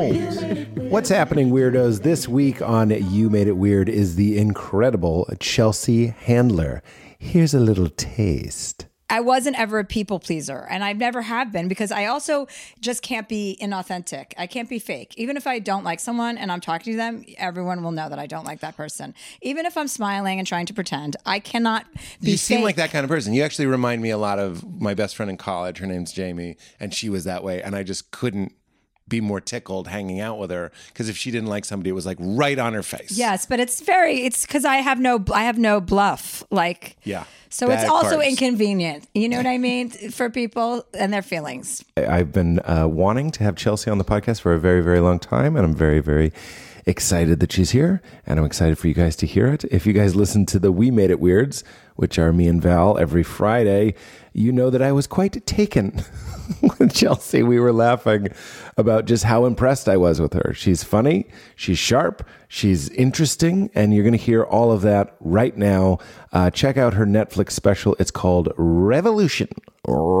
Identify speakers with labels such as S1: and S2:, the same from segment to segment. S1: What's happening, weirdos? This week on You Made It Weird is the incredible Chelsea Handler. Here's a little taste.
S2: I wasn't ever a people pleaser, and I've never have been because I also just can't be inauthentic. I can't be fake. Even if I don't like someone and I'm talking to them, everyone will know that I don't like that person. Even if I'm smiling and trying to pretend, I cannot be
S3: you seem
S2: fake.
S3: like that kind of person. You actually remind me a lot of my best friend in college. Her name's Jamie, and she was that way. And I just couldn't be more tickled hanging out with her because if she didn't like somebody, it was like right on her face.
S2: Yes, but it's very it's because I have no I have no bluff like
S3: Yeah.
S2: So
S3: Bad
S2: it's also
S3: carbs.
S2: inconvenient. You know what I mean for people and their feelings.
S1: I- I've been uh, wanting to have Chelsea on the podcast for a very, very long time, and I'm very, very excited that she's here, and I'm excited for you guys to hear it. If you guys listen to the We Made It Weirds, which are me and Val every Friday, you know that I was quite taken with Chelsea. We were laughing about just how impressed I was with her. She's funny, she's sharp, she's interesting, and you're going to hear all of that right now. Uh, check out her Netflix special. It's called Revolution.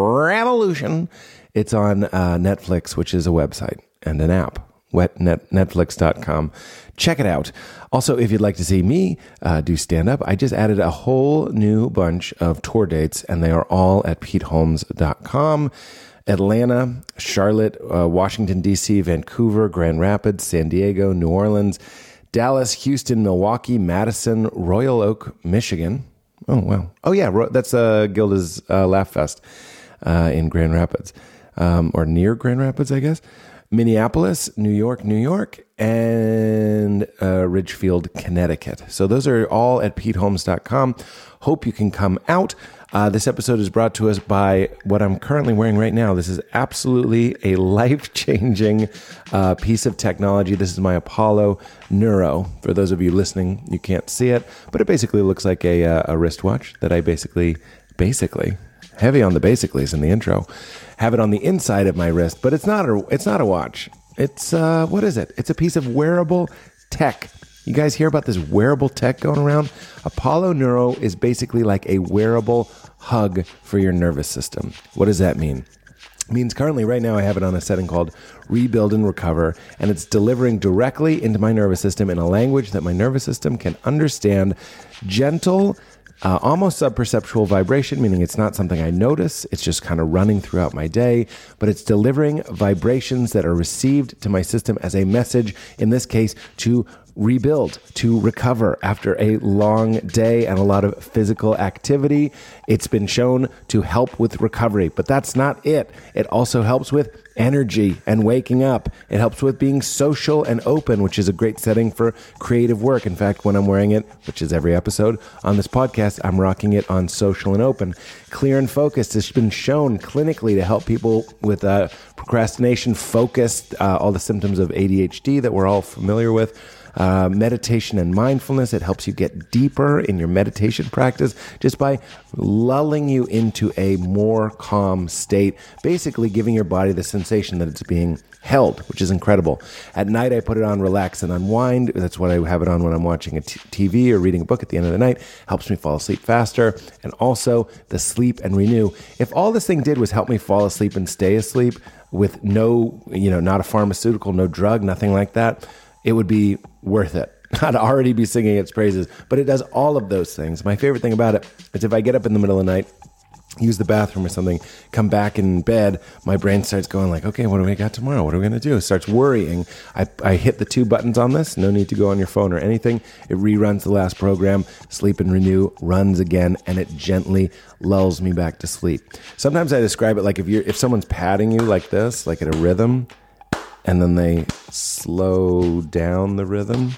S1: Revolution. It's on uh, Netflix, which is a website and an app. Wetnet, Netflix.com. Check it out. Also, if you'd like to see me uh, do stand up, I just added a whole new bunch of tour dates, and they are all at PeteHolmes.com. Atlanta, Charlotte, uh, Washington, D.C., Vancouver, Grand Rapids, San Diego, New Orleans, Dallas, Houston, Milwaukee, Madison, Royal Oak, Michigan. Oh wow! Oh yeah, Ro- that's uh, Gilda's uh, Laugh Fest uh, in Grand Rapids, um, or near Grand Rapids, I guess. Minneapolis, New York, New York, and uh, Ridgefield, Connecticut. So those are all at PeteHolmes.com. Hope you can come out. Uh, this episode is brought to us by what I'm currently wearing right now. This is absolutely a life changing uh, piece of technology. This is my Apollo Neuro. For those of you listening, you can't see it, but it basically looks like a, uh, a wristwatch that I basically, basically, heavy on the basicallys in the intro, have it on the inside of my wrist, but it's not a, it's not a watch. It's, uh, what is it? It's a piece of wearable tech. You guys hear about this wearable tech going around? Apollo Neuro is basically like a wearable hug for your nervous system. What does that mean? It means currently, right now, I have it on a setting called Rebuild and Recover, and it's delivering directly into my nervous system in a language that my nervous system can understand. Gentle, uh, almost subperceptual vibration, meaning it's not something I notice. It's just kind of running throughout my day, but it's delivering vibrations that are received to my system as a message, in this case, to rebuild, to recover after a long day and a lot of physical activity. It's been shown to help with recovery, but that's not it. It also helps with energy and waking up. It helps with being social and open, which is a great setting for creative work. In fact, when I'm wearing it, which is every episode on this podcast, I'm rocking it on social and open. Clear and focused has been shown clinically to help people with uh, procrastination, focus, uh, all the symptoms of ADHD that we're all familiar with uh, meditation and mindfulness. It helps you get deeper in your meditation practice just by lulling you into a more calm state, basically giving your body the sensation that it's being held, which is incredible. At night, I put it on relax and unwind. That's what I have it on when I'm watching a t- TV or reading a book at the end of the night. Helps me fall asleep faster. And also the sleep and renew. If all this thing did was help me fall asleep and stay asleep with no, you know, not a pharmaceutical, no drug, nothing like that it would be worth it. I'd already be singing its praises, but it does all of those things. My favorite thing about it is if I get up in the middle of the night, use the bathroom or something, come back in bed, my brain starts going like, okay, what do we got tomorrow? What are we going to do? It starts worrying. I, I hit the two buttons on this. No need to go on your phone or anything. It reruns the last program. Sleep and Renew runs again, and it gently lulls me back to sleep. Sometimes I describe it like if you're if someone's patting you like this, like at a rhythm, and then they slow down the rhythm.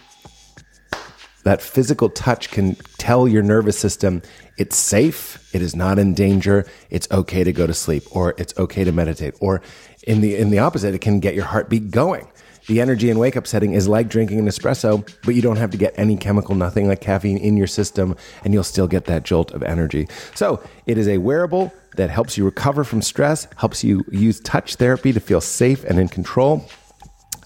S1: That physical touch can tell your nervous system it's safe, it is not in danger, it's okay to go to sleep, or it's okay to meditate, or in the in the opposite, it can get your heartbeat going. The energy and wake up setting is like drinking an espresso, but you don't have to get any chemical, nothing like caffeine in your system, and you'll still get that jolt of energy. So it is a wearable that helps you recover from stress, helps you use touch therapy to feel safe and in control.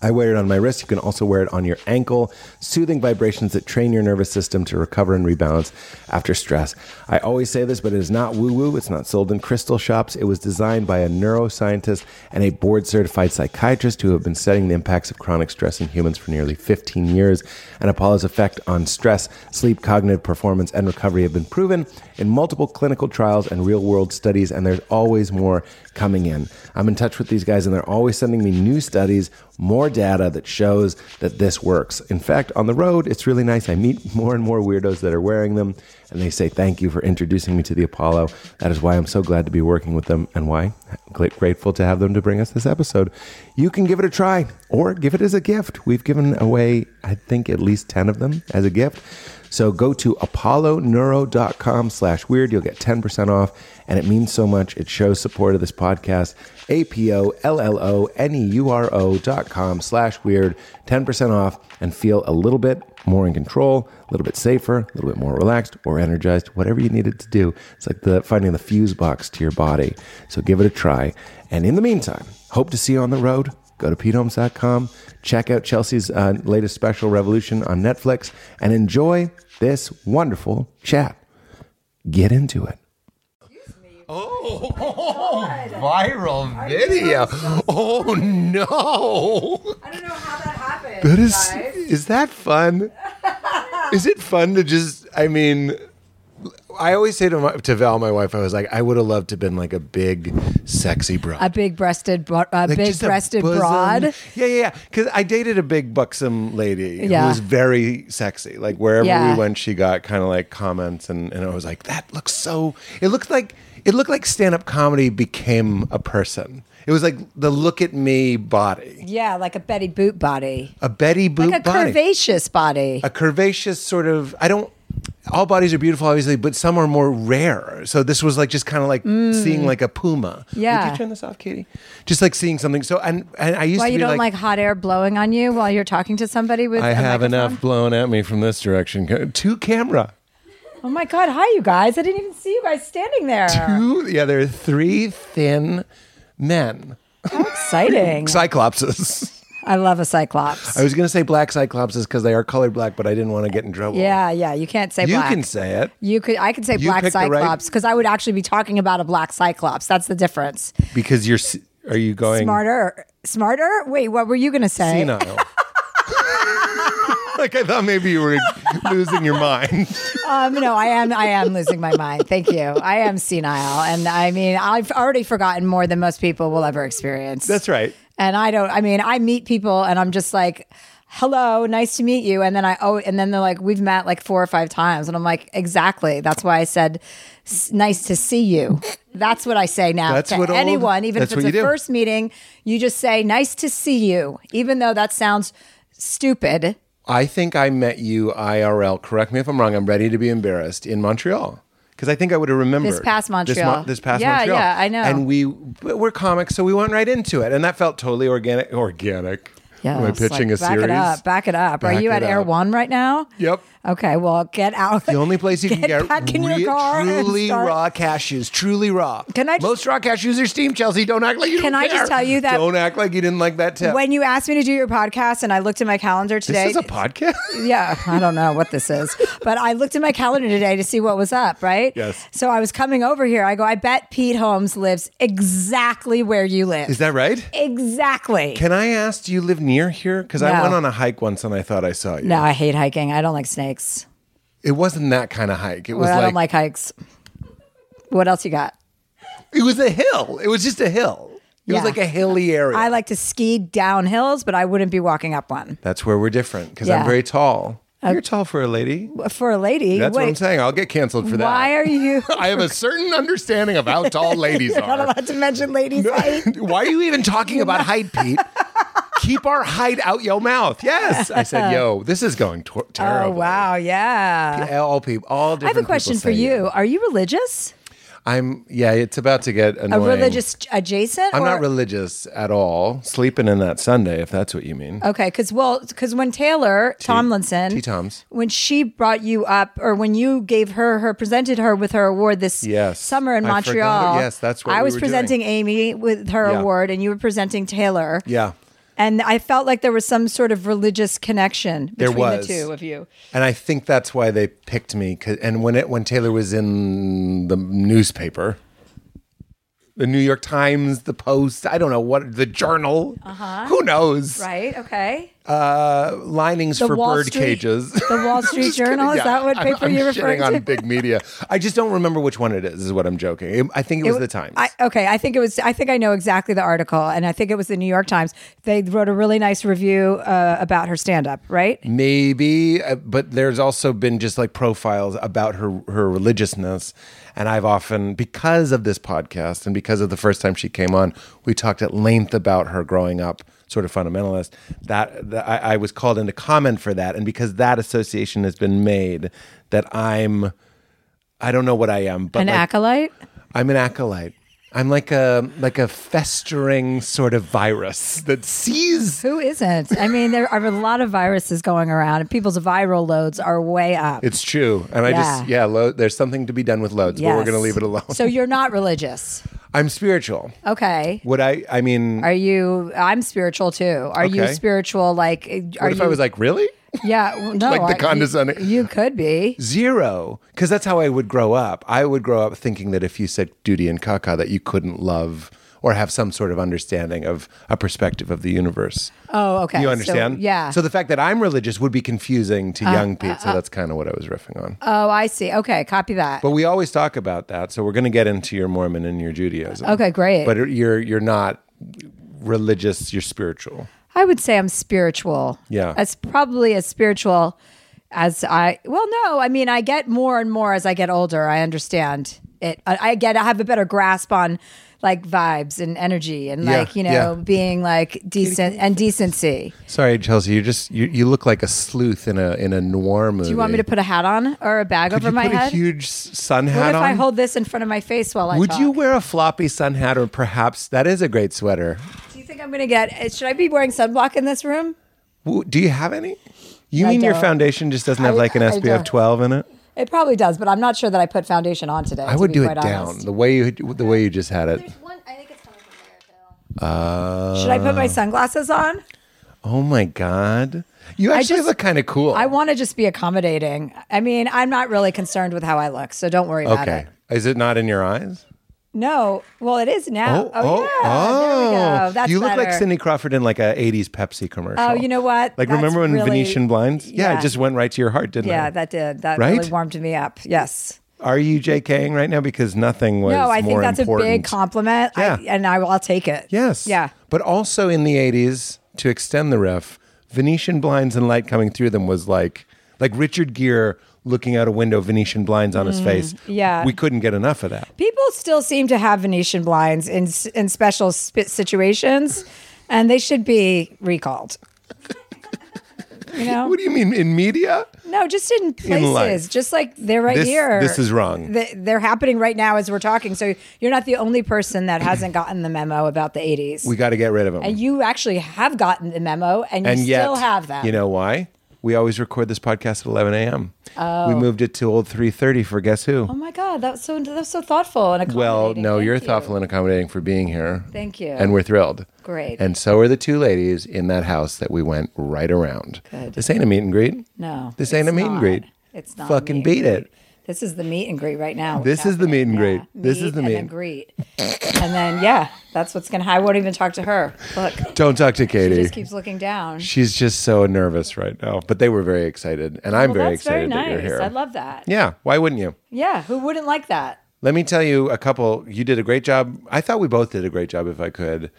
S4: I wear it on my wrist. You can also wear it on your ankle. Soothing vibrations that train your nervous system to recover and rebalance after stress. I always say this, but it is not woo woo. It's not sold in crystal shops. It was designed by a neuroscientist and a board certified psychiatrist who have been studying the impacts of chronic stress in humans for nearly 15 years. And Apollo's effect on stress, sleep, cognitive performance, and recovery have been proven in multiple clinical trials and real world studies. And there's always more coming in. I'm in touch with these guys, and they're always sending me new studies, more data that shows that this works. In fact, on the road, it's really nice. I meet more and more weirdos that are wearing them, and they say, Thank you for introducing me to the Apollo. That is why I'm so glad to be working with them, and why I'm grateful to have them to bring us this episode. You can give it a try or give it as a gift. We've given away, I think, at least 10 of them as a gift. So go to apolloneuro.com slash weird. You'll get 10% off. And it means so much. It shows support of this podcast. E A-P-O-L-L-O-N-E-U-R-O dot com slash weird. 10% off and feel a little bit more in control, a little bit safer, a little bit more relaxed or energized, whatever you need it to do. It's like the finding the fuse box to your body. So give it a try. And in the meantime, hope to see you on the road go to petehomes.com, check out Chelsea's uh, latest special, Revolution, on Netflix, and enjoy this wonderful chat. Get into it.
S1: Oh, viral video. Oh no.
S2: I don't know how that happened.
S1: That is is that fun? is it fun to just I mean I always say to my, to Val, my wife, I was like, I would have loved to have been like a big, sexy broad.
S2: a big-breasted, bro- a
S1: Like, just a
S2: big-breasted
S1: bosom.
S2: broad.
S1: Yeah, yeah, yeah. Because I dated a big buxom lady
S2: Yeah.
S1: who was very sexy. Like wherever
S2: Yeah.
S1: we went, she got kind of like comments, and and I was like, that looks so. It looked like it looked like stand up comedy became a person. It was like the look at me body,
S2: Yeah, like a Betty Boot body,
S1: a Betty Boop
S2: like a
S1: body,
S2: curvaceous body.
S1: a curvaceous sort of. I don't. All bodies are beautiful, obviously, but some are more rare. So this was like just kind of like seeing like a puma.
S2: Mm. Yeah.
S1: Would you turn this off, Katie? Just like seeing something. So and and I used
S2: Why
S1: to
S2: you
S1: be
S2: don't
S1: like
S2: like, hot air blowing on you while you're talking to somebody with?
S1: I
S2: a
S1: have
S2: microphone?
S1: enough blown at me from this direction. Go- To camera.
S2: Oh my god! Hi, you guys. I didn't even see you guys standing there.
S1: Two, yeah, there are three thin men.
S2: Exciting.
S1: Cyclopses.
S2: I love a cyclops.
S1: I was going to say black cyclopses because they are colored black, but I didn't want to get in trouble.
S2: yeah, yeah. You can't say
S1: You
S2: black.
S1: can say it.
S2: You could. I could say
S1: You
S2: black
S1: picked the right-
S2: cyclops because I would actually be talking about a black cyclops. That's the difference.
S1: Because you're, s- are you going
S2: Smarter, smarter. Wait, what were you gonna say?
S1: senile? like I thought maybe you were losing your mind.
S2: Um, no, I am. I am losing my mind. Thank you. I am senile, and I mean, I've already forgotten more than most people will ever experience.
S1: That's right.
S2: And I don't. I mean, I meet people, and I'm just like. Hello, nice to meet you. And then I oh, and then they're like, we've met like four or five times, and I'm like, exactly. That's why I said, "S- nice to see you. That's what I say now
S1: That's
S2: to
S1: what old-
S2: anyone, even if
S1: that's
S2: it's
S1: what
S2: a
S1: you do.
S2: first meeting. You just say, nice to see you, even though that sounds stupid.
S1: I think I met you IRL. Correct me if I'm wrong. I'm ready to be embarrassed in Montreal because I think I would have remembered
S2: This past
S1: mon-
S2: Montreal.
S1: This, past
S2: Yeah,
S1: Montreal.
S2: yeah, I know.
S1: And we but we're comics, so we went right into it, and that felt totally organic. Organic. Am I
S2: it's
S1: pitching
S2: like,
S1: a
S2: back
S1: series?
S2: it up. Back it up. Are
S1: Back
S2: you
S1: it
S2: at Air
S1: up.
S2: One right now?
S1: Yep.
S2: Okay. Well, get out.
S1: The only place you can get
S2: back in your
S1: re-
S2: car and
S1: truly
S2: start-
S1: raw cashews, truly raw.
S2: Can I just-
S1: Most raw cashews are steamed, Chelsea. Don't act like you
S2: Can
S1: don't
S2: I just
S1: care.
S2: tell you that-
S1: Don't act like you didn't like that tip.
S2: When you asked me to do your podcast, and I looked at my calendar today.
S1: this is a podcast.
S2: yeah, I don't know what this is, but I looked at my calendar today to see what was up, right?
S1: Yes.
S2: So I was coming over here. I go, I bet Pete Holmes lives exactly where you live.
S1: Is that right?
S2: exactly?
S1: Can I ask, do you live near here? Because I
S2: No.
S1: went on a hike once and I thought I saw you.
S2: no, I hate hiking. I don't like snakes.
S1: It wasn't that kind of hike. It was
S2: Well, I
S1: like,
S2: don't like hikes. What else you got?
S1: it was a hill. It was just a hill. It
S2: Yeah.
S1: was like a hilly area.
S2: I like to ski down hills, but I wouldn't be walking up one.
S1: That's where we're different because
S2: Yeah.
S1: I'm very tall. You're tall for a lady.
S2: For a lady,
S1: That's what I'm
S2: wait,
S1: saying. I'll get canceled for that.
S2: why are you?
S1: I have a certain understanding of how tall ladies
S2: Not
S1: are.
S2: allowed to mention ladies' height.
S1: Why are you even talking about height, Pete? Keep our height out your mouth. Yes, I said, yo, this is going tor-
S2: Oh
S1: terrible.
S2: wow, yeah.
S1: All people, all
S2: I
S1: different.
S2: have a question
S1: people
S2: for
S1: say it.
S2: you. Are you religious?
S1: I'm yeah. It's about to get
S2: A
S1: annoying.
S2: religious adjacent?
S1: I'm
S2: or-
S1: not religious at all. Sleeping in that Sunday, if that's what you mean.
S2: Okay, because well, because when Taylor Tomlinson,
S1: T. Toms.
S2: when she brought you up, or when you gave her her presented her with her award this
S1: Yes.
S2: summer in
S1: I forgot-
S2: Montreal.
S1: yes, that's what
S2: I
S1: we
S2: was
S1: were doing.
S2: presenting Amy with her
S1: Yeah.
S2: award, and you were presenting Taylor.
S1: Yeah.
S2: and I felt like there was some sort of religious connection
S1: There
S2: between
S1: was.
S2: the two of you.
S1: And I think that's why they picked me. 'cause- and when it when Taylor was in the newspaper, the New York Times, the Post, I don't know what, the Journal, who knows?
S2: Uh-huh. Right? Okay.
S1: Uh, linings for
S2: Wall
S1: bird
S2: Street-
S1: cages.
S2: The Wall Street
S1: Just kidding.
S2: Journal is
S1: Yeah,
S2: that what
S1: I'm-
S2: paper
S1: I'm
S2: you're
S1: shitting
S2: referring to?
S1: on big media. I just don't remember which one it is. Is what I'm joking. It- I think it was the Times.
S2: I, okay, I think it was. I think I know exactly the article, and I think it was the New York Times. They wrote a really nice review uh, about her stand-up, right?
S1: Maybe, uh, but there's also been just like profiles about her her religiousness, and I've often because of this podcast and because of the first time she came on, we talked at length about her growing up sort of fundamentalist. That, that I, I was called into comment for that, and because that association has been made, that I'm, I don't know what I am, but
S2: An
S1: like,
S2: acolyte.
S1: I'm an acolyte. I'm like a like a festering sort of virus that sees
S2: Who isn't? I mean, there are a lot of viruses going around, and people's viral loads are way up.
S1: It's true, and I just yeah, lo- there's something to be done with loads, but we're
S2: Yes.
S1: gonna leave it alone.
S2: So you're not religious,
S1: I'm spiritual.
S2: okay?
S1: Would I? I mean,
S2: Are you? I'm spiritual too. Are you
S1: Okay.
S2: spiritual? Like, are
S1: what if
S2: you?
S1: I was like really
S2: yeah, well, no.
S1: Like the
S2: I- you-
S1: condescending-
S2: You, could be.
S1: zero? Because that's how I would grow up. I would grow up thinking that if you said duty and caca, that you couldn't love or have some sort of understanding of a perspective of the universe.
S2: Oh, okay.
S1: You
S2: So,
S1: understand?
S2: yeah. Uh,
S1: So the fact that I'm religious would be confusing to young Pete. so that's kind of what I was riffing on.
S2: oh, I see. Okay, copy that.
S1: but we always talk about that. So we're going to get into your Mormon and your Judaism.
S2: Okay, great.
S1: But you're you're not religious. You're spiritual.
S2: I would say I'm spiritual.
S1: Yeah.
S2: That's probably as spiritual as I, well, no, I mean, I get more and more as I get older. I understand it. I, I get, I have a better grasp on like vibes and energy and
S1: Yeah,
S2: like, you know,
S1: yeah.
S2: being like decent and decency.
S1: Sorry, Chelsea. You just you, you look like a sleuth in a in a noir movie.
S2: Do you want me to put a hat on or a bag
S1: Could
S2: over
S1: you
S2: my
S1: put
S2: head?
S1: a huge s- sun
S2: what
S1: hat
S2: if
S1: on?
S2: I hold this in front of my face while I
S1: Would
S2: talk?
S1: you wear a floppy sun hat or perhaps that is a great sweater?
S2: Do you think I'm going to get, eh, should I be wearing sunblock in this room?
S1: W- Do you have any? You
S2: I
S1: mean your
S2: don't.
S1: foundation just doesn't have
S2: I-
S1: like an
S2: I
S1: SPF
S2: don't.
S1: 12 in it?
S2: It probably does, but I'm not sure that I put foundation on today.
S1: I would do it down the way you the way you just had it.
S5: There's one. I think it's coming from there too.
S1: Uh,
S2: Should I put my sunglasses on?
S1: oh my god, you actually
S2: just-
S1: look kind of cool.
S2: I want to just be accommodating. I mean, I'm not really concerned with how I look, so don't worry about
S1: okay,
S2: it.
S1: is it not in your eyes?
S2: No, well, it is now. Oh, yeah, there we go. That's
S1: Uh, oh. you look like
S2: better.
S1: Cindy Crawford in like a '80s Pepsi commercial.
S2: Oh, you know what?
S1: Like
S2: That's
S1: remember when
S2: really-
S1: Venetian blinds? Yeah,
S2: yeah.
S1: it just went right to your heart, didn't
S2: Yeah,
S1: it?
S2: that did. That
S1: Right?
S2: really warmed me up. Yes.
S1: Are you JKing right now because nothing was
S2: No, I think
S1: more
S2: that's
S1: important.
S2: a big compliment. I,
S1: Yeah.
S2: and I will, I'll take it.
S1: Yes.
S2: Yeah.
S1: But also in the '80s, to extend the riff, Venetian blinds and light coming through them was like like Richard Gere looking out a window, Venetian blinds on his face.
S2: Mm, yeah.
S1: we couldn't get enough of that.
S2: People still seem to have Venetian blinds in s- in special sp- situations, and they should be recalled. you know,
S1: What do you mean in media?
S2: No, just in
S1: In life.
S2: places. just like they're right
S1: This-
S2: here.
S1: this is wrong.
S2: Th- They're happening right now as we're talking. So you're not the only person that hasn't gotten the memo about the 80s.
S1: We got to get rid of them.
S2: and you actually have gotten the memo and you
S1: and yet,
S2: still have that.
S1: You know why? We always record this podcast at 11 a.m. Oh. We moved it to old 3:30 for guess who?
S2: oh my God, that was so, that was so thoughtful and accommodating.
S1: well, no,
S2: Thank
S1: you're
S2: you.
S1: thoughtful and accommodating for being here.
S2: Thank you.
S1: And we're thrilled.
S2: Great.
S1: And so are the two ladies in that house that we went right around.
S2: Good.
S1: This ain't a meet and greet.
S2: No.
S1: This ain't a
S2: it's
S1: meet and
S2: not.
S1: greet.
S2: It's not. a
S1: Fucking
S2: meet and
S1: beat
S2: greet.
S1: it.
S2: This is the meet and greet right now.
S1: This is the meet and
S2: happening.
S1: greet. This is the meet.
S2: and then greet. and then, yeah, that's what's going to, I won't even talk to her. Look,
S1: Don't talk to
S2: she
S1: Katie.
S2: just keeps looking down.
S1: She's just so nervous right now. But they were very excited. And I'm
S2: Well,
S1: very
S2: that's
S1: excited
S2: very nice.
S1: that you're here.
S2: I love that.
S1: yeah. Why wouldn't you?
S2: Yeah, who wouldn't like that?
S1: Let me tell you a couple. You did a great job. I thought we both did a great job, if I could.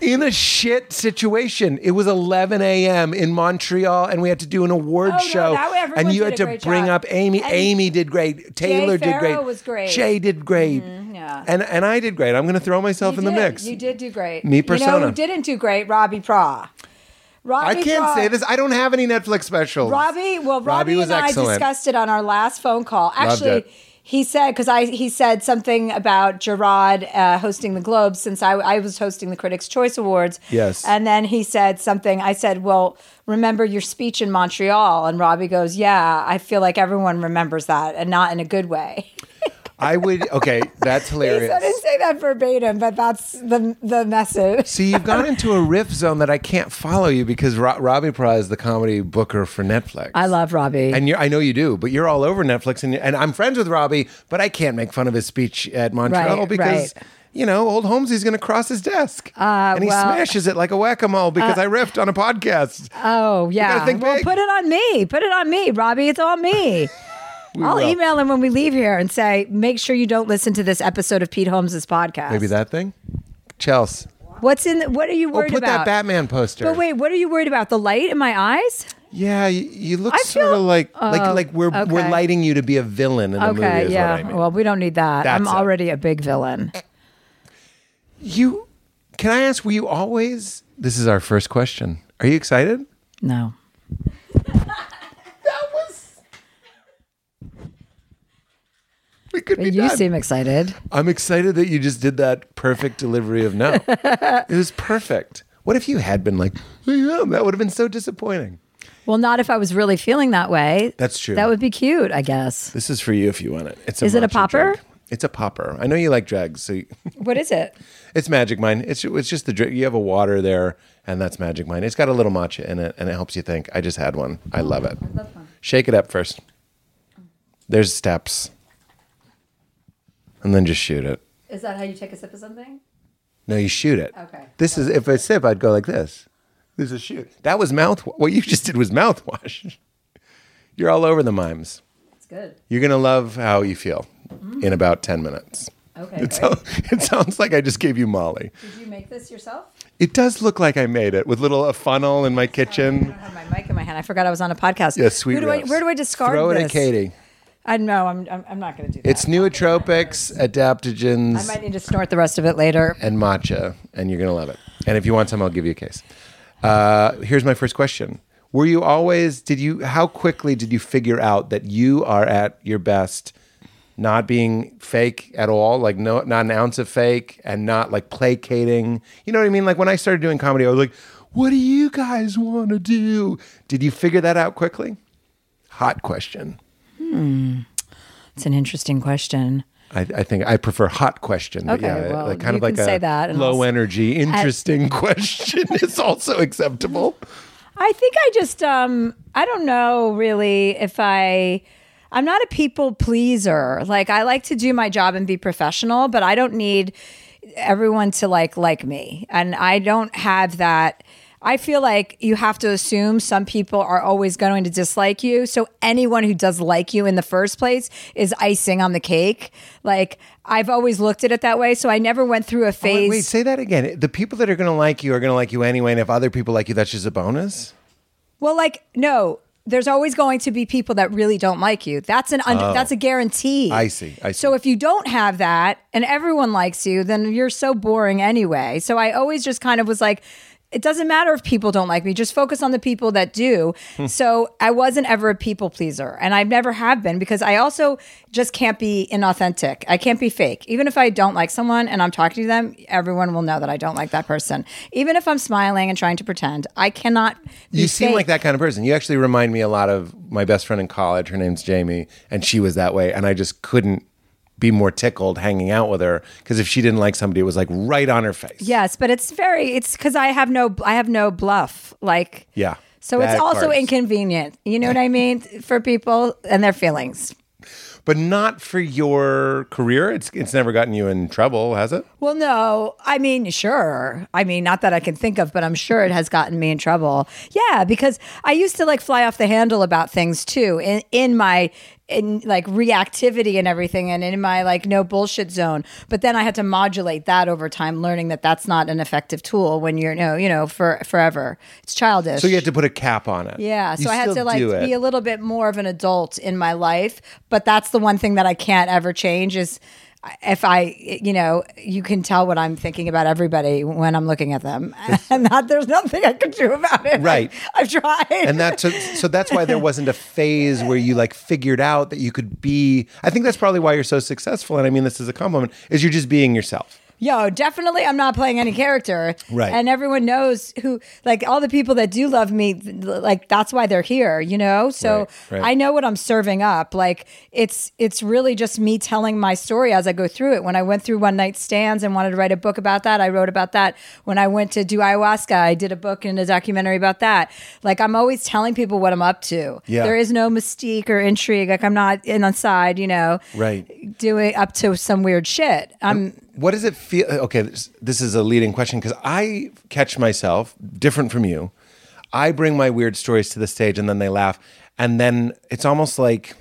S1: In a shit situation. It was 11 a.m. in Montreal, and we had to do an award
S2: Oh, no,
S1: show.
S2: that way everyone
S1: and you
S2: did
S1: had
S2: a
S1: to
S2: great
S1: bring
S2: job.
S1: up Amy.
S2: And
S1: Amy did great. Taylor did
S2: Farrow
S1: great.
S2: was great. Mm-hmm,
S1: Jay did great.
S2: yeah.
S1: And and I did great. I'm going to throw myself
S2: You
S1: in
S2: did.
S1: the mix.
S2: You did do great.
S1: Me
S2: You know
S1: persona.
S2: who didn't do great? Robbie Pra. Robbie
S1: I can't
S2: Pra-
S1: say this. I don't have any Netflix specials.
S2: Robbie, well, Robbie,
S1: was
S2: and I
S1: excellent.
S2: discussed it on our last phone call. Actually,
S1: it.
S2: he said because I he said something about Gerard uh, hosting the Globes since I, I was hosting the Critics' Choice Awards.
S1: Yes.
S2: and then he said something. I said, "Well, remember your speech in Montreal?" And Robbie goes, "Yeah, I feel like everyone remembers that, and not in a good way."
S1: I would. Okay, that's hilarious.
S2: I didn't say that verbatim, but that's the the message.
S1: See, you've gone into a riff zone that I can't follow you because Ro- Robbie Pra is the comedy booker for Netflix.
S2: I love Robbie.
S1: and you're, I know you do, but you're all over Netflix, and and I'm friends with Robbie, but I can't make fun of his speech at Montreal
S2: Right,
S1: because.
S2: right. Uh,
S1: You know, old Holmesy's going to cross his desk, and he
S2: well- uh,
S1: smashes it like a whack-a-mole because I riffed on a podcast.
S2: oh yeah.
S1: think
S2: well,
S1: big.
S2: put it on me. Put it on me, Robbie. It's on me. I'll
S1: will.
S2: email him when we leave here and say, make sure you don't listen to this episode of Pete Holmes' podcast.
S1: Maybe that thing, Chels.
S2: What's in? The, what are you
S1: Oh,
S2: worried
S1: put
S2: about?
S1: that Batman poster.
S2: But wait, what are you worried about? The light in my eyes?
S1: Yeah, you, you look
S2: I
S1: sort
S2: feel-
S1: of like like
S2: Oh,
S1: like we're we're
S2: okay.
S1: lighting you to be a villain in a movie.
S2: Okay,
S1: Is
S2: yeah.
S1: what I mean.
S2: Well, we don't need that. I'm
S1: That's it.
S2: already a big villain.
S1: you can I ask? Were you always? This is our first question. Are you excited?
S2: No.
S1: We could be
S2: But you
S1: done.
S2: seem excited.
S1: I'm excited that you just did that perfect delivery of no. it was perfect. What if you had been like, yeah, that would have been so disappointing.
S2: Well, not if I was really feeling that way.
S1: That's true.
S2: That would be cute, I guess.
S1: This is for you if you want it. It's
S2: Is it a
S1: matcha
S2: popper?
S1: drink. It's a popper. I know you like drags, so you,
S2: What is it?
S1: It's Magic Mind. It's it's just the drink. You have a water there, and that's Magic Mind. It's got a little matcha in it, and it helps you think. I just had one. I love it. Shake it up first. There's steps, and then just shoot it.
S2: Is that how you take a sip of something?
S1: No, you shoot it.
S2: Okay.
S1: This is if I sip, I'd go like this. This is shoot. That was mouth. What you just did was mouthwash. You're all over the mimes.
S2: It's good.
S1: You're gonna love how you feel in about ten minutes.
S2: Okay.
S1: It, so, it sounds like I just gave you Molly.
S2: Did you make this yourself?
S1: It does look like I made it with little a funnel in my
S2: I
S1: kitchen.
S2: don't have my mic in my hand. I forgot I was on a podcast.
S1: Yeah, sweet.
S2: Who do I,
S1: riffs.
S2: where do I discard
S1: Throw
S2: this?
S1: it at Katie.
S2: I know. I'm, I'm, I'm not going to do that.
S1: It's nootropics,
S2: I
S1: adaptogens,
S2: might need to snort the rest of it later.
S1: and matcha, and you're gonna love it. And if you want some, I'll give you a case. Uh, here's my first question: Were you always? Did you? How quickly did you figure out that you are at your best? Not being fake at all, like no, not an ounce of fake, and not like placating. You know what I mean? Like when I started doing comedy, I was like, "What do you guys want to do?" Did you figure that out quickly? Hot question.
S2: It's an interesting question.
S1: I, I think I prefer hot question. But
S2: Okay,
S1: yeah,
S2: well,
S1: like kind
S2: you
S1: of like
S2: can
S1: a
S2: say that and
S1: low
S2: I'll s-
S1: energy, interesting question is also acceptable.
S2: I think I just um I don't know really if I I'm not a people pleaser. Like I like to do my job and be professional, but I don't need everyone to like like me. And I don't have that I feel like you have to assume some people are always going to dislike you. So anyone who does like you in the first place is icing on the cake. Like I've always looked at it that way. So I never went through a phase.
S1: Oh, Wait, wait, say that again. The people that are going to like you are going to like you anyway, and if other people like you, that's just a bonus.
S2: Well, like no, there's always going to be people that really don't like you. That's an under, that's a guarantee.
S1: Oh. I see, I see.
S2: So if you don't have that and everyone likes you, then you're so boring anyway. So I always just kind of was like. It doesn't matter if people don't like me, just focus on the people that do.
S1: Hmm.
S2: so I wasn't ever a people pleaser and I never have been because I also just can't be inauthentic. I can't be fake. Even if I don't like someone and I'm talking to them, everyone will know that I don't like that person. Even if I'm smiling and trying to pretend, I cannot be
S1: You seem
S2: fake.
S1: like that kind of person. You actually remind me a lot of my best friend in college. Her name's Jamie, and she was that way, and I just couldn't be more tickled hanging out with her because if she didn't like somebody, it was like right on her face.
S2: Yes, but it's very it's because I have no I have no bluff like
S1: Yeah.
S2: So it's
S1: That
S2: also
S1: part's-
S2: inconvenient. You know what I mean for people and their feelings.
S1: but not for your career. It's it's never gotten you in trouble, has it?
S2: Well, no, I mean, sure. I mean, not that I can think of, but I'm sure it has gotten me in trouble. Yeah, because I used to like fly off the handle about things too, in in my in like reactivity and everything, and in my like no bullshit zone. But then I had to modulate that over time, learning that that's not an effective tool when you're no, you know, for forever. It's childish.
S1: So you had to put a cap on it.
S2: Yeah,
S1: You
S2: so I had
S1: still
S2: to like
S1: do it.
S2: be a little bit more of an adult in my life, but that's the one thing that I can't ever change is if I, you know, you can tell what I'm thinking about everybody when I'm looking at them, and that there's nothing I could do about it.
S1: Right.
S2: I, have tried.
S1: and that's so, so that's why there wasn't a phase where you like figured out that you could be. I think that's probably why you're so successful. And I mean this as a compliment. Is you're just being yourself.
S2: yo, definitely I'm not playing any character.
S1: Right.
S2: And everyone knows who, like all the people that do love me, th- like that's why they're here, you know? So
S1: Right, right.
S2: I know what I'm serving up. Like it's, it's really just me telling my story as I go through it. When I went through one night stands and wanted to write a book about that, I wrote about that. When I went to do ayahuasca, I did a book and a documentary about that. Like I'm always telling people what I'm up to.
S1: Yeah.
S2: There is no mystique or intrigue. Like I'm not in on side, you know,
S1: Right.
S2: doing up to some weird shit. I'm,
S1: What does it feel? Okay, this, this is a leading question because I catch myself different from you. I bring my weird stories to the stage and then they laugh. And then it's almost like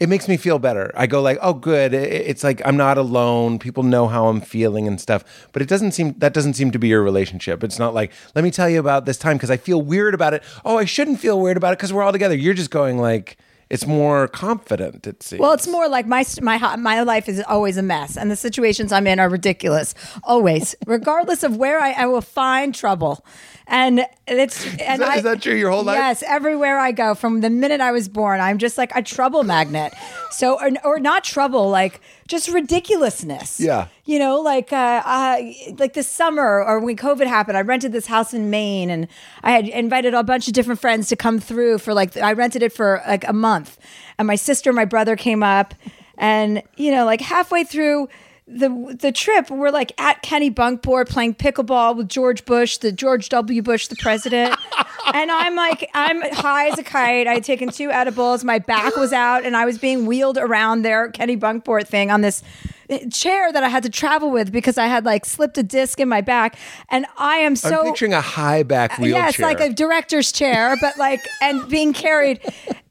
S1: it makes me feel better. I go like, oh, good. I- It's like I'm not alone. People know how I'm feeling and stuff. But it doesn't seem that doesn't seem to be your relationship. It's not like let me tell you about this time because I feel weird about it. Oh, I shouldn't feel weird about it because we're all together. You're just going like it's more confident. It seems.
S2: Well, it's more like my my ho- my life is always a mess, and the situations I'm in are ridiculous. Always, regardless of where I, I will find trouble, and it's and
S1: that-
S2: I-
S1: is that true your whole life?
S2: Yes, everywhere I go, from the minute I was born, I'm just like a trouble magnet. So, or, or not trouble, like just ridiculousness.
S1: Yeah.
S2: you know, like uh, uh, like this summer or when COVID happened, I rented this house in Maine, and I had invited a bunch of different friends to come through for like I rented it for like a month, and my sister, and my brother came up, and you know, like halfway through. The, the trip we're like at Kenny Bunkport playing pickleball with George Bush, the George W. Bush, the president, and I'm like I'm high as a kite. I had taken two edibles, my back was out, and I was being wheeled around their Kenny Bunkport thing on this eh, chair that I had to travel with because I had like slipped a disc in my back, and I am so
S1: I'm picturing a high back wheelchair.
S2: yeah, it's like a director's chair, but like and being carried,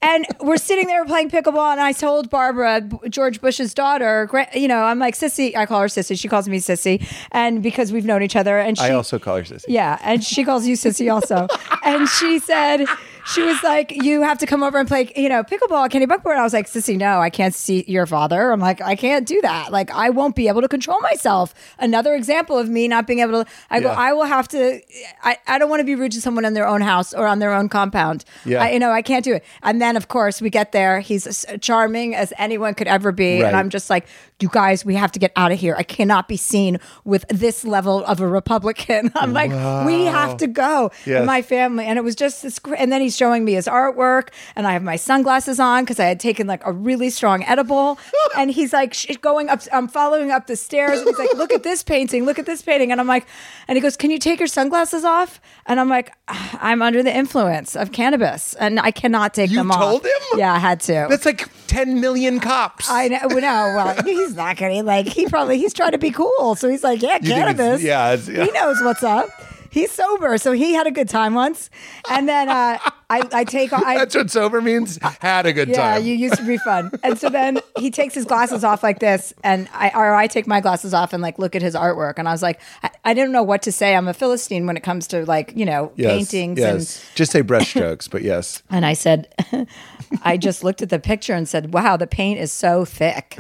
S2: and we're sitting there playing pickleball, and I told Barbara, B- George Bush's daughter, gra- you know, I'm like sissy, I call her sissy, she calls me sissy, and because we've known each other, and she
S1: I also call her sissy.
S2: yeah, and she calls you sissy also. and she said she was like, "You have to come over and play, you know, pickleball, at Kenny Buckboard." I was like, "Sissy, no, I can't see your father." I'm like, "I can't do that. Like, I won't be able to control myself." Another example of me not being able to. I go,
S1: Yeah.
S2: "I will have to." I, I don't want to be rude to someone in their own house or on their own compound.
S1: Yeah.
S2: I, you know, I can't do it. And then, of course, we get there. He's as charming as anyone could ever be,
S1: Right.
S2: and I'm just like, "You guys, we have to get out of here. I cannot be seen with this level of a Republican." I'm like, "We have to go."
S1: Yes.
S2: And my family, and it was just this. gr- And then he's showing me his artwork, and I have my sunglasses on because I had taken like a really strong edible. and he's like sh- going up. I'm following up the stairs, and he's like, "Look at this painting. Look at this painting." And I'm like, and he goes, "Can you take your sunglasses off?" And I'm like, "Ah, "I'm under the influence of cannabis, and I cannot take
S1: You
S2: them off."
S1: told him?
S2: Yeah, I had to.
S1: That's like 10 million cops.
S2: I know. Well, no, well, he's not gonna like. He probably he's trying to be cool, so he's like, yeah,
S1: think it's-
S2: cannabis.
S1: yeah, it's- yeah.
S2: he knows what's up. He's sober, so he had a good time once. And then uh, I, I take I,
S1: That's what sober means. Had a good
S2: yeah,
S1: time.
S2: you used to be fun. And so then he takes his glasses off like this, and I or I take my glasses off and like look at his artwork, and I was like, I, I didn't know what to say. I'm a philistine when it comes to like you know
S1: Yes,
S2: paintings and
S1: Yes. Just say brushstrokes, but yes.
S2: and I said, I just looked at the picture and said, wow, the paint is so thick.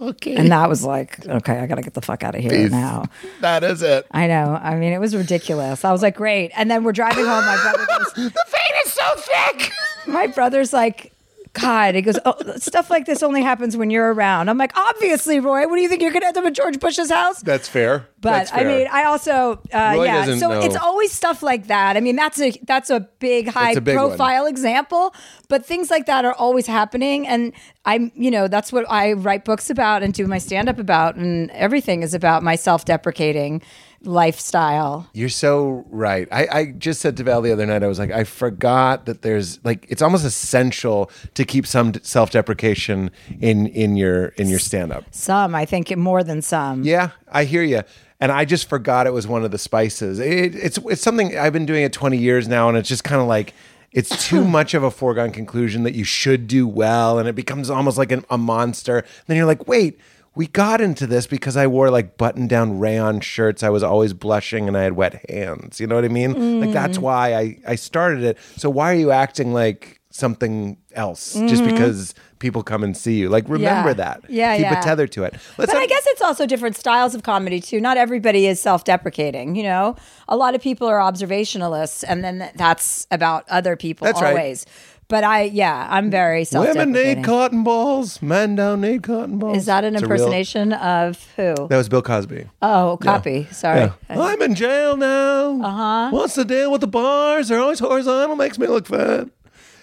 S2: Okay. And that was like, okay, I got to get the fuck out of here now.
S1: That is it.
S2: I know. I mean, it was ridiculous. I was like, great. And then we're driving home. My brother goes,
S1: The vein is so thick.
S2: my brother's like, God, he goes, oh, stuff like this only happens when you're around. I'm like, obviously, Roy, what do you think? You're going to end up at George Bush's house?
S1: That's fair.
S2: But
S1: That's
S2: I
S1: fair.
S2: mean, I also uh,
S1: Roy
S2: yeah.
S1: doesn't
S2: So
S1: know.
S2: it's always stuff like that. I mean, that's a that's a big high
S1: a big
S2: profile example. But things like that are always happening, and I'm you know that's what I write books about and do my stand up about, and everything is about my self deprecating lifestyle.
S1: You're so right. I, I just said to Val the other night, I was like, I forgot that there's like it's almost essential to keep some self deprecation in in your in your stand up.
S2: Some I think more than some.
S1: Yeah, I hear you. And I just forgot it was one of the spices. It, it's it's something I've been doing it 20 years now, and it's just kind of like it's too much of a foregone conclusion that you should do well, and it becomes almost like an, a monster. then you're like, wait, we got into this because I wore like button down rayon shirts. I was always blushing, and I had wet hands. You know what I mean? Like
S2: Mm.
S1: that's why I I started it. So why are you acting like something else just because people come and see you? Like remember
S2: Mm-hmm. Yeah.
S1: that.
S2: Yeah,
S1: keep
S2: yeah.
S1: a tether to it. Let's
S2: but I
S1: not-
S2: guess it's also different styles of comedy too. Not everybody is self-deprecating, you know. A lot of people are observationalists, and then th- that's about other people
S1: That's right.
S2: always. But I, yeah, I'm very self
S1: Women need cotton balls. Men don't need cotton balls.
S2: Is that an
S1: It's a real-
S2: impersonation of who?
S1: that was Bill Cosby.
S2: oh, copy. Sorry.
S1: Yeah. I'm in jail now. Uh huh.
S2: Uh-huh.
S1: What's the deal with the bars? They're always horizontal. Makes me look fat.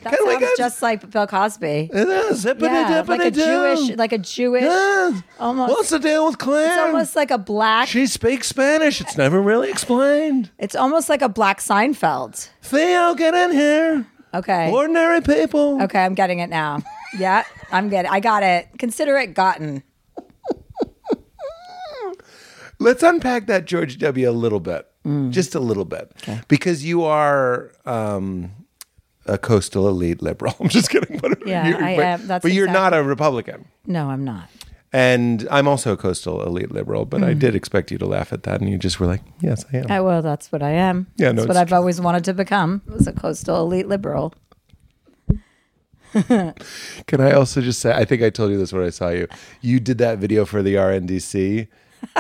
S2: That sounds just like Bill Cosby.
S1: Yeah, zippity
S2: Yeah,
S1: dippity
S2: like a
S1: do.
S2: Jewish, like a Jewish.
S1: Yeah.
S2: almost-
S1: What's the deal with Claire?
S2: It's almost like a black.
S1: she speaks Spanish. It's never really explained.
S2: It's almost like a black Seinfeld.
S1: Theo, get in here.
S2: Okay.
S1: Ordinary people.
S2: Okay, I'm getting it now. Yeah, I'm getting. I got it. Consider it gotten.
S1: Let's unpack that George W. a little bit,
S2: Mm.
S1: just a little bit, because you are um, a coastal elite liberal. I'm just kidding. But
S2: Yeah,
S1: you're-
S2: I
S1: but,
S2: am. That's
S1: but you're
S2: exactly-
S1: not a Republican,
S2: No, I'm not.
S1: and I'm also a coastal elite liberal. But I did expect you to laugh at that, and you just were like, "Yes, I am."
S2: Mm. I well, that's what I am.
S1: Yeah, no,
S2: that's what
S1: it's
S2: I've always wanted to become. Was a coastal elite liberal.
S1: Can I also just say? I think I told you this when I saw you. You did that video for the RNDC,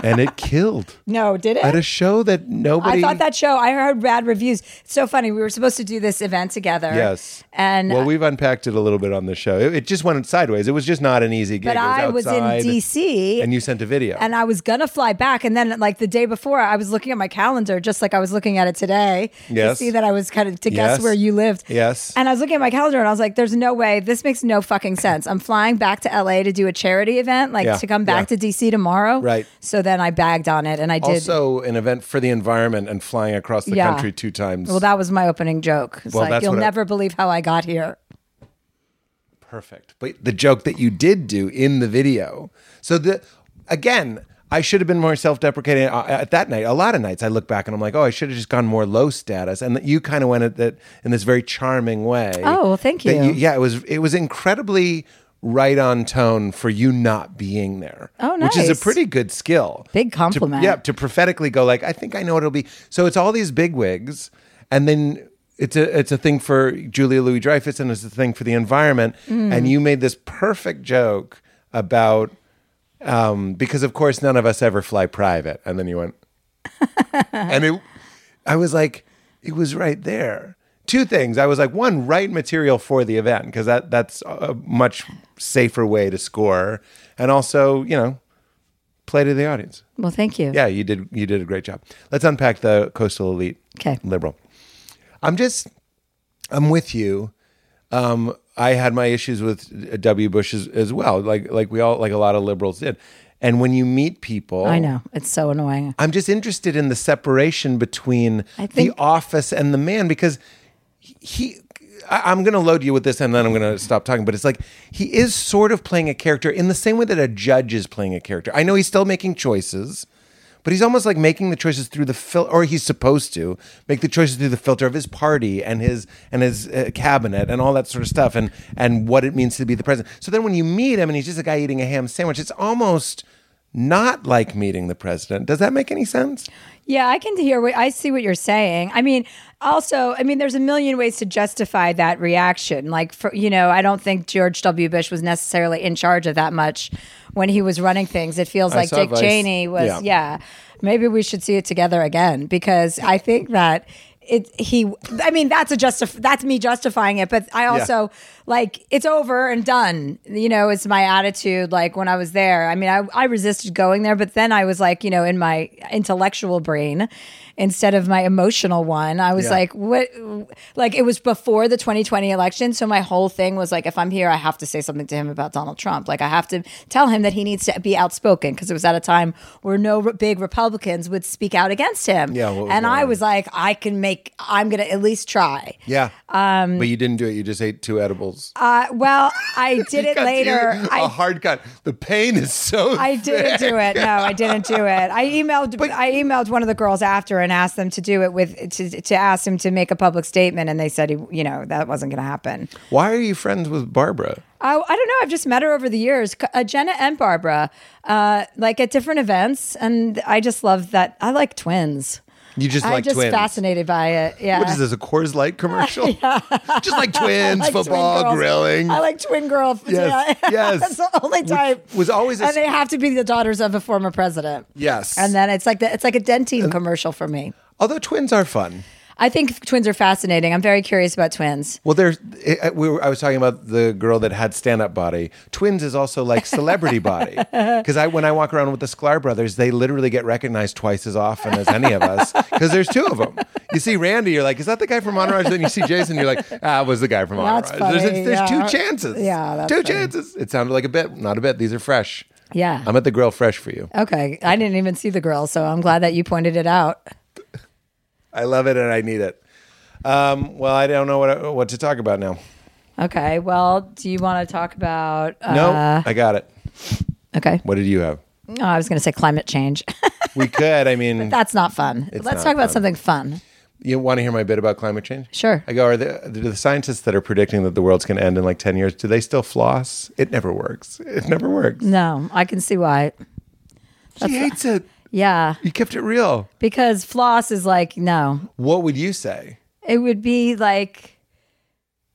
S1: and it killed
S2: No, did it?
S1: at a show that nobody.
S2: I thought that show. I heard bad reviews. It's so funny. We were supposed to do this event together.
S1: Yes.
S2: And
S1: Well, we've unpacked it a little bit on the show. It, it just went sideways. It was just not an easy gig.
S2: but
S1: It
S2: I was in
S1: outside.
S2: DC.
S1: and you sent a video.
S2: and I was gonna fly back, and then like the day before, I was looking at my calendar, just like I was looking at it today, to
S1: Yes.
S2: see that I was kind of to guess
S1: Yes.
S2: where you lived.
S1: Yes.
S2: And I was looking at my calendar, and I was like, "There's no way. This makes no fucking sense. I'm flying back to LA to do a charity event, like
S1: Yeah,
S2: to come back
S1: yeah.
S2: to DC tomorrow."
S1: Right.
S2: So then I bagged on it, and I did.
S1: also, an event for the environment and flying across the
S2: Yeah.
S1: country two times.
S2: well, that was my opening joke. It's
S1: Well,
S2: like
S1: that's
S2: you'll
S1: what I-
S2: never believe how I got here.
S1: Perfect. But the joke that you did do in the video. So the again, I should have been more self-deprecating uh, at that night. A lot of nights I look back and I'm like, "Oh, I should have just gone more low status." And you kind of went at that in this very charming way.
S2: Oh, well, thank
S1: That
S2: you.
S1: Yeah, it was it was incredibly right on tone for you not being there.
S2: Oh,
S1: Which is
S2: nice.
S1: a pretty good skill.
S2: Big
S1: To-
S2: compliment.
S1: yeah, to prophetically go like, I think I know what it'll be. So it's all these big wigs, and then it's a it's a thing for Julia Louis Dreyfus, and it's a thing for the environment.
S2: Mm.
S1: And you made this perfect joke about um, because of course none of us ever fly private, and then you went, and it, I was like, it was right there. Two things. I was like, one, right material for the event because that that's a much safer way to score, and also you know, play to the audience.
S2: Well, thank you.
S1: Yeah, you did. You did a great job. Let's unpack the coastal elite.
S2: 'Kay.
S1: liberal. I'm just. I'm with you. Um, I had my issues with W. Bush as, as well. Like like we all like a lot of liberals did. And when you meet people,
S2: I know it's so annoying.
S1: I'm just interested in the separation between
S2: I think-
S1: the office and the man because he. I, I'm going to load you with this and then I'm going to stop talking. But it's like he is sort of playing a character in the same way that a judge is playing a character. I know he's still making choices, but he's almost like making the choices through the fil- or he's supposed to make the choices through the filter of his party and his and his uh, cabinet and all that sort of stuff and and what it means to be the president. So then when you meet him and he's just a guy eating a ham sandwich, it's almost not like meeting the president. Does that make any sense?
S2: Yeah, I can hear what I see what you're saying. I mean, also, I mean, there's a million ways to justify that reaction. Like, for, you know, I don't think George W. Bush was necessarily in charge of that much when he was running things. It feels like
S1: saw
S2: Dick
S1: Vice.
S2: Cheney was,
S1: Yeah.
S2: yeah. Maybe we should see it together again because I think that it he. I mean, that's a justif- that's me justifying it, but I also like it's over and done. You know, it's my attitude. Like when I was there, I mean, I I resisted going there, but then I was like, you know, in my intellectual brain instead of my emotional one, I was
S1: Yeah.
S2: like, what? Like it was before the 2020 election, so my whole thing was like, if I'm here, I have to say something to him about Donald Trump. Like I have to tell him that he needs to be outspoken because it was at a time where no re- big Republicans would speak out against him.
S1: Yeah, what was
S2: and
S1: going
S2: I
S1: on?
S2: was like, I can make. I'm gonna at least try.
S1: Yeah. Um, but you didn't do it. You just ate two edibles.
S2: Uh, well, I did it later.
S1: A
S2: I
S1: hard cut. The pain is so.
S2: I didn't do it. No, I didn't do it. I emailed I emailed one of the girls after and asked them to do it with to, to ask him to make a public statement, and they said he, you know, that wasn't going to happen.
S1: Why are you friends with Barbara?
S2: I, I don't know. I've just met her over the years, C- uh, Jenna and Barbara, uh, like at different events, and I just love that. I like twins.
S1: You just
S2: I'm
S1: like
S2: just
S1: twins.
S2: fascinated by it. Yeah.
S1: What is this? A Coors Light commercial? just like
S2: I
S1: twins,
S2: like twin
S1: football,
S2: girls.
S1: grilling.
S2: I like twin girl.
S1: Yes,
S2: Yeah.
S1: yes.
S2: That's the only
S1: Which
S2: type.
S1: was always a-
S2: and they have to be the daughters of a former president.
S1: Yes.
S2: And then it's like the, it's like a dentine commercial for me.
S1: Although twins are fun.
S2: I think twins are fascinating. I'm very curious about twins.
S1: Well, there's. I- I- We were, I was talking about the girl that had stand-up body. Twins is also like celebrity body because I when I walk around with the Sklar brothers, they literally get recognized twice as often as any of us because there's two of them. You see Randy, you're like, is that the guy from Entourage? Then you see Jason, you're like, ah, it was the guy from
S2: That's
S1: Entourage. There's-
S2: funny,
S1: There's,
S2: yeah.
S1: two chances.
S2: Yeah, that's
S1: two
S2: funny.
S1: chances. It sounded like a bit, not a bit. These are fresh.
S2: Yeah.
S1: I'm at the grill fresh for you.
S2: Okay, I didn't even see the girl, so I'm glad that you pointed it out.
S1: I love it and I need it. Um, well, I don't know what I- what to talk about now.
S2: Okay, well, do you want to talk about? Uh,
S1: No, I got it.
S2: Okay.
S1: What did you have?
S2: Oh, I was going to say climate change.
S1: We could. I mean,
S2: That's not fun. Let's
S1: not
S2: talk about
S1: fun.
S2: something fun.
S1: You want to hear my bit about climate change?
S2: Sure.
S1: I go, are the, do the scientists that are predicting that the world's going to end in like 10 years, do they still floss? It never works. It never works.
S2: No, I can see why.
S1: she hates it.
S2: Yeah,
S1: You kept it real.
S2: because floss is like no.
S1: What would you say?
S2: It would be like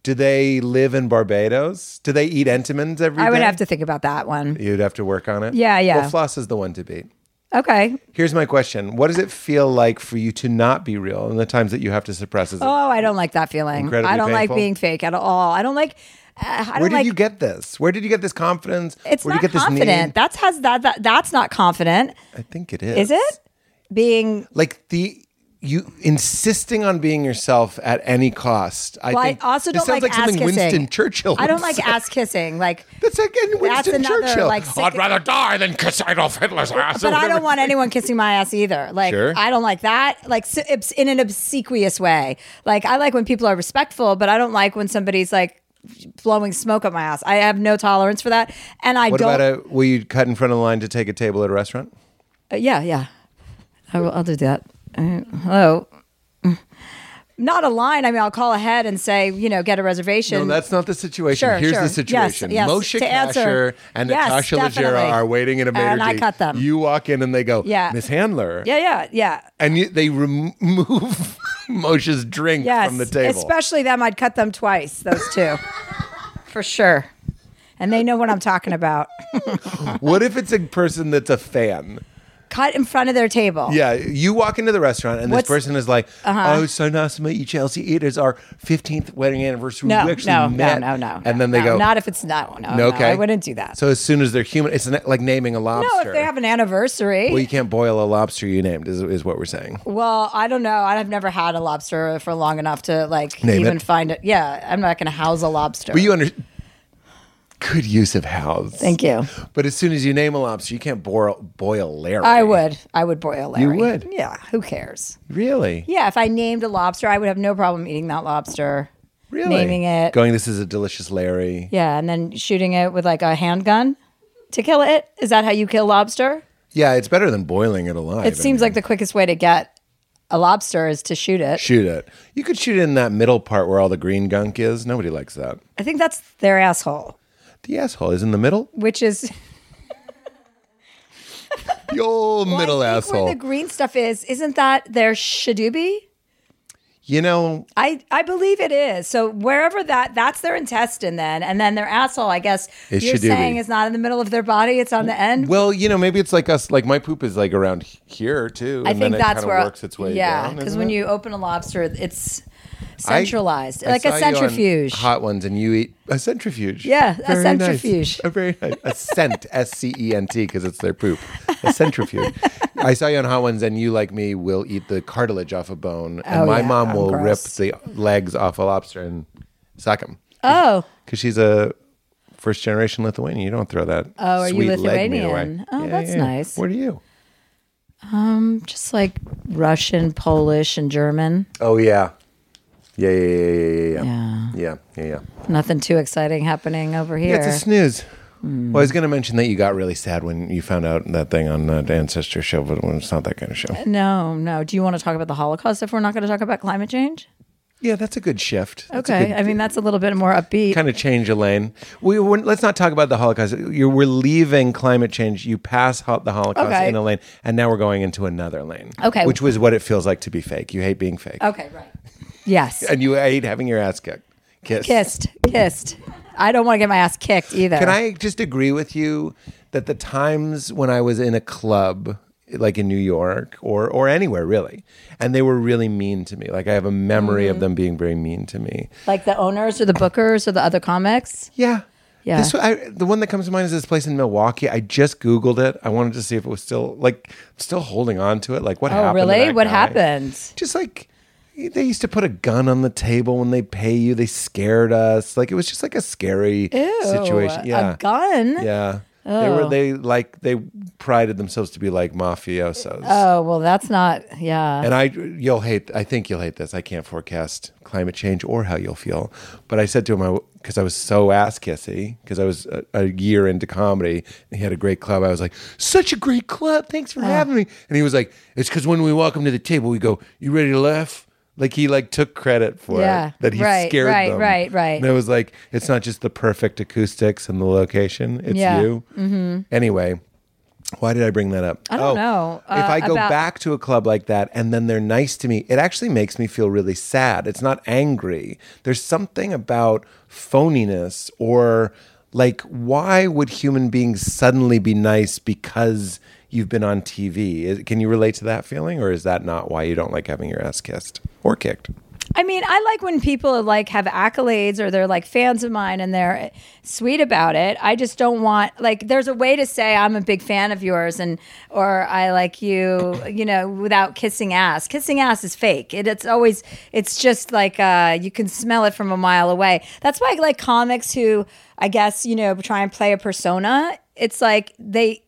S1: Do they live in Barbados? Do they eat Entenmann's every
S2: I would
S1: day?
S2: have to think about that one.
S1: You'd have to work on it?
S2: Yeah, yeah.
S1: Well, floss is the one to beat.
S2: Okay.
S1: Here's my question. What does it feel like for you to not be real in the times that you have to suppress? Is it,
S2: Oh, I don't like that feeling.
S1: Incredibly
S2: I don't like
S1: painful.
S2: being fake at all. I don't like. Uh,
S1: where
S2: I don't
S1: did
S2: like.
S1: you get this? Where did you get this confidence?
S2: it's
S1: where
S2: not
S1: did you get
S2: confident.
S1: this
S2: That's has that, that. That's not confident.
S1: need? I think it is.
S2: Is it being?
S1: like the you insisting on being yourself at any cost. I
S2: Well, I
S1: think
S2: also
S1: this
S2: don't
S1: sounds
S2: like,
S1: like,
S2: ass
S1: something
S2: kissing.
S1: Winston Churchill.
S2: I don't
S1: would
S2: like
S1: say.
S2: ass kissing. Like,
S1: That's again
S2: That's
S1: Winston
S2: another,
S1: Churchill.
S2: like, sick-
S1: I'd rather die than kiss Adolf Hitler's ass. or
S2: but I
S1: whatever.
S2: don't want anyone kissing my ass either. Like,
S1: Sure.
S2: I don't like that. Like, so- obs- in an obsequious way. Like, I like when people are respectful, but I don't like when somebody's like blowing smoke up my ass. I have no tolerance for that, and I
S1: What
S2: don't.
S1: about a? Will you cut in front of the line to take a table at a restaurant?
S2: Uh, yeah, yeah. I will, I'll do that. Uh, hello. Not a line. I mean, I'll call ahead and say, you know, get a reservation.
S1: No, that's not the situation.
S2: Sure,
S1: Here's
S2: sure.
S1: the
S2: Yes,
S1: situation.
S2: yes.
S1: Moshe
S2: To answer.
S1: Kasher and
S2: Yes,
S1: Natasha Leggero
S2: definitely.
S1: are waiting in a maitre
S2: And I
S1: d'.
S2: cut them.
S1: You walk in and they go,
S2: Yeah.
S1: Miss Handler.
S2: yeah, yeah, yeah.
S1: And you, they remove Moshe's drink
S2: Yes.
S1: from the table.
S2: Especially them. I'd cut them twice, those two, for sure. And they know what I'm talking about.
S1: what if it's a person that's a fan?
S2: Cut in front of their table.
S1: Yeah, you walk into the restaurant and
S2: What's- Uh-huh.
S1: this person is like, "Oh, so nice to meet you, Chelsea. It is our 15th wedding anniversary.
S2: No,
S1: we
S2: no,
S1: actually
S2: no, no,
S1: met."
S2: no, no.
S1: And then they
S2: no,
S1: go,
S2: Not if it's not. No, no,
S1: "Okay,
S2: I wouldn't do that.
S1: So as soon as they're human, it's na- like naming a lobster.
S2: no, if they have an anniversary.
S1: well, you can't boil a lobster you named. Is, is what we're saying.
S2: Well, I don't know. I've never had a lobster for long enough to like
S1: Name
S2: even
S1: it.
S2: find it. Yeah, I'm not going to house a lobster.
S1: But you under good use of house.
S2: Thank you.
S1: But as soon as you name a lobster, you can't boil boil Larry.
S2: I would. I would boil Larry.
S1: would?
S2: Yeah. Who cares?
S1: really,
S2: Yeah. If I named a lobster, I would have no problem eating that lobster.
S1: really
S2: Naming it.
S1: Going, this is a delicious Larry.
S2: yeah, and then shooting it with like a handgun to kill it. Is that how you kill lobster?
S1: Yeah, it's better than boiling it alive.
S2: It seems like the quickest way to get a lobster is to shoot it.
S1: shoot it. You could shoot it in that middle part where all the green gunk is. Nobody likes that.
S2: I think that's their asshole,
S1: The asshole is in the middle.
S2: which is
S1: The old
S2: Well, I
S1: middle
S2: think
S1: asshole.
S2: Where the green stuff is, isn't that their shadoobie?
S1: you know,
S2: I, I believe it is. So wherever that that's their intestine then, and then their asshole, I guess
S1: It
S2: you're
S1: should do
S2: saying
S1: be.
S2: is not in the middle of their body, it's on the end.
S1: well, you know, maybe it's like us. Like my poop is like around h- here too.
S2: I think
S1: it
S2: that's
S1: kinda
S2: where
S1: works its way
S2: Yeah,
S1: down,
S2: because
S1: isn't
S2: when
S1: it?
S2: you open a lobster, it's
S1: I-
S2: centralized,
S1: I
S2: like
S1: saw
S2: a
S1: you on
S2: centrifuge.
S1: Hot ones, and you eat a centrifuge.
S2: Yeah, a
S1: Very
S2: centrifuge.
S1: Nice. A very nice. A scent, S C E N T, because it's their poop. A centrifuge. I saw you on hot ones, and you, like me, will eat the cartilage off a bone, and
S2: Oh,
S1: my
S2: yeah,
S1: mom
S2: I'm
S1: will
S2: gross.
S1: rip the legs off a lobster and suck them.
S2: oh,
S1: because she's a first generation Lithuanian. You don't throw that.
S2: Oh, are you
S1: sweet leg meat
S2: Lithuanian?
S1: away.
S2: Oh, that's nice.
S1: What are you?
S2: just like Russian, Polish, and German.
S1: Oh yeah, yeah, yeah, yeah, yeah, yeah,
S2: Yeah.
S1: yeah, yeah, yeah. yeah.
S2: Nothing too exciting happening over here.
S1: it's a snooze. Well, I was going to mention that you got really sad when you found out that thing on that ancestor show, but it's not that kind of show.
S2: no, no. Do you want to talk about the Holocaust if we're not going to talk about climate change?
S1: Yeah, that's a good shift. That's a
S2: Okay,
S1: good-
S2: I mean that's a little bit more upbeat.
S1: kind of change a lane. We we're, let's not talk about the Holocaust. You're, we're leaving climate change. You pass ho- the Holocaust
S2: Okay.
S1: in a lane, and now we're going into another lane.
S2: Okay.
S1: which was what it feels like to be fake. You hate being fake,
S2: Okay, right. Yes.
S1: and you hate having your ass kicked. Kissed.
S2: kissed, kissed. I don't want to get my ass kicked either.
S1: Can I just agree with you that the times when I was in a club like in New York or or anywhere really, and they were really mean to me. Like I have a memory
S2: Mm-hmm.
S1: of them being very mean to me.
S2: Like the owners or the bookers or the other comics.
S1: Yeah.
S2: Yeah.
S1: This, I, the one that comes to mind is this place in Milwaukee. I just Googled it. I wanted to see if it was still like still holding on to it. Like what
S2: Oh,
S1: happened? to
S2: really?
S1: that
S2: What
S1: guy?
S2: happened?
S1: Just like they used to put a gun on the table when they pay you. They scared us. Like it was just like a scary
S2: Ew,
S1: situation. Yeah.
S2: A gun?
S1: Yeah. They were they like they prided themselves to be like mafiosos.
S2: Oh, well, that's not, yeah.
S1: And I, you'll hate. I think you'll hate this. I can't forecast climate change or how you'll feel. But I said to him, because I, was so ass kissy, because I was a, a year into comedy, and he had a great club. I was like, such a great club. Thanks for having me. And he was like, it's because when we welcome to the table, we go, you ready to laugh? Like he like took credit for
S2: Yeah.
S1: it that he
S2: Right,
S1: scared
S2: right,
S1: them.
S2: right, right.
S1: And it was like it's not just the perfect acoustics and the location. It's
S2: Yeah.
S1: you. Mm-hmm. Anyway. Why did I bring that up? I
S2: don't know,
S1: if
S2: uh,
S1: I go
S2: about-
S1: back to a club like that and then they're nice to me, it actually makes me feel really sad. It's not angry. There's something about phoniness or like, why would human beings suddenly be nice because you've been on TV? Is- Can you relate to that feeling or is that not why you don't like having your ass kissed or kicked?
S2: I mean, I like when people like have accolades or they're like fans of mine and they're sweet about it. I just don't want like there's a way to say I'm a big fan of yours and or I like you, you know, without kissing ass. Kissing ass is fake. It, it's always it's just like uh, you can smell it from a mile away. That's why I like comics who I guess you know try and play a persona. It's like they.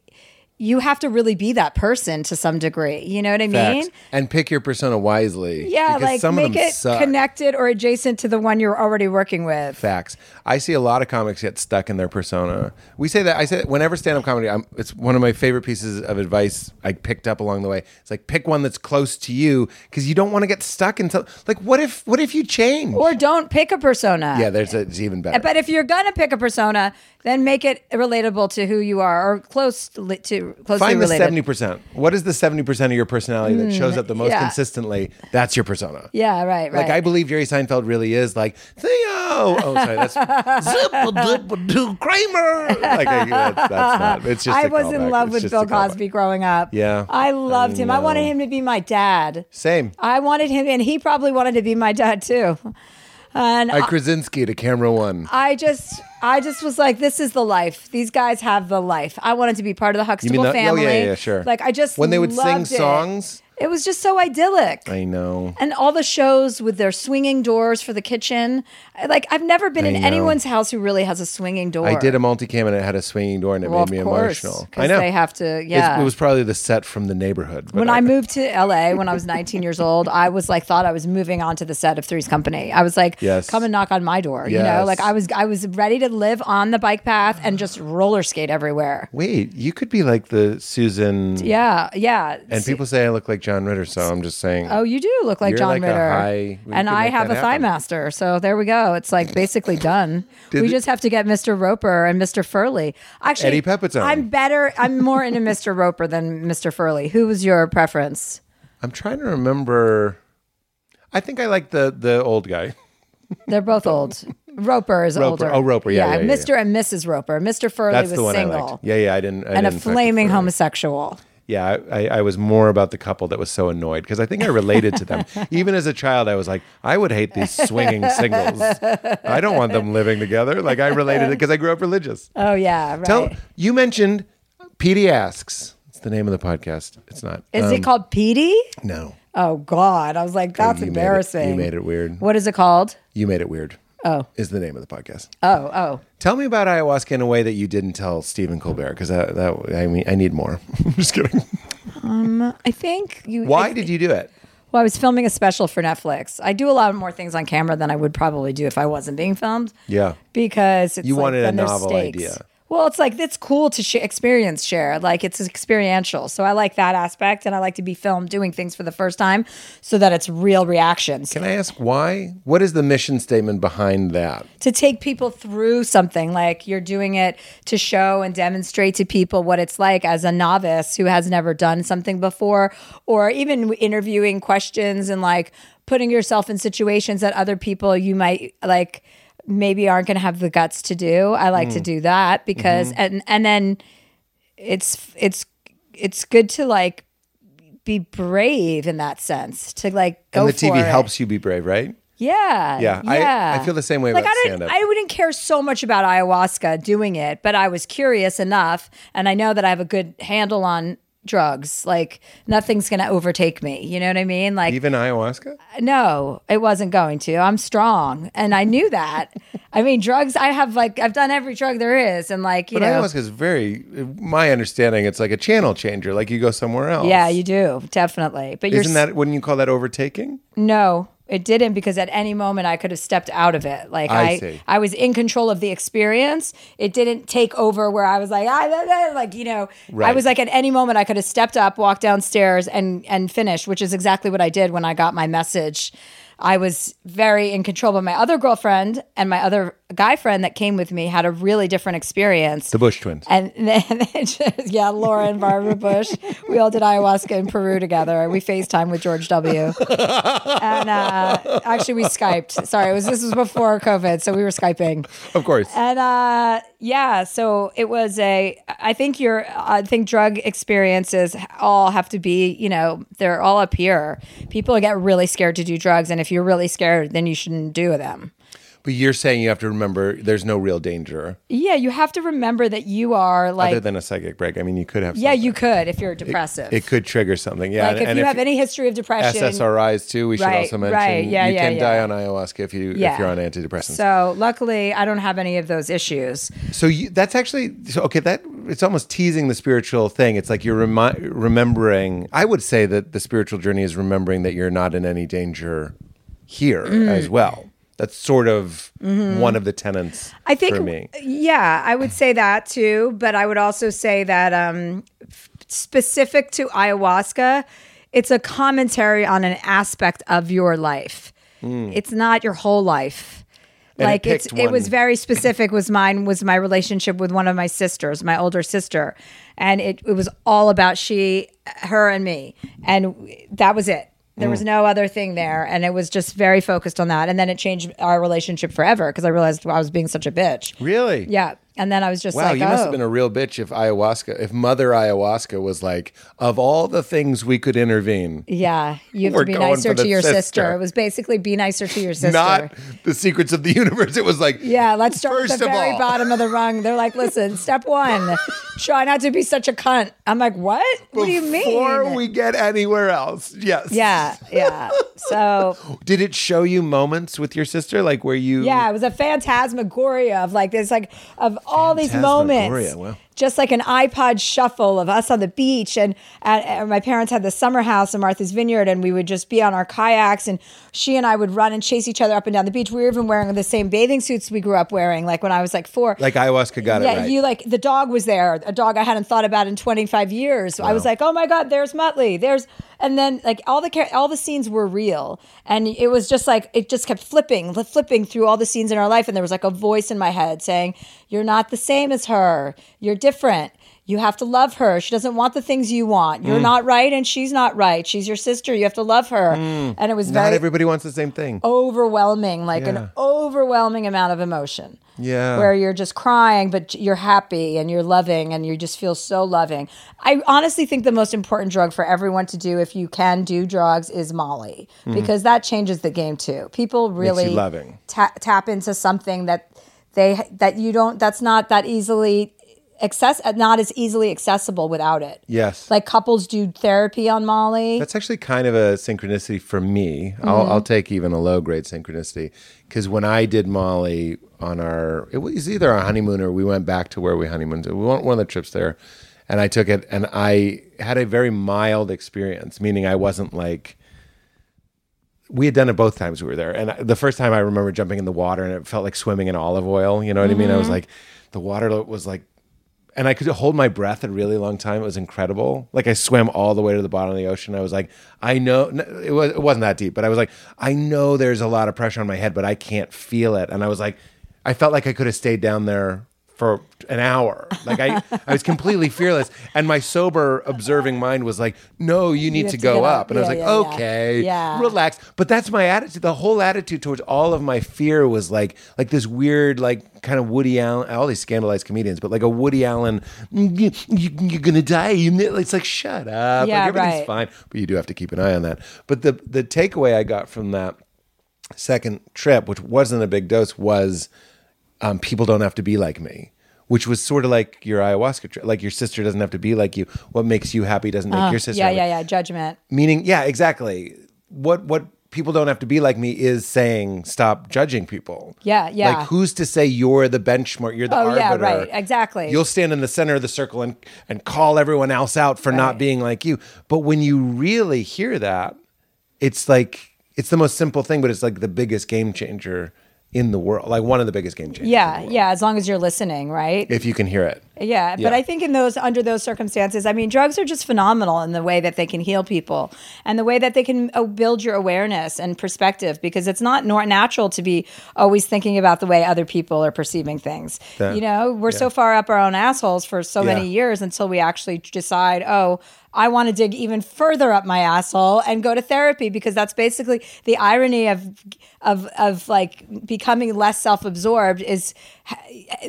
S2: You have to really be that person to some degree. You know what I mean?
S1: Facts. And pick your persona wisely.
S2: Yeah,
S1: because
S2: like make it connected or adjacent to the one you're already working with.
S1: Facts. I see a lot of comics get stuck in their persona. We say that. I say that whenever stand up comedy, I'm, it's one of my favorite pieces of advice I picked up along the way. It's like pick one that's close to you because you don't want to get stuck in. some- Like, what if what if you change?
S2: Or don't pick a persona. Uh,
S1: yeah, there's a, it's even better.
S2: But if you're gonna pick a persona, then make it relatable to who you are or close li- to closely
S1: Find the
S2: related. Mm,
S1: seventy percent. What is the seventy percent of your personality that shows up the most
S2: yeah.
S1: consistently? That's your persona.
S2: Yeah, right, right.
S1: Like I believe Jerry Seinfeld really is like Theo. Oh, sorry, that's Zip-a-dip-a-doo Kramer. Like I, that's, that's not. It's just.
S2: I
S1: a
S2: was in
S1: callback.
S2: love
S1: It's
S2: with
S1: just
S2: Bill
S1: a callback.
S2: Cosby growing up.
S1: Yeah.
S2: I loved him. I wanted him to be my dad.
S1: Same.
S2: I wanted him, and he probably wanted to be my dad too. And
S1: I Krasinski to camera one.
S2: I just, I just was like, this is the life. These guys have the life. I wanted to be part of the Huxtable
S1: the- oh, yeah,
S2: family.
S1: yeah, yeah, sure.
S2: Like I just
S1: When they would sing
S2: loved it.
S1: songs?
S2: it was just so idyllic.
S1: I know.
S2: and all the shows with their swinging doors for the kitchen. I- Like I've never been
S1: I
S2: in
S1: know.
S2: anyone's house who really has a swinging door.
S1: I did a multicam and it had a swinging door and it
S2: Well,
S1: made me
S2: of course,
S1: emotional. I
S2: 'cause
S1: know.
S2: they have to.
S1: It's-
S2: Yeah.
S1: It was probably the set from the neighborhood. but
S2: when I moved to LA when I was 19 years old, I was like thought I was moving on to the set of Three's Company. I was like,
S1: Yes.
S2: come and knock on my door. You know,
S1: Yes.
S2: like I was I was ready to live on the bike path and just roller skate everywhere.
S1: Wait, you could be like the Susan.
S2: Yeah, yeah.
S1: And people say I look like John Ritter, so I'm just saying.
S2: Oh, you do look like
S1: You're
S2: John
S1: like a
S2: Ritter.
S1: high- we
S2: and
S1: can
S2: I
S1: make
S2: have a
S1: that happen.
S2: thigh master. So there we go. It's like basically done. we
S1: it-
S2: just have to get Mr. Roper and Mr. Furley. Actually,
S1: Eddie Pepitone.
S2: I'm better. I'm more into Mr. Roper than Mr. Furley. Who was your preference?
S1: I'm trying to remember. I think I like the the old guy.
S2: They're both old. Roper is
S1: Roper.
S2: older.
S1: Oh, Roper. Yeah, yeah, yeah,
S2: Mr. and Mrs. Roper. Mr. Furley
S1: That's
S2: was
S1: the one I
S2: single
S1: liked. Yeah, yeah. I didn't. I
S2: and a
S1: didn't fuck with
S2: flaming
S1: her.
S2: homosexual.
S1: Yeah, I- I, I was more about the couple that was so annoyed because I think I related to them. Even as a child, I was like, I would hate these swinging singles. I don't want them living together. Like I related it because I grew up religious.
S2: Oh yeah, right.
S1: Tell you mentioned Petey asks. It's the name of the podcast. It's not.
S2: is
S1: Um,
S2: it called Petey?
S1: No,
S2: Oh God, I was like, that's
S1: you made it- you
S2: embarrassing.
S1: made it weird.
S2: What is it called?
S1: you made it weird.
S2: Oh.
S1: is the name of the podcast.
S2: Oh, oh.
S1: Tell me about ayahuasca in a way that you didn't tell Stephen Colbert because that, that I mean I need more. I'm just kidding.
S2: I think you.
S1: Why did you do it?
S2: Well, I was filming a special for Netflix. I do a lot more things on camera than I would probably do if I wasn't being filmed.
S1: Yeah.
S2: Because it's
S1: You
S2: like,
S1: wanted a
S2: then there's
S1: novel
S2: stakes.
S1: idea.
S2: Well, it's like it's cool to sh- experience share. Like it's experiential, so I like that aspect, and I like to be filmed doing things for the first time, so that it's real reactions
S1: Can I ask why? What is the mission statement behind that?
S2: to take people through something. Like you're doing it to show and demonstrate to people what it's like as a novice who has never done something before, or even interviewing questions and like putting yourself in situations that other people you might like maybe aren't going to have the guts to do. I like
S1: Mm.
S2: to
S1: Mm-hmm.
S2: do that because and and then it's it's it's good to like be brave in that sense to like go
S1: and the
S2: for
S1: TV
S2: it.
S1: helps you be brave, right?
S2: Yeah.
S1: Yeah, I- I feel the same way
S2: Like
S1: about
S2: I don't,
S1: stand-up.
S2: I wouldn't care so much about ayahuasca doing it, but I was curious enough, and I know that I have a good handle on drugs. Like nothing's gonna overtake me. You know what I mean? Like
S1: Even ayahuasca?
S2: no, it wasn't going to. I'm strong, and I knew that. I mean, drugs. I have like I've done every drug there is, and like you
S1: But
S2: know,
S1: ayahuasca is very, my understanding, it's like a channel changer. Like you go somewhere else.
S2: yeah, you do definitely. But you're
S1: Isn't that, wouldn't you call that overtaking?
S2: No, it didn't because at any moment I could have stepped out of it. Like
S1: I
S2: I,
S1: see.
S2: I, was in control of the experience. It didn't take over where I was like, I blah, blah," like you know, I
S1: Right.
S2: was like at any moment I could have stepped up, walked downstairs, and and finished, which is exactly what I did when I got my message. I was very in control, but my other girlfriend and my other guy friend that came with me had a really different experience.
S1: The Bush twins.
S2: And then, yeah, Laura and Barbara Bush. We all did ayahuasca in Peru together. We FaceTime with George W. And uh, actually, we Skyped. Sorry, it was this was before COVID, so we were Skyping.
S1: Of course.
S2: And uh, yeah, so it was a. I think your. I think drug experiences all have to be. You know, they're all up here. People get really scared to do drugs, and if you're really scared, then you shouldn't do them.
S1: But you're saying you have to remember there's no real danger
S2: Yeah, you have to remember that you are like.
S1: other than a psychic break. I mean, you could have.
S2: yeah,
S1: something.
S2: you could if you're depressive.
S1: It could trigger something. Yeah.
S2: Like if you have any history of depression,
S1: SSRIs too, we should
S2: Right,
S1: also mention.
S2: right, yeah,
S1: you
S2: yeah,
S1: can
S2: yeah.
S1: die on ayahuasca if you if
S2: Yeah.
S1: you're on antidepressants.
S2: So luckily, I don't have any of those issues.
S1: So you, that's actually so okay. That it's almost teasing the spiritual thing. It's like you're remi- remembering. I would say that the spiritual journey is remembering that you're not in any danger here
S2: Mm.
S1: as well. That's sort of one of the tenets.
S2: Mm-hmm. I think,
S1: for me,
S2: yeah, I would say that too. But I would also say that um, f- specific to ayahuasca, it's a commentary on an aspect of your life. It's not your whole life.
S1: Hmm. And it
S2: like it's
S1: picked
S2: it was
S1: one-
S2: very specific was mine was my relationship with one of my sisters my older sister and it, it was all about she her and me and that was it there
S1: Mm.
S2: was no other thing there and it was just very focused on that and then it changed our relationship forever because i realized i was being such a bitch
S1: really,
S2: yeah and then i was just
S1: Wow,
S2: like
S1: you must
S2: oh.
S1: have been a real bitch if ayahuasca, if Mother Ayahuasca was like, of all the things we could intervene,
S2: yeah you have
S1: We're
S2: to be
S1: going for
S2: nicer
S1: the
S2: to your sister.
S1: sister.
S2: it was basically be nicer to your sister
S1: not the secrets of the universe. It was like,
S2: Yeah, let's start
S1: First
S2: at the
S1: of
S2: very
S1: all.
S2: bottom of the rung. They're like, listen, step one, try not to be such a cunt. I'm like, what? What do you mean?
S1: Before we get anywhere else, yes.
S2: yeah, yeah. So
S1: Did it show you moments with your sister, like where you?
S2: yeah, it was a phantasmagoria of like this, like of all these moments.
S1: Phantasmagoria, wow.
S2: Just like an iPod shuffle of us on the beach, and at, at my parents had the summer house in Martha's Vineyard, and we would just be on our kayaks, and she and I would run and chase each other up and down the beach. We were even wearing the same bathing suits we grew up wearing, like when I was like four.
S1: Like ayahuasca got
S2: yeah,
S1: it right.
S2: you like the dog was there, a dog I hadn't thought about in 25 years. I was like, oh my god, there's Muttley, there's, and then like all the char- all the scenes were real, and it was just like it just kept flipping, li- flipping through all the scenes in our life, and there was like a voice in my head saying, "You're not the same as her. You're different." You have to love her. She doesn't want the things you want.
S1: Mm.
S2: You're not right, and she's not right. She's your sister. You have to love her. And it was
S1: Mm. Not
S2: very Oh,
S1: everybody wants the same thing.
S2: overwhelming, like
S1: Yeah.
S2: an overwhelming amount of emotion.
S1: Yeah.
S2: Where you're just crying, but you're happy and you're loving and you just feel so loving. I honestly think the most important drug for everyone to do, if you can do drugs, is Molly because that changes the game too. People really
S1: Mm-hmm. loving.
S2: ta- tap into something that they that you don't that's not that easily access uh, not as easily accessible without it.
S1: Yes.
S2: Like couples do therapy on Molly.
S1: That's actually kind of a synchronicity for me. I'll, I'll take even a low grade synchronicity because when I did Molly on our, it was either our honeymoon or we went back to where we honeymooned. We went one of the trips there, and I took it, and I had a very mild experience, meaning I wasn't like. We had done it both times we were there, and I- the first time I remember jumping in the water, and it felt like swimming in olive oil. You know what I mean? I was like, the water was like and I could hold my breath a really long time. It was incredible. Like I swam all the way to the bottom of the ocean. I was like, I know n- it was it wasn't that deep, but I was like, I know there's a lot of pressure on my head, but I can't feel it. And I was like, I felt like I could have stayed down there for an hour. Like I, I was completely fearless, and my sober observing mind was like, "No, you need
S2: have
S1: to
S2: to
S1: go
S2: get
S1: up.
S2: up.
S1: And I was like,
S2: Yeah, yeah, yeah.
S1: "Okay,
S2: Yeah.
S1: relax." But that's my attitude. The whole attitude towards all of my fear was like, like this weird, like kind of Woody Allen. All these scandalized comedians, but like a Woody Allen, "Mm, you, you, are gonna die. You kn-" It's like shut up.
S2: Yeah,
S1: like, everything's
S2: right.
S1: fine, but you do have to keep an eye on that. But the the takeaway I got from that second trip, which wasn't a big dose, was um, people don't have to be like me, which was sort of like your ayahuasca trip. Like your sister doesn't have to be like you. What makes you happy doesn't make your sister.
S2: Uh, yeah,
S1: happy.
S2: yeah, yeah. Judgment.
S1: Meaning, yeah, exactly. What what people don't have to be like me is saying stop judging people.
S2: Yeah, yeah.
S1: Like who's to say you're the benchmark? You're the
S2: Oh, yeah,
S1: arbiter.
S2: right, exactly.
S1: You'll stand in the center of the circle and and call everyone else out for not being like you. But when you really hear that, it's like it's the most simple thing, but it's like the biggest game changer in the world. Like one of the biggest game changers. in
S2: Yeah,
S1: the world,
S2: yeah. As long as you're listening, right?
S1: If you can hear it.
S2: Yeah, but
S1: Yeah.
S2: I think in those under those circumstances, I mean, drugs are just phenomenal in the way that they can heal people and the way that they can uh, build your awareness and perspective because it's not nor- natural to be always thinking about the way other people are perceiving things.
S1: That-
S2: you know, we're so far up our own assholes for so many
S1: Yeah.
S2: years until we actually decide, oh. I want to dig even further up my asshole and go to therapy because that's basically the irony of of of like becoming less self-absorbed is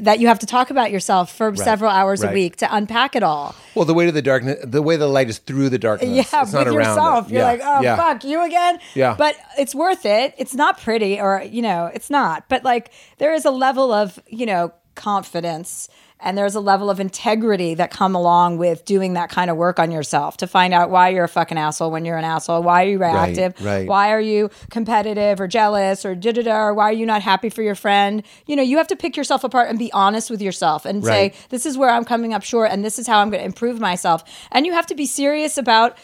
S2: that you have to talk about yourself for several hours
S1: right.
S2: a week to unpack it all.
S1: Well, the way to the darkness, the way the light is through the darkness.
S2: yeah,
S1: it's not around
S2: with
S1: it.
S2: yourself. You're
S1: Yeah,
S2: like, oh,
S1: yeah.
S2: fuck, you again?
S1: Yeah.
S2: But it's worth it. It's not pretty, or, you know, it's not. But like, there is a level of, you know, confidence and there's a level of integrity that come along with doing that kind of work on yourself to find out why you're a fucking asshole when you're an asshole why are you reactive
S1: right.
S2: why are you competitive or jealous or da da da or why are you not happy for your friend you know you have to pick yourself apart and be honest with yourself and
S1: Right.
S2: say this is where i'm coming up short and this is how i'm going to improve myself and you have to be serious about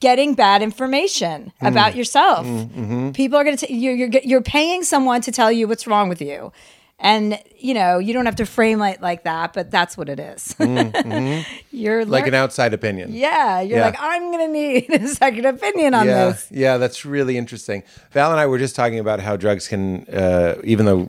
S2: getting bad information
S1: Mm.
S2: about yourself.
S1: mm-hmm.
S2: People are going to you're, you're get- you're paying someone to tell you what's wrong with you. And you know, you don't have to frame it like that, but that's what it is. you're
S1: Mm, mm-hmm. like an
S2: lear-
S1: outside opinion.
S2: yeah, you're
S1: Yeah.
S2: like I'm going to need a second opinion on
S1: yeah,
S2: this.
S1: Yeah, that's really interesting. Val and I were just talking about how drugs can, uh, even though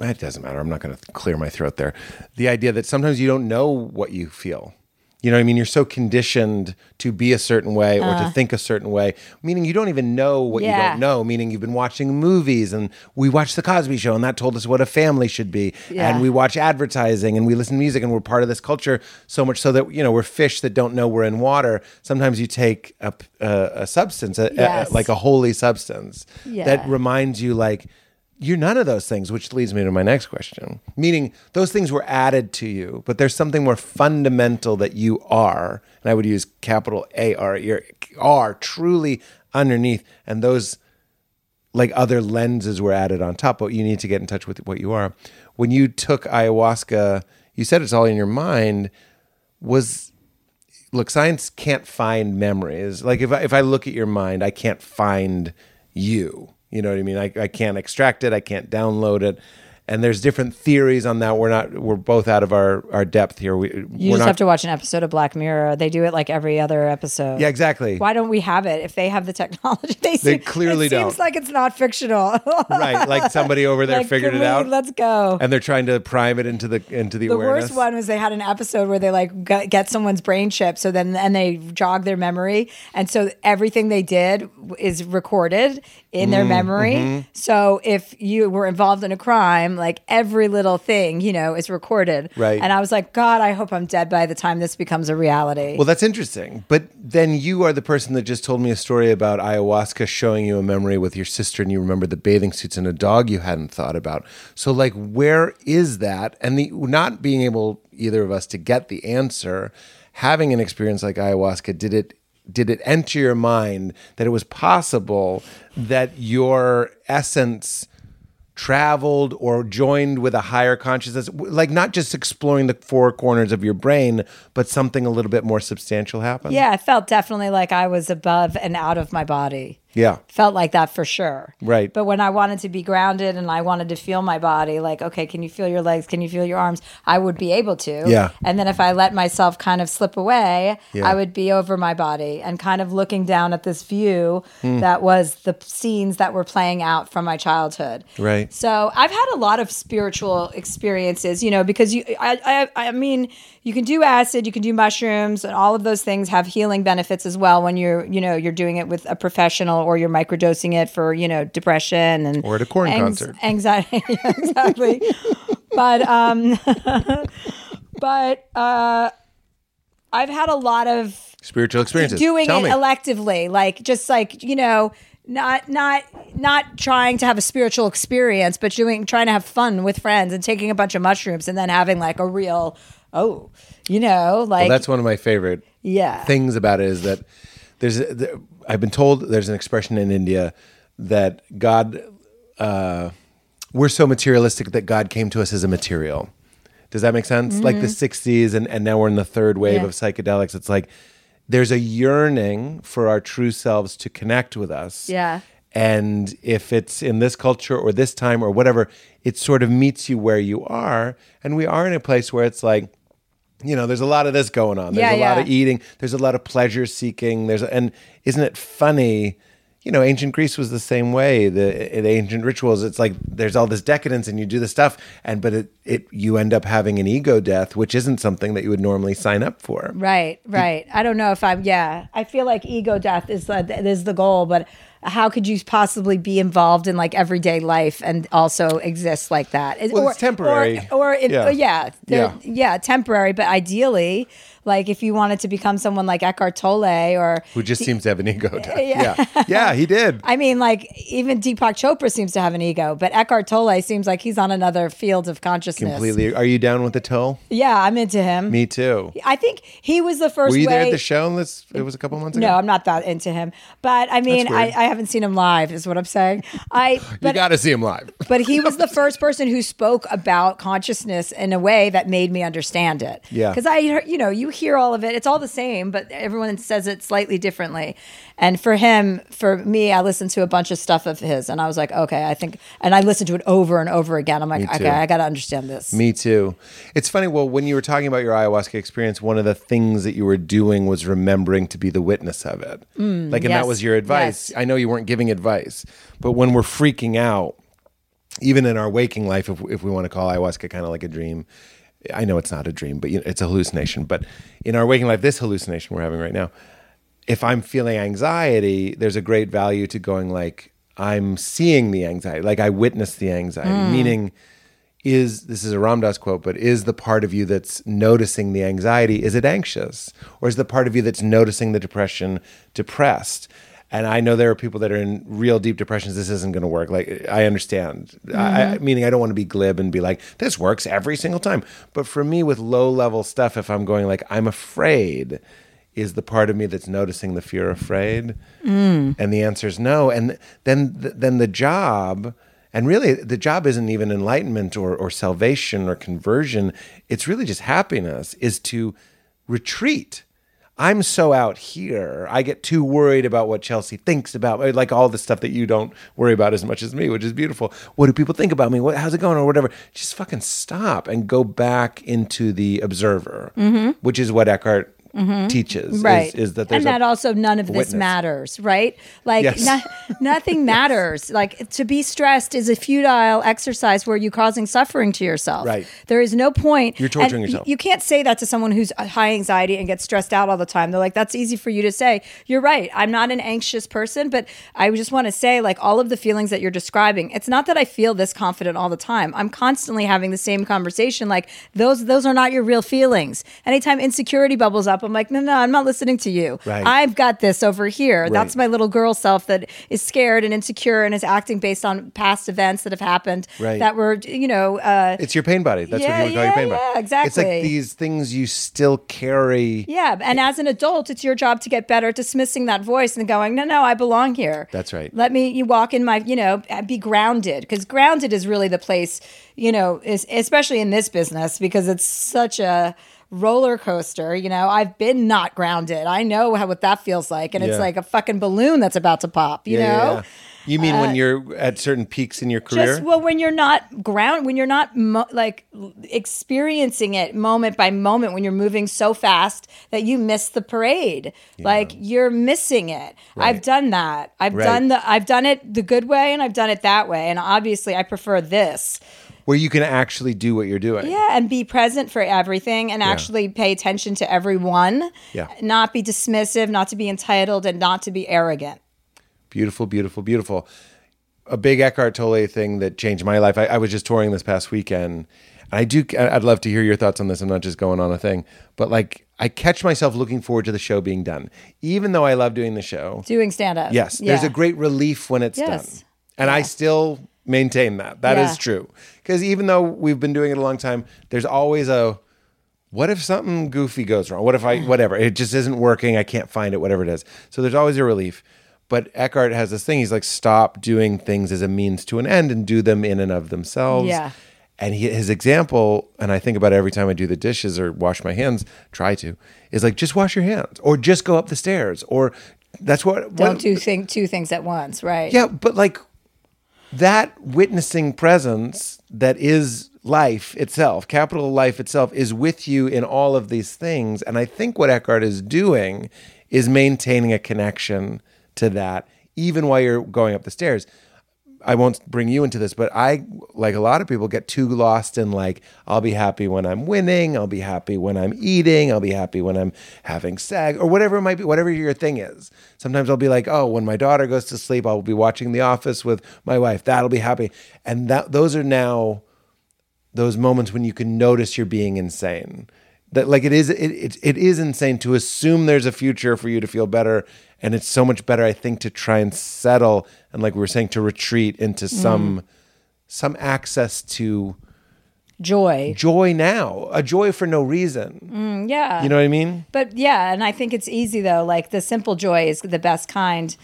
S1: it doesn't matter, I'm not going to clear my throat there. The idea that sometimes you don't know what you feel. You know what I mean? You're so conditioned to be a certain way or to think a certain way, meaning you don't even know what you
S2: Uh-huh. Yeah.
S1: don't know, meaning you've been watching movies and we watched The Cosby Show and that told us what a family should be.
S2: Yeah.
S1: And we watch advertising and we listen to music and we're part of this culture so much so that you know we're fish that don't know we're in water sometimes you take a, a, a substance a, a-
S2: Yes.
S1: like a holy substance that
S2: Yeah.
S1: reminds you like you're none of those things which leads me to my next question meaning those things were added to you but there's something more fundamental that you are and i would use capital a r you're are truly underneath and those like other lenses were added on top, but you need to get in touch with what you are. When you took ayahuasca, you said it's all in your mind. Was look, science can't find memories. Like if I, if I look at your mind, I can't find you. You know what I mean? I, I can't extract it. I can't download it. And there's different theories on that. We're not. We're both out of our, our depth here. We
S2: You
S1: we're
S2: just
S1: not,
S2: have to watch an episode of Black Mirror. They do it like every other episode.
S1: Yeah, exactly.
S2: Why don't we have it if they have the technology? They, seem-
S1: clearly
S2: it
S1: don't.
S2: Seems like it's not fictional.
S1: Right, like somebody over there
S2: Like,
S1: figured
S2: can
S1: it
S2: we-
S1: out,
S2: Let's go.
S1: and they're trying to prime it into the into the,
S2: The
S1: awareness.
S2: worst one was they had an episode where they like got, get someone's brain chip, so then and they jog their memory, and so everything they did is recorded in
S1: Mm,
S2: their memory.
S1: mm-hmm.
S2: So if you were involved in a crime, like every little thing, you know, is recorded.
S1: Right.
S2: And I was like, God, I hope I'm dead by the time this becomes a reality.
S1: Well, that's interesting. But then you are the person that just told me a story about ayahuasca showing you a memory with your sister and you remember the bathing suits and a dog you hadn't thought about. So like where is that? And the not being able either of us to get the answer, having an experience like ayahuasca, did it did it enter your mind that it was possible that your essence traveled or joined with a higher consciousness W- like not just exploring the four corners of your brain but something a little bit more substantial happened
S2: yeah, I felt definitely like I was above and out of my body.
S1: Yeah.
S2: felt like that for sure.
S1: Right.
S2: But when I wanted to be grounded and I wanted to feel my body, like, okay, can you feel your legs? Can you feel your arms? I would be able to.
S1: Yeah.
S2: And then if I let myself kind of slip away,
S1: Yeah.
S2: I would be over my body and kind of looking down at this view
S1: Hmm.
S2: that was the scenes that were playing out from my childhood.
S1: Right.
S2: So I've had a lot of spiritual experiences, you know, because you, I, I, I mean, you can do acid, you can do mushrooms, and all of those things have healing benefits as well when you're, you know, you're doing it with a professional or you're microdosing it for, you know, depression and
S1: Or at a corn concert.
S2: anxiety, Yeah, exactly. but, um, but uh, I've had a lot of
S1: Spiritual experiences.
S2: doing
S1: Tell
S2: it
S1: me.
S2: electively, like just like you know, not not not trying to have a spiritual experience, but doing trying to have fun with friends and taking a bunch of mushrooms and then having like a real oh, you know, like
S1: well, that's one of my favorite
S2: yeah,
S1: things about it is that there's a- there, I've been told there's an expression in India that God uh, we're so materialistic that God came to us as a material. Does that make sense? Like the 60s and and now we're in the third wave
S2: Mm-hmm. Yeah.
S1: of psychedelics. It's like there's a yearning for our true selves to connect with us.
S2: Yeah.
S1: And if it's in this culture or this time or whatever, it sort of meets you where you are. And we are in a place where it's like, you know, there's a lot of this going on. There's
S2: Yeah,
S1: a lot of
S2: yeah.
S1: eating. There's a lot of pleasure seeking. There's and isn't it funny? You know, ancient Greece was the same way. The, the ancient rituals, it's like there's all this decadence, and you do the stuff, and but it, it you end up having an ego death, which isn't something that you would normally sign up for.
S2: right, right. I don't know if I'm yeah. I feel like ego death is the, is the goal, but how could you possibly be involved in like everyday life and also exist like that? It-
S1: Well, it's temporary.
S2: Or, or it,
S1: Yeah.
S2: yeah, yeah,
S1: Yeah.
S2: yeah. temporary. But ideally, like if you wanted to become someone like Eckhart Tolle or.
S1: Who just seems to have an ego death?
S2: Yeah.
S1: yeah, Yeah, he did.
S2: I mean, like even Deepak Chopra seems to have an ego, but Eckhart Tolle seems like he's on another field of consciousness.
S1: Completely. Are you down with the toe?
S2: Yeah, I'm into him.
S1: Me too.
S2: I think he was the first.
S1: Were you there at
S2: way-
S1: the show? Let's. It was a couple months ago.
S2: No, I'm not that into him. But I mean,
S1: That's
S2: I,
S1: weird.
S2: I haven't seen him live, is what I'm saying. I
S1: you
S2: but
S1: got to see him live.
S2: but he was the first person who spoke about consciousness in a way that made me understand it.
S1: Yeah.
S2: because I hear- you know you hear all of it. It's all the same, but everyone says it slightly differently. And for him, for me, I listened to a bunch of stuff of his, and I was like, okay, I think. And I listened to it over and over again. I'm like,
S1: too.
S2: okay, I got to understand this.
S1: Me too. It's funny. Well, when you were talking about your ayahuasca experience, one of the things that you were doing was remembering to be the witness of it. like, and that
S2: Mm, yes,
S1: was your advice.
S2: yes.
S1: I know you weren't giving advice, but when we're freaking out, even in our waking life, if, if we want to call ayahuasca kind of like a dream, I know it's not a dream, but you know, it's a hallucination. But in our waking life, this hallucination we're having right now, if I'm feeling anxiety, there's a great value to going like, I'm seeing the anxiety, like I witnessed the anxiety,
S2: Mm.
S1: meaning is this is a Ramdas quote, but is the part of you that's noticing the anxiety, is it anxious? Or is the part of you that's noticing the depression depressed? And I know there are people that are in real deep depressions. This isn't going to work. Like I understand, I, I- meaning I don't want to be glib and be like this works every single time. But for me, with low level stuff, if I'm going like I'm afraid, is the part of me that's noticing the fear afraid? And the answer is no. And then then the job, and really the job isn't even enlightenment or or salvation or conversion. It's really just happiness. Is to retreat. I'm so out here. I get too worried about what Chelsea thinks about me, like all the stuff that you don't worry about as much as me, which is beautiful. What do people think about me? What, how's it going or whatever? Just fucking stop and go back into the observer, which is what Eckhart teaches. is-
S2: Mm-hmm. right
S1: Is, that there's
S2: and that
S1: a,
S2: also none of
S1: witness.
S2: this matters right like
S1: Yes.
S2: no- nothing matters like to be stressed is a futile exercise where you're causing suffering to yourself
S1: Right.
S2: there is no point
S1: You're torturing
S2: and y-
S1: yourself.
S2: you can't say that to someone who's uh, high anxiety and gets stressed out all the time they're like that's easy for you to say you're right i'm not an anxious person but i just want to say like all of the feelings that you're describing it's not that i feel this confident all the time i'm constantly having the same conversation like those those are not your real feelings anytime insecurity bubbles up i'm like no no i'm not listening to you
S1: Right.
S2: i've got this over here that's
S1: Right.
S2: my little girl self that is scared and insecure and is acting based on past events that have happened
S1: Right.
S2: that were you know uh,
S1: it's your pain body. That's
S2: Yeah,
S1: what you would call your
S2: yeah,
S1: pain body.
S2: yeah,
S1: It's like
S2: exactly.
S1: these things you still carry.
S2: Yeah, and as an adult, it's your job to get better at dismissing that voice and going, no, no, I belong here.
S1: That's right.
S2: Let me you walk in my, you know, be grounded because grounded is really the place you know, is, especially in this business because it's such a roller coaster. You know, I've been not grounded. I know how what that feels like, and it's
S1: Yeah.
S2: like a fucking balloon that's about to pop. You know. Uh,
S1: You mean when you're at certain peaks in your career?
S2: Just well, when you're not ground, when you're not mo- like experiencing it moment by moment, when you're moving so fast that you miss the parade, like you're missing it. I've done that. I've
S1: Right.
S2: done the. I've done it the good way, and I've done it that way. And obviously, I prefer this.
S1: where you can actually do what you're doing.
S2: Yeah, and be present for everything, and actually pay attention to everyone.
S1: Yeah.
S2: Not be dismissive, not to be entitled, and not to be arrogant.
S1: Beautiful, beautiful, beautiful. A big Eckhart Tolle thing that changed my life. I, I was just touring this past weekend. And I do, I- I'd love to hear your thoughts on this. I'm not just going on a thing, but like I catch myself looking forward to the show being done, even though I love doing the show.
S2: Doing stand up.
S1: Yes, there's a great relief when it's
S2: Yes.
S1: done. And I still maintain that. That is
S2: Yeah.
S1: true. Because even though we've been doing it a long time, there's always a what if something goofy goes wrong? What if I, whatever, it just isn't working. I can't find it, whatever it is. So there's always a relief. But Eckhart has this thing. He's like, stop doing things as a means to an end and do them in and of themselves.
S2: Yeah.
S1: And he, his example, and I think about it every time I do the dishes or wash my hands, try to, is like, just wash your hands or just go up the stairs or that's what.
S2: Don't
S1: what-
S2: do thing, two things at once, right?
S1: yeah, but like that witnessing presence that is life itself, capital life itself, is with you in all of these things. And I think what Eckhart is doing is maintaining a connection to that, even while you're going up the stairs. I won't bring you into this, but I, like a lot of people, get too lost in like, I'll be happy when I'm winning, I'll be happy when I'm eating, I'll be happy when I'm having sex, or whatever it might be, whatever your thing is. Sometimes I'll be like, oh, when my daughter goes to sleep, I'll be watching The Office with my wife. That'll be happy. And that those are now those moments when you can notice you're being insane. That like it is it, it it is insane to assume there's a future for you to feel better, and it's so much better I think to try and settle and like we were saying to retreat into some some access to
S2: Joy.
S1: joy now, a joy for no reason.
S2: Yeah.
S1: You know what I mean?
S2: But yeah, and I think it's easy though. Like the simple joy is the best kind,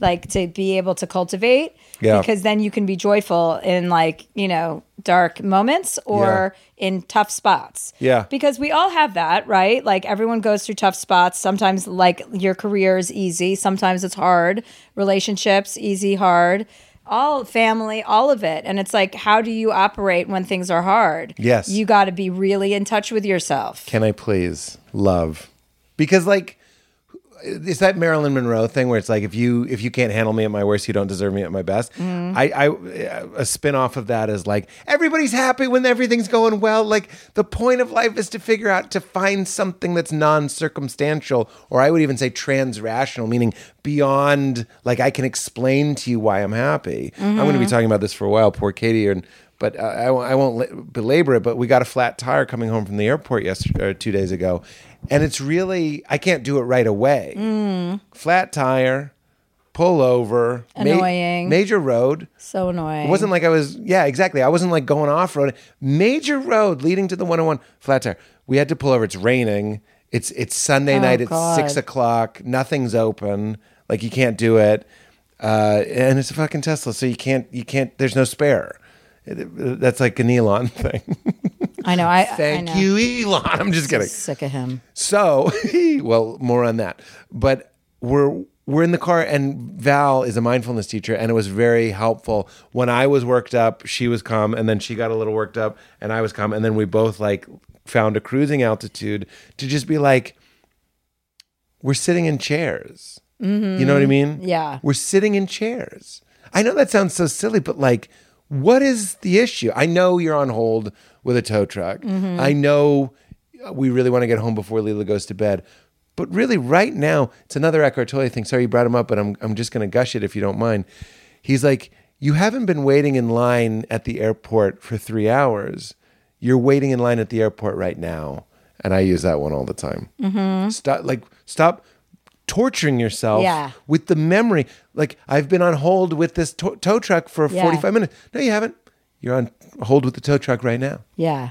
S2: like to be able to cultivate.
S1: Yeah.
S2: Because then you can be joyful in like, you know, dark moments or in tough spots.
S1: Yeah.
S2: Because we all have that, right? Like everyone goes through tough spots. Sometimes like your career is easy, sometimes it's hard. Relationships, easy, hard. All family, all of it. And it's like, how do you operate when things are hard?
S1: Yes.
S2: You got to be really in touch with yourself.
S1: Can I please love? Because like it's that Marilyn Monroe thing where it's like if you if you can't handle me at my worst, you don't deserve me at my best. I, I a spin off of that is like everybody's happy when everything's going well. Like the point of life is to figure out to find something that's non circumstantial, or I would even say trans rational, meaning beyond like I can explain to you why I'm happy. I'm going to be talking about this for a while. Poor Katie and. But uh, I, won't- I won't la- belabor it. But we got a flat tire coming home from the airport yesterday, or two days ago, and it's really I can't do it right away flat tire, pull over, ma-
S2: Annoying.
S1: major road.
S2: So annoying.
S1: It wasn't like I was, yeah, exactly. I wasn't like going off road. Major road leading to the 101 flat tire. We had to pull over. It's raining. It's it's Sunday night. It's
S2: Oh, God.
S1: six o'clock. Nothing's open. Like you can't do it. Uh, and it's a fucking Tesla, so you can't you can't. There's no spare. It- it- That's like an Elon thing.
S2: I know. I
S1: Thank
S2: I know.
S1: you, Elon. I'm just kidding.
S2: Sick of him.
S1: So, well, more on that. But we're we're in the car, and Val is a mindfulness teacher, and it was very helpful. When I was worked up, she was calm, and then she got a little worked up, and I was calm, and then we both like found a cruising altitude to just be like, we're sitting in chairs. You know what I mean?
S2: Yeah.
S1: We're sitting in chairs. I know that sounds so silly, but like, what is the issue? I know you're on hold with a tow truck.
S2: Mm-hmm.
S1: I know uh, we really want to get home before Leela goes to bed. But really, right now, it's another Eckhart Tolle thing. Sorry you brought him up, but I'm, I'm just going to gush it if you don't mind. He's like, You haven't been waiting in line at the airport for three hours. You're waiting in line at the airport right now. And I use that one all the time.
S2: Mm-hmm.
S1: Stop, like, stop torturing yourself
S2: Yeah.
S1: with the memory. Like I've been on hold with this to- tow truck for
S2: Yeah.
S1: 45 minutes. No, you haven't. You're on hold with the tow truck right now.
S2: Yeah.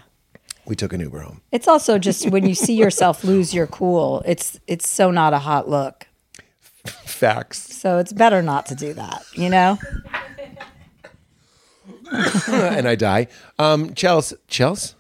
S1: We took an Uber home.
S2: It's also just when you see yourself lose your cool, it's it's so not a hot look.
S1: Facts.
S2: So it's better not to do that, you know?
S6: and I die. Um, Chels, Chels.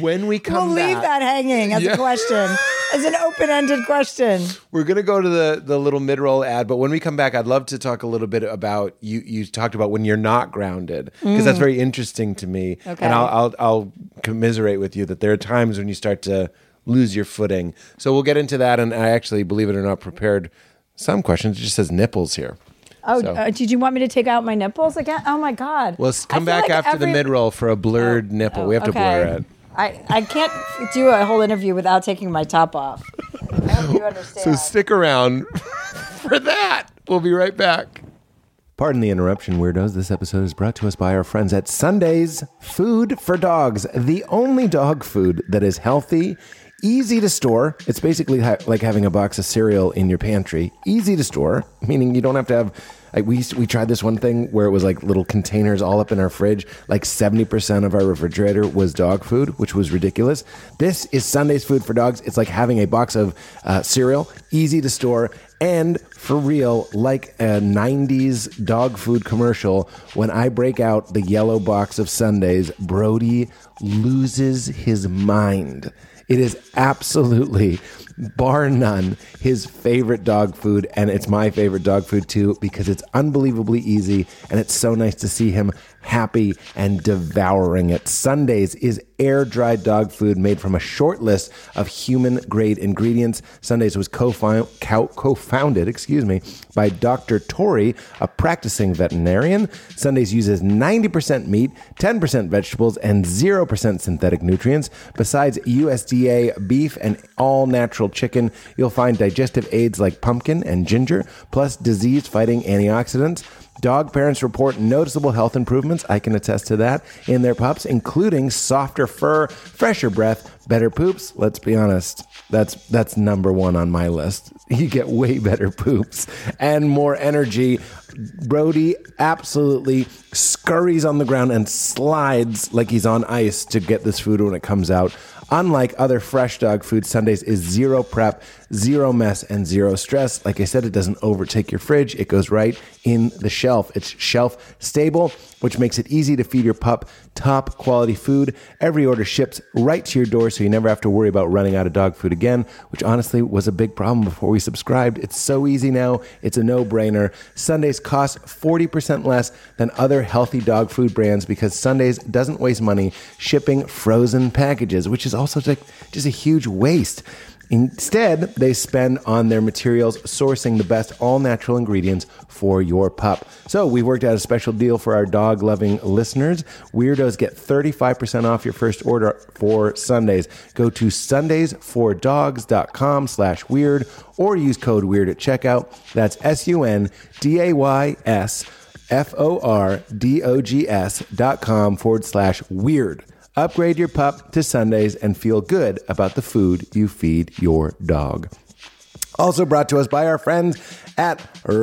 S6: when we
S2: We'll
S6: come
S2: leave
S6: back,
S2: that hanging as
S6: Yeah.
S2: a question, as an open-ended question.
S6: we're gonna go to the the little mid roll ad. But when we come back, I'd love to talk a little bit about you. You talked about when you're not grounded because that's very interesting to me.
S2: Mm. Okay.
S6: and I'll, I'll I'll commiserate with you that there are times when you start to lose your footing. So we'll get into that. And I actually, believe it or not, prepared some questions. It just says nipples here.
S2: Oh,
S6: So-
S2: uh, did you want me to take out my nipples again? Oh my god.
S6: Well, s-
S2: I
S6: come
S2: feel
S6: back
S2: like
S6: after the
S2: every- Oh,
S6: mid roll for a blurred nipple. we have to blur it.
S2: I, I can't do a whole interview without taking my top off. I hope you understand.
S6: So stick around for that. We'll be right back.
S1: Pardon the interruption, weirdos. This episode is brought to us by our friends at Sunday's Food for Dogs, the only dog food that is healthy, easy to store. It's basically ha- like having a box of cereal in your pantry. Easy to store, meaning you don't have to have. Like we, used to- we tried this one thing where it was like little containers all up in our fridge. Like 70% of our refrigerator was dog food, which was ridiculous. This is Sunday's Food for Dogs. It's like having a box of uh, cereal, easy to store, and for real, like a 90s dog food commercial, when I break out the yellow box of Sundays, Brody loses his mind. It is absolutely, bar none, his favorite dog food. And it's my favorite dog food too, because it's unbelievably easy. And it's so nice to see him happy and devouring it. Sundays is air dried dog food made from a short list of human grade ingredients. Sundays was co founded, excuse me, by Dr. Tori, a practicing veterinarian. Sundays uses 90% meat, 10% vegetables, and 0% synthetic nutrients. Besides USDA beef and all natural chicken, you'll find digestive aids like pumpkin and ginger, plus disease fighting antioxidants. Dog parents report noticeable health improvements, I can attest to that, in their pups, including softer fur, fresher breath, better poops. Let's be honest, that's that's number 1 on my list. You get way better poops and more energy. Brody absolutely scurries on the ground and slides like he's on ice to get this food when it comes out. Unlike other fresh dog food, Sundays is zero prep, zero mess, and zero stress. Like I said, it doesn't overtake your fridge. It goes right in the shelf. It's shelf stable, which makes it easy to feed your pup top quality food. Every order ships right to your door, so you never have to worry about running out of dog food again, which honestly was a big problem before we subscribed. It's so easy now. It's a no brainer. Sundays cost 40% less than other healthy dog food brands because Sundays doesn't waste money shipping frozen packages, which is also like just a huge waste. Instead, they spend on their materials sourcing the best all natural ingredients for your pup. So, we worked out a special deal for our dog loving listeners. Weirdos get 35% off your first order for Sundays. Go to sundaysfordogs.com slash weird or use code weird at checkout. That's S U N D A Y S F O R D O G S dot com forward slash weird. Upgrade your pup to Sundays and feel good about the food you feed your dog. Also brought to us by our friends at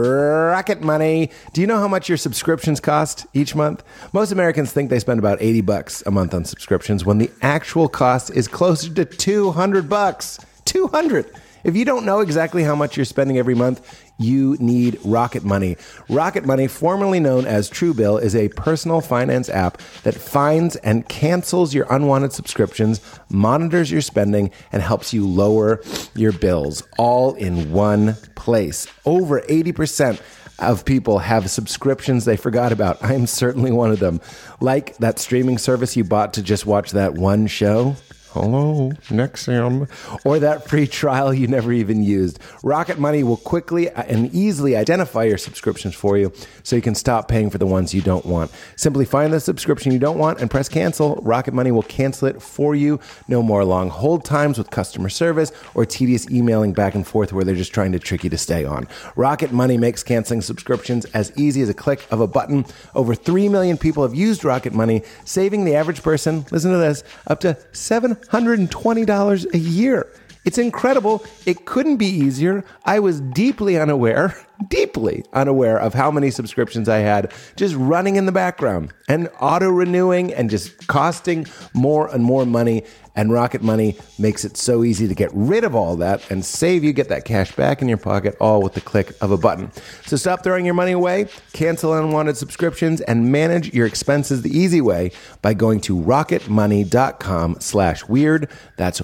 S1: Rocket Money. Do you know how much your subscriptions cost each month? Most Americans think they spend about 80 bucks a month on subscriptions when the actual cost is closer to 200 bucks. 200. If you don't know exactly how much you're spending every month, you need Rocket Money. Rocket Money, formerly known as Truebill, is a personal finance app that finds and cancels your unwanted subscriptions, monitors your spending, and helps you lower your bills all in one place. Over 80% of people have subscriptions they forgot about. I am certainly one of them. Like that streaming service you bought to just watch that one show. Hello, Nexium. Or that free trial you never even used. Rocket Money will quickly and easily identify your subscriptions for you so you can stop paying for the ones you don't want. Simply find the subscription you don't want and press cancel. Rocket Money will cancel it for you. No more long hold times with customer service or tedious emailing back and forth where they're just trying to trick you to stay on. Rocket Money makes canceling subscriptions as easy as a click of a button. Over 3 million people have used Rocket Money, saving the average person, listen to this, up to $720 a year. It's incredible. It couldn't be easier. I was deeply unaware. deeply unaware of how many subscriptions I had just running in the background and auto renewing and just costing more and more money. And Rocket Money makes it so easy to get rid of all that and save you, get that cash back in your pocket, all with the click of a button. So stop throwing your money away, cancel unwanted subscriptions, and manage your expenses the easy way by going to rocketmoney.com slash weird. That's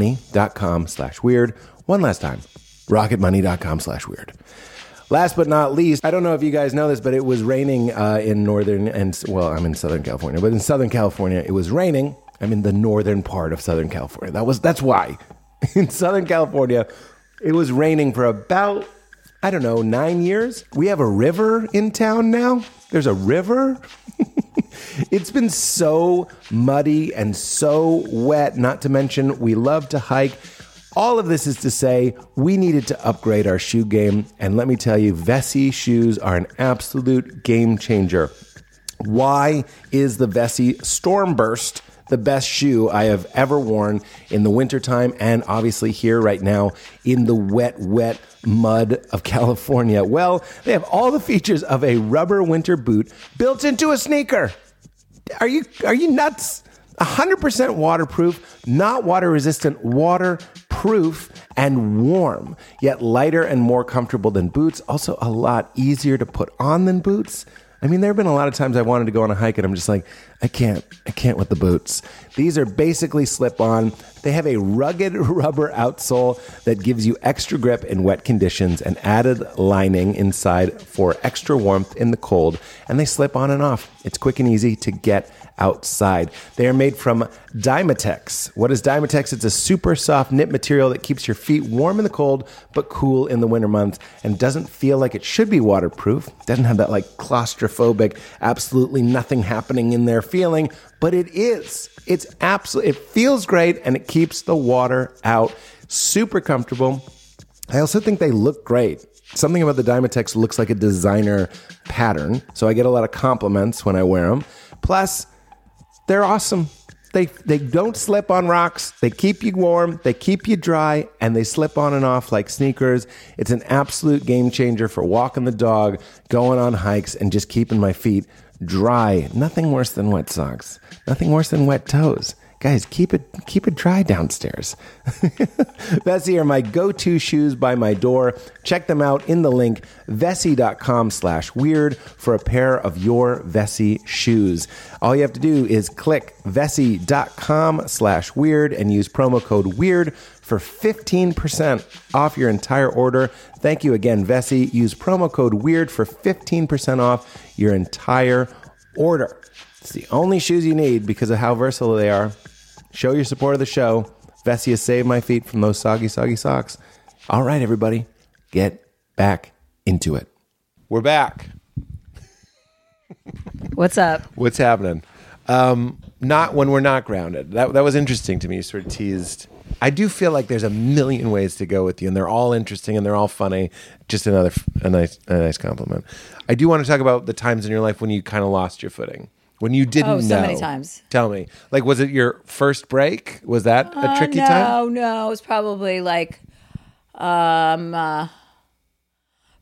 S1: rocketmoney.com slash weird. One last time rocketmoney.com slash weird last but not least i don't know if you guys know this but it was raining uh, in northern and well i'm in southern california but in southern california it was raining i'm in the northern part of southern california that was that's why in southern california it was raining for about i don't know nine years we have a river in town now there's a river it's been so muddy and so wet, not to mention we love to hike. All of this is to say we needed to upgrade our shoe game. And let me tell you, Vessi shoes are an absolute game changer. Why is the Vessi Stormburst the best shoe I have ever worn in the wintertime and obviously here right now in the wet, wet mud of California? Well, they have all the features of a rubber winter boot built into a sneaker are you are you nuts? 100% waterproof, not water resistant, waterproof and warm, yet lighter and more comfortable than boots, also a lot easier to put on than boots. I mean, there have been a lot of times I wanted to go on a hike and I'm just like, I can't, I can't with the boots. These are basically slip on. They have a rugged rubber outsole that gives you extra grip in wet conditions and added lining inside for extra warmth in the cold. And they slip on and off. It's quick and easy to get outside. They are made from Dymatex. What is Dymatex? It's a super soft knit material that keeps your feet warm in the cold but cool in the winter months and doesn't feel like it should be waterproof. Doesn't have that like claustrophobic, absolutely nothing happening in there feeling, but it is. It's absolutely it feels great and it keeps the water out. Super comfortable. I also think they look great. Something about the Dymatex looks like a designer pattern, so I get a lot of compliments when I wear them. Plus, they're awesome. They they don't slip on rocks. They keep you warm. They keep you dry, and they slip on and off like sneakers. It's an absolute game changer for walking the dog, going on hikes, and just keeping my feet dry. Nothing worse than wet socks. Nothing worse than wet toes. Guys, keep it keep it dry downstairs. Vessi are my go-to shoes by my door. Check them out in the link vessi.com slash weird for a pair of your Vessi shoes. All you have to do is click vessi.com slash weird and use promo code weird for 15% off your entire order. Thank you again, Vessi. Use promo code weird for 15% off your entire order. It's the only shoes you need because of how versatile they are. Show your support of the show. Vessi has saved my feet from those soggy, soggy socks. All right, everybody, get back into it.
S7: We're back.
S2: What's up?
S7: What's happening? Um, not when we're not grounded. That that was interesting to me. You sort of teased. I do feel like there's a million ways to go with you, and they're all interesting and they're all funny. Just another f- a nice a nice compliment. I do want to talk about the times in your life when you kind of lost your footing, when you didn't
S2: Oh, so
S7: know.
S2: many times.
S7: Tell me, like, was it your first break? Was that a tricky
S2: Uh, no,
S7: time?
S2: no, it was probably like, um, uh,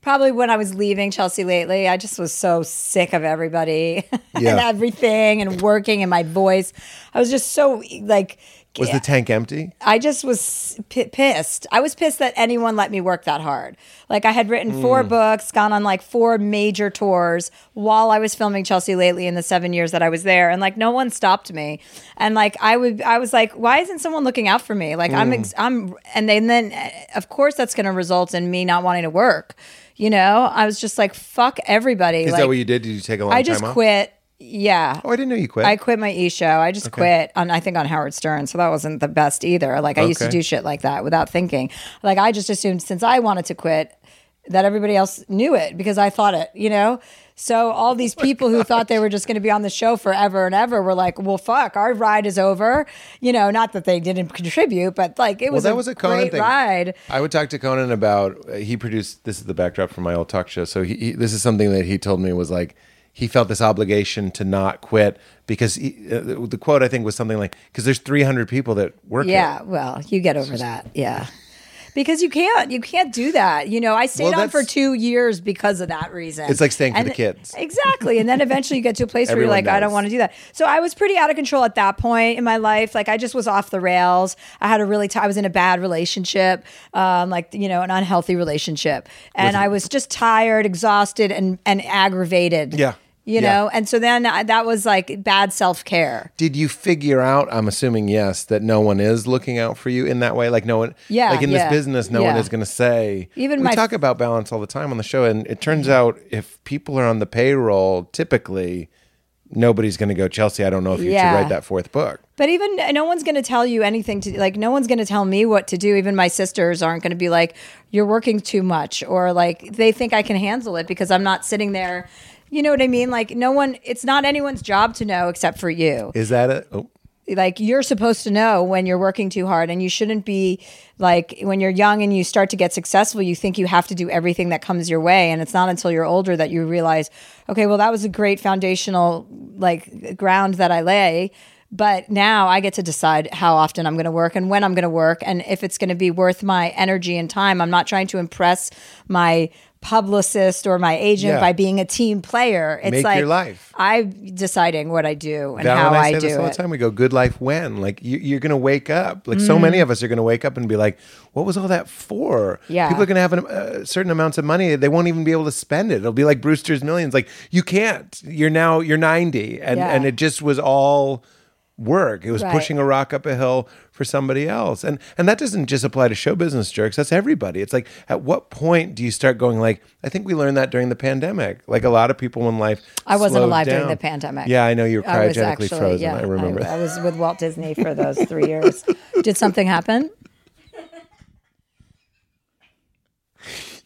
S2: probably when I was leaving Chelsea lately. I just was so sick of everybody and
S7: Yeah.
S2: everything and working and my voice. I was just so like.
S7: Was the tank empty?
S2: I just was p- pissed. I was pissed that anyone let me work that hard. Like I had written
S7: Mm.
S2: four books, gone on like four major tours while I was filming Chelsea lately in the 7 years that I was there and like no one stopped me. And like I would I was like why isn't someone looking out for me? Like I'm ex-
S7: Mm.
S2: I'm and then then eh, of course that's going to result in me not wanting to work. You know, I was just like fuck everybody.
S7: Is
S2: like
S7: that what you did? Did you take a long
S2: I
S7: time
S2: just
S7: off?
S2: quit. Yeah.
S7: Oh, I didn't know you quit.
S2: I quit my e show. I just quit on I think on Howard Stern, so that wasn't the best either. Like I used to
S7: Okay.
S2: do shit like that without thinking. Like I just assumed since I wanted to quit that everybody else knew it because I thought it, you know? So all these
S7: Oh
S2: people who thought they were just going to be on the show forever and ever were like, "Well, fuck, our ride is over." You know, not that they didn't contribute, but like it
S7: well,
S2: was
S7: that
S2: a
S7: was a Conan
S2: great
S7: thing.
S2: ride.
S7: I would talk to Conan about. Uh, he produced. This is the backdrop for my old talk show. So he, he, this is something that he told me was like he felt this obligation to not quit because he, uh, the the quote I think was something like because there's 300 people that work. here."
S2: Yeah, well, you get over that. Yeah. because you can't you can't do that you know i stayed
S1: Well,
S2: on for
S1: that's-
S2: two years because of that reason
S1: It's like staying for
S2: And-
S1: the kids.
S2: exactly and then eventually you get to a place where you're like
S1: Everyone
S2: i don't
S1: knows.
S2: want to do that so i was pretty out of control at that point in my life like i just was off the rails i had a really t- i was in a bad relationship um, like you know an unhealthy relationship and i was just tired exhausted and and aggravated
S1: Yeah.
S2: you
S1: Yeah.
S2: know and so then I, that was like bad self-care
S1: Did you figure out? I'm assuming yes, that no one is looking out for you in that way. Like no one,
S2: Yeah,
S1: Like in
S2: yeah,
S1: this business, no one
S2: yeah.
S1: is going to say.
S2: Even
S1: we
S2: my- Mm-hmm.
S1: talk about balance all the time on the show, and it turns out if people are on the payroll, typically nobody's going to go. Chelsea, I don't know if you
S2: Yeah.
S1: should write that fourth book.
S2: But even no one's going to tell you anything to like. No one's going to tell me what to do. Even my sisters aren't going to be like, "You're working too much," or like they think I can handle it because I'm not sitting there. You know what I mean? Like no one. It's not anyone's job to know except for you.
S1: Is that it? Oh,
S2: Like you're supposed to know when you're working too hard, and you shouldn't be like when you're young and you start to get successful. You think you have to do everything that comes your way, and it's not until you're older that you realize, okay, well that was a great foundational like ground that I lay but now I get to decide how often I'm going to work and when I'm going to work and if it's going to be worth my energy and time. I'm not trying to impress my publicist or my agent
S1: Yeah.
S2: by being a team player. It's
S1: Make
S2: like
S1: your life.
S2: I'm deciding what I do and
S1: Val
S2: how
S1: and
S2: I,
S1: I say
S2: do
S1: this all
S2: it.
S1: the time. We go, "Good life when?" Like you, you're going to wake up. Like
S2: Mm.
S1: so many of us are going to wake up and be like, "What was all that for?"
S2: Yeah.
S1: people are going to have an, uh, certain amounts of money. They won't even be able to spend it. It'll be like Brewster's Millions. Like you can't. You're now you're 90, and
S2: Yeah.
S1: and it just was all work. It was
S2: Right.
S1: pushing a rock up a hill for somebody else, and and that doesn't just apply to show business jerks. That's everybody. It's like at what point do you start going like? I think we learned that during the pandemic. Like a lot of people in life.
S2: I wasn't
S1: slowed
S2: alive during
S1: down.
S2: the pandemic.
S1: Yeah, I know you were
S2: I was
S1: cryogenically
S2: actually-
S1: frozen.
S2: yeah,
S1: I remember
S2: I,
S1: that.
S2: was with Walt Disney for those three years. Did something happen?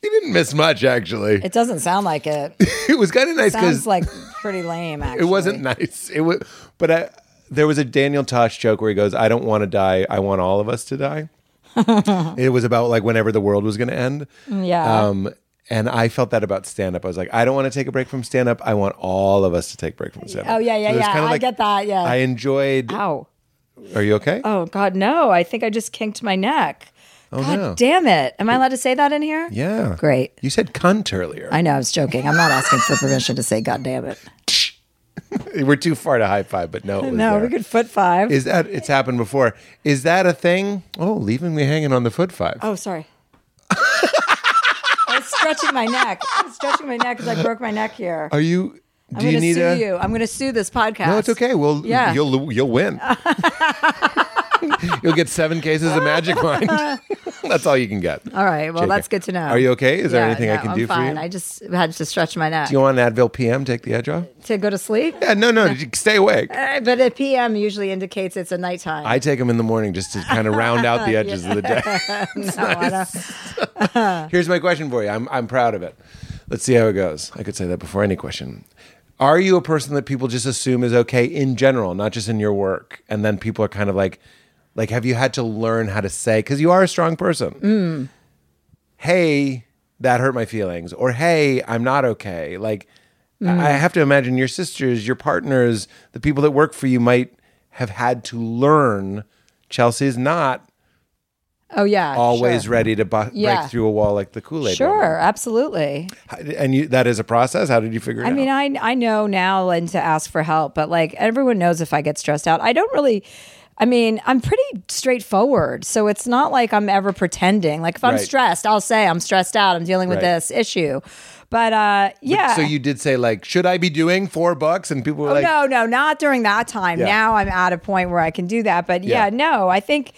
S1: You didn't miss much, actually. It,
S2: It doesn't sound like it.
S1: was kind of nice
S2: Sounds
S1: because
S2: like pretty lame. Actually,
S1: it wasn't nice. It was, but I, there was a Daniel Tosh joke where he goes, "I don't want to die. I want all of us to die." it was about like whenever the world was going to end.
S2: Yeah.
S1: Um, and I felt that about stand up. I was like, I don't want to take a break from stand up. I want all of us to take a break from stand up.
S2: Oh, yeah, yeah, yeah. I get that, yeah.
S1: I enjoyed.
S2: Ow.
S1: Are you okay?
S2: Oh God, no! I think I just kinked my neck. God
S1: Oh, no.
S2: damn it! Am I allowed to say that in here?
S1: Yeah.
S2: Great.
S1: You said cunt earlier.
S2: I know I was joking. I'm not asking for permission to say God damn it.
S1: We're too far to high five, but no. It was
S2: No,
S1: there.
S2: we could foot five.
S1: Is that it's happened before? Is that a thing? Oh, leaving me hanging on the foot five.
S2: oh, sorry. I was stretching my neck. I was stretching my neck because I broke my neck here.
S1: Are you?
S2: I'm
S1: Do you
S2: gonna
S1: need
S2: sue
S1: a?
S2: you. I'm gonna sue this podcast.
S1: No, it's okay. Well,
S2: Yeah.
S1: you'll you'll win. you'll get seven cases of Magic Mind. that's all you can get.
S2: All right. Well,
S1: JK.
S2: that's good to know.
S1: Are you okay? Is there anything I
S2: no,
S1: can
S2: I'm
S1: do
S2: fine.
S1: for you?
S2: I just had to stretch my neck
S1: do you want an Advil PM? Take the edge off.
S2: to go to sleep.
S1: Yeah, no, no, you stay awake.
S2: Uh, But a PM usually indicates it's a nighttime.
S1: I take them in the morning just to kind of round out the edges of the day.
S2: no, I don't-
S1: Here's my question for you. I'm, I'm proud of it. Let's see how it goes. I could say that before any question. Are you a person that people just assume is okay in general, not just in your work? And then people are kind of like, like, have you had to learn how to say, because you are a strong person,
S2: Hmm.
S1: hey, that hurt my feelings, or hey, I'm not okay. Like,
S2: Hmm.
S1: I I have to imagine your sisters, your partners, the people that work for you might have had to learn Chelsea's not
S2: Oh yeah.
S1: always
S2: sure.
S1: ready to bu-
S2: Yeah.
S1: break through a wall like the Kool Aid.
S2: Sure, absolutely.
S1: and you, that is a process. How did you figure it
S2: I
S1: out?
S2: mean, I I know now and to ask for help, but like everyone knows if I get stressed out, I don't really. I mean, I'm pretty straightforward, so it's not like I'm ever pretending. Like if I'm
S1: Right.
S2: stressed, I'll say I'm stressed out. I'm dealing with
S1: Right.
S2: this issue, but uh, yeah.
S1: So you did say like, should I be doing four bucks? And people were like,
S2: Oh, no, no, not during that time.
S1: Yeah.
S2: Now I'm at a point where I can do that. But yeah,
S1: Yeah.
S2: no, I think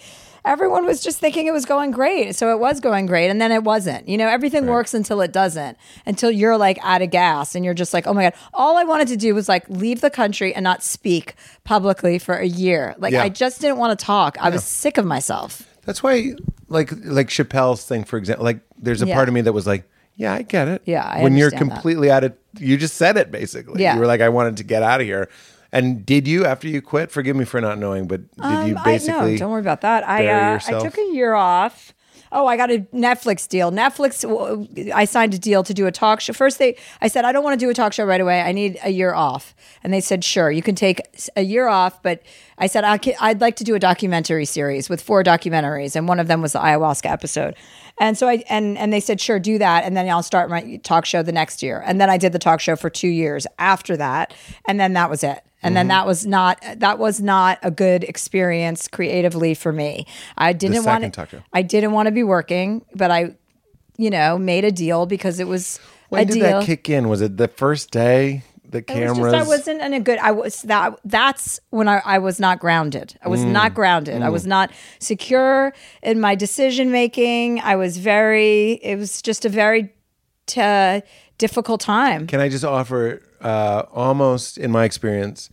S2: everyone was just thinking it was going great. So it was going great. And then it wasn't. You know, everything works until it doesn't, until you're like out of gas and you're just like, oh my God. All I wanted to do was like leave the country and not speak publicly for a year. Like
S1: Yeah.
S2: I just didn't want to talk. I was sick of myself.
S1: that's why like like Chappelle's thing, for example. Like, there's a
S2: Yeah.
S1: part of me that was like, yeah, I get it.
S2: Yeah, I
S1: when you're
S2: understand that.
S1: completely out of, you just said it basically.
S2: Yeah.
S1: you were like, I wanted to get out of here. And did you after you quit? Forgive me for not knowing, but did you
S2: Um,
S1: basically?
S2: I, no, don't worry about that. I
S1: bury
S2: uh, I
S1: yourself?
S2: took a year off. oh, I got a Netflix deal. Netflix, w- I signed a deal to do a talk show. First, they, I said, I don't want to do a talk show right away. I need a year off. And they said, sure, you can take s- a year off. But I said, I ca- I'd like to do a documentary series with four documentaries. And one of them was the ayahuasca episode. And so I and and they said, sure, do that, and then I'll start my talk show the next year. And then I did the talk show for two years after that, and then that was it. And then that was not that was not a good experience creatively for me. I didn't
S1: second
S2: want
S1: talk show.
S2: to. I didn't want to be working, but I, you know, made a deal because it was
S1: When
S2: a
S1: did
S2: deal.
S1: that kick in? Was it the first day? The
S2: It was
S1: cameras.
S2: just I wasn't in a good. I was that. That's when I, I was not grounded. I was
S1: Mm.
S2: not grounded. I was not secure in my decision making. I was very. It was just a very t- difficult time.
S1: Can I just offer uh, almost in my experience,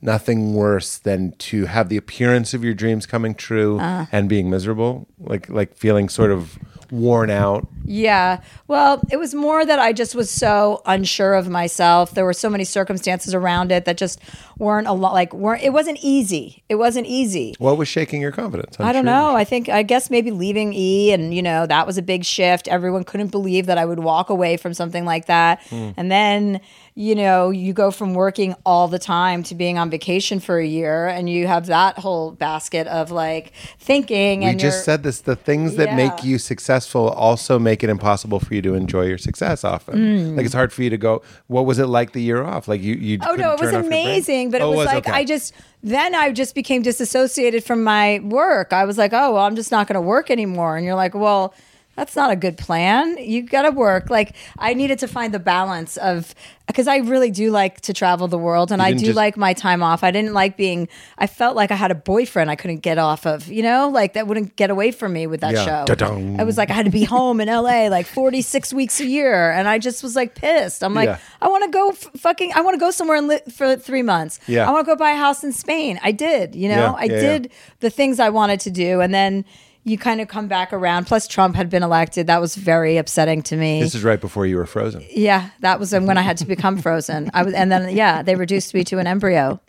S1: nothing worse than to have the appearance of your dreams coming true
S2: Uh.
S1: and being miserable, like like feeling sort of worn out.
S2: Yeah. Well, it was more that I just was so unsure of myself. There were so many circumstances around it that just weren't a lot. Like weren't. It wasn't easy. It wasn't easy.
S1: What was shaking your confidence? I'm
S2: I don't
S1: sure.
S2: know. I think I guess maybe leaving E and you know that was a big shift. Everyone couldn't believe that I would walk away from something like that.
S1: Hmm.
S2: And then you know you go from working all the time to being on vacation for a year, and you have that whole basket of like thinking.
S1: We
S2: and
S1: just
S2: you're-
S1: said this. The things that make
S2: Yeah.
S1: you successful also make it impossible for you to enjoy your success. Often, like it's hard for you to go. What was it like the year off? Like you, you.
S2: Mm. Oh no, it was amazing,
S1: Oh,
S2: but it was, like I just then I just became disassociated from my work. I was like, oh well, I'm just not going to work anymore. And you're like, well, that's not a good plan. You got to work. Like I needed to find the balance of because I really do like to travel the world, and I
S1: didn't
S2: do
S1: just-
S2: like my time off. I didn't like being. I felt like I had a boyfriend I couldn't get off of. You know, like that wouldn't get away from me with that
S1: Yeah.
S2: show.
S1: Da-dung.
S2: I was like, I had to be home in LA like 46 weeks a year, and I just was like pissed. I'm like,
S1: Yeah.
S2: I want to go f- fucking. I want to go somewhere and live for three months.
S1: Yeah.
S2: I want to go buy a house in Spain. I did. You know,
S1: Yeah,
S2: I
S1: yeah, yeah.
S2: did the things I wanted to do, and then you kind of come back around. Plus, Trump had been elected. That was very upsetting to me.
S1: This is right before you were frozen.
S2: yeah, that was when I had to become frozen. I was, and then yeah, they reduced me to an embryo.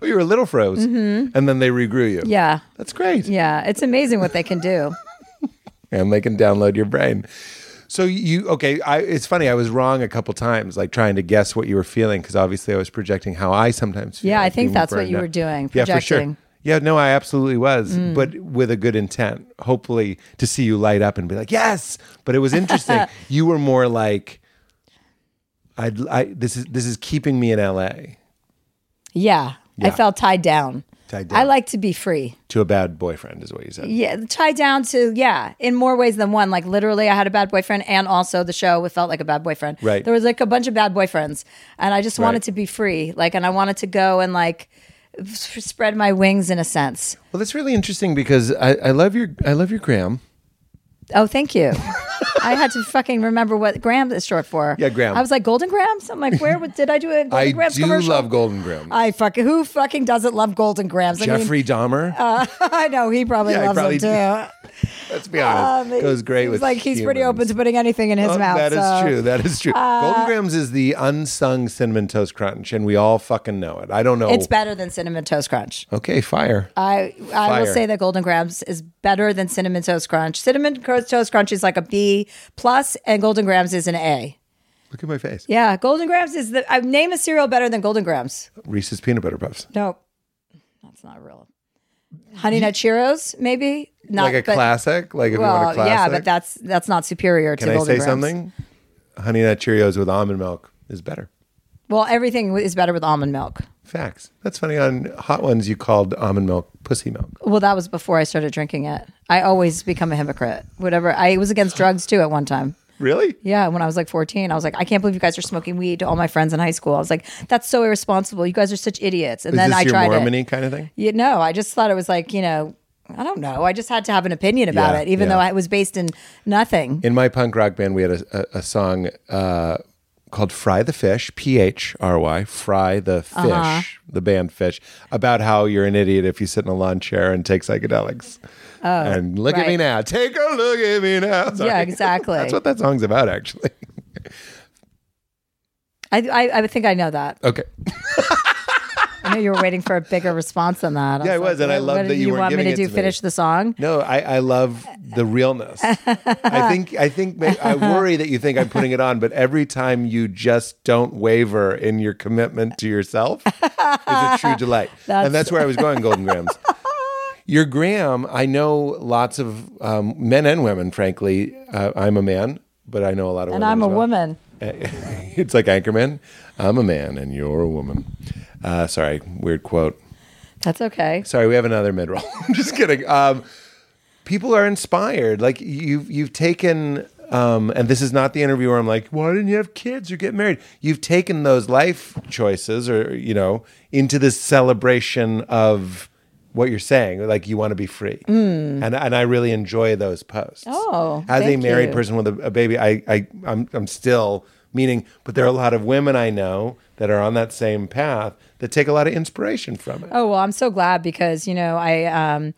S1: Oh, you were a little froze, and then they regrew you.
S2: Mm-hmm. Yeah,
S1: that's great.
S2: yeah, it's amazing what they can do.
S1: and they can download your brain. So you okay? I, it's funny. I was wrong a couple times, like trying to guess what you were feeling, because obviously I was projecting how I sometimes feel.
S2: Yeah, I
S1: like
S2: think
S1: being
S2: that's what
S1: burned
S2: you
S1: out.
S2: were doing,
S1: Yeah, for sure.
S2: projecting. Mm.
S1: Yeah, no, I absolutely was, but with a good intent. Hopefully, to see you light up and be like, yes. But it was interesting. you were more like, I'd, I this is this is keeping me in L.A.
S2: Yeah,
S1: Yeah.
S2: I felt tied down.
S1: Tied
S2: I
S1: down.
S2: like to be free.
S1: to a bad boyfriend, is what you said.
S2: Yeah, tied down to yeah, in more ways than one. Like literally, I had a bad boyfriend, and also the show felt like a bad boyfriend.
S1: Right.
S2: There was like a bunch of bad boyfriends, and I just wanted
S1: Right.
S2: to be free. Like, and I wanted to go and like s- spread my wings in a sense.
S1: Well, that's really interesting because I, I love your I love your gram.
S2: Oh, thank you. I had to fucking remember what Graham is short for.
S1: Yeah, Graham.
S2: I was like Golden Grams. I'm like, where would- did I do a Golden
S1: I
S2: Grams
S1: do
S2: commercial?
S1: love Golden Graham.
S2: I fucking who fucking doesn't love Golden Grams? I mean, uh,
S1: Jeffrey Dahmer.
S2: I know he probably
S1: Yeah, he
S2: loves
S1: probably
S2: them too.
S1: Let's be honest.
S2: Um,
S1: goes great
S2: seems
S1: with
S2: like he's pretty
S1: humans.
S2: open to putting anything in his
S1: Oh,
S2: mouth.
S1: That is
S2: so- uh,
S1: true. That is true. Golden Grams is the unsung cinnamon toast crunch, and we all fucking know it. I don't know.
S2: It's better than cinnamon toast crunch.
S1: Okay, fire.
S2: I I
S1: Fire.
S2: will say that Golden Grams is better than cinnamon toast crunch. Cinnamon Cro- toast crunch is like a B plus, and Golden Grams is an A.
S1: Look at my face.
S2: Yeah, Golden Grams is the I name a cereal better than Golden Grams.
S1: Reese's peanut butter puffs.
S2: No, that's not real. Honey Nut Cheerios, maybe not
S1: like a
S2: but-
S1: classic. Like if you want a
S2: Well,
S1: classic.
S2: yeah, but that's that's not superior
S1: Can
S2: to
S1: I
S2: Golden
S1: say
S2: Grahams.
S1: something? Honey Nut Cheerios with almond milk is better.
S2: Well, everything is better with almond milk.
S1: Facts. That's funny. On Hot Ones, you called almond milk pussy milk.
S2: Well, that was before I started drinking it. I always become a hypocrite. Whatever. I was against drugs too at one time.
S1: Really?
S2: Yeah, when I was like 14, I was like, I can't believe you guys are smoking weed to all my friends in high school. I was like, that's so irresponsible. You guys are such idiots. And
S1: Is
S2: then
S1: this
S2: I
S1: your
S2: tried it.
S1: Mormony kind of thing?
S2: You know, I just thought it was like, you know, I don't know. I just had to have an opinion about
S1: Yeah,
S2: it, even
S1: yeah.
S2: though I was based in nothing.
S1: In my punk rock band, we had a, a, a song uh, called Fry the Fish, P H R Y, Fry the Fish,
S2: Uh-huh.
S1: the band Fish, about how you're an idiot if you sit in a lawn chair and take psychedelics. Oh, and look at me
S2: right.
S1: now. Take a look at me now. Sorry.
S2: Yeah, exactly.
S1: That's what that song's about, actually.
S2: I, I, I think I know that.
S1: Okay.
S2: I knew you were waiting for a bigger response than that.
S1: Yeah, I was, and I
S2: what-
S1: love
S2: what
S1: that
S2: did
S1: you weren't
S2: want me
S1: giving
S2: to do
S1: it to me.
S2: finish the song.
S1: No, I, I love the realness. I think I think may- I worry that you think I'm putting it on, but every time you just don't waver in your commitment to yourself is a true delight. and that's where I was going, Golden Grams. Your gram, I know lots of um, men and women. Frankly, uh, I'm a man, but I know a lot of
S2: And
S1: women.
S2: I'm
S1: as
S2: a
S1: well.
S2: woman.
S1: it's like Anchorman. I'm a man, and you're a woman. Uh, sorry, weird quote.
S2: That's okay.
S1: Sorry, we have another mid roll. I'm just kidding. Um, people are inspired. Like you've you've taken, um, and this is not the interview where I'm like, why didn't you have kids or get married? You've taken those life choices, or you know, into this celebration of what you're saying. Like you want to be free, and and I really enjoy those posts.
S2: Hmm. Oh,
S1: as a
S2: thank
S1: married
S2: you.
S1: person with a, a baby, I I I'm I'm still meaning, but there are a lot of women I know that are on that same path that take a lot of inspiration from it.
S2: Oh well, I'm so glad because you know I um,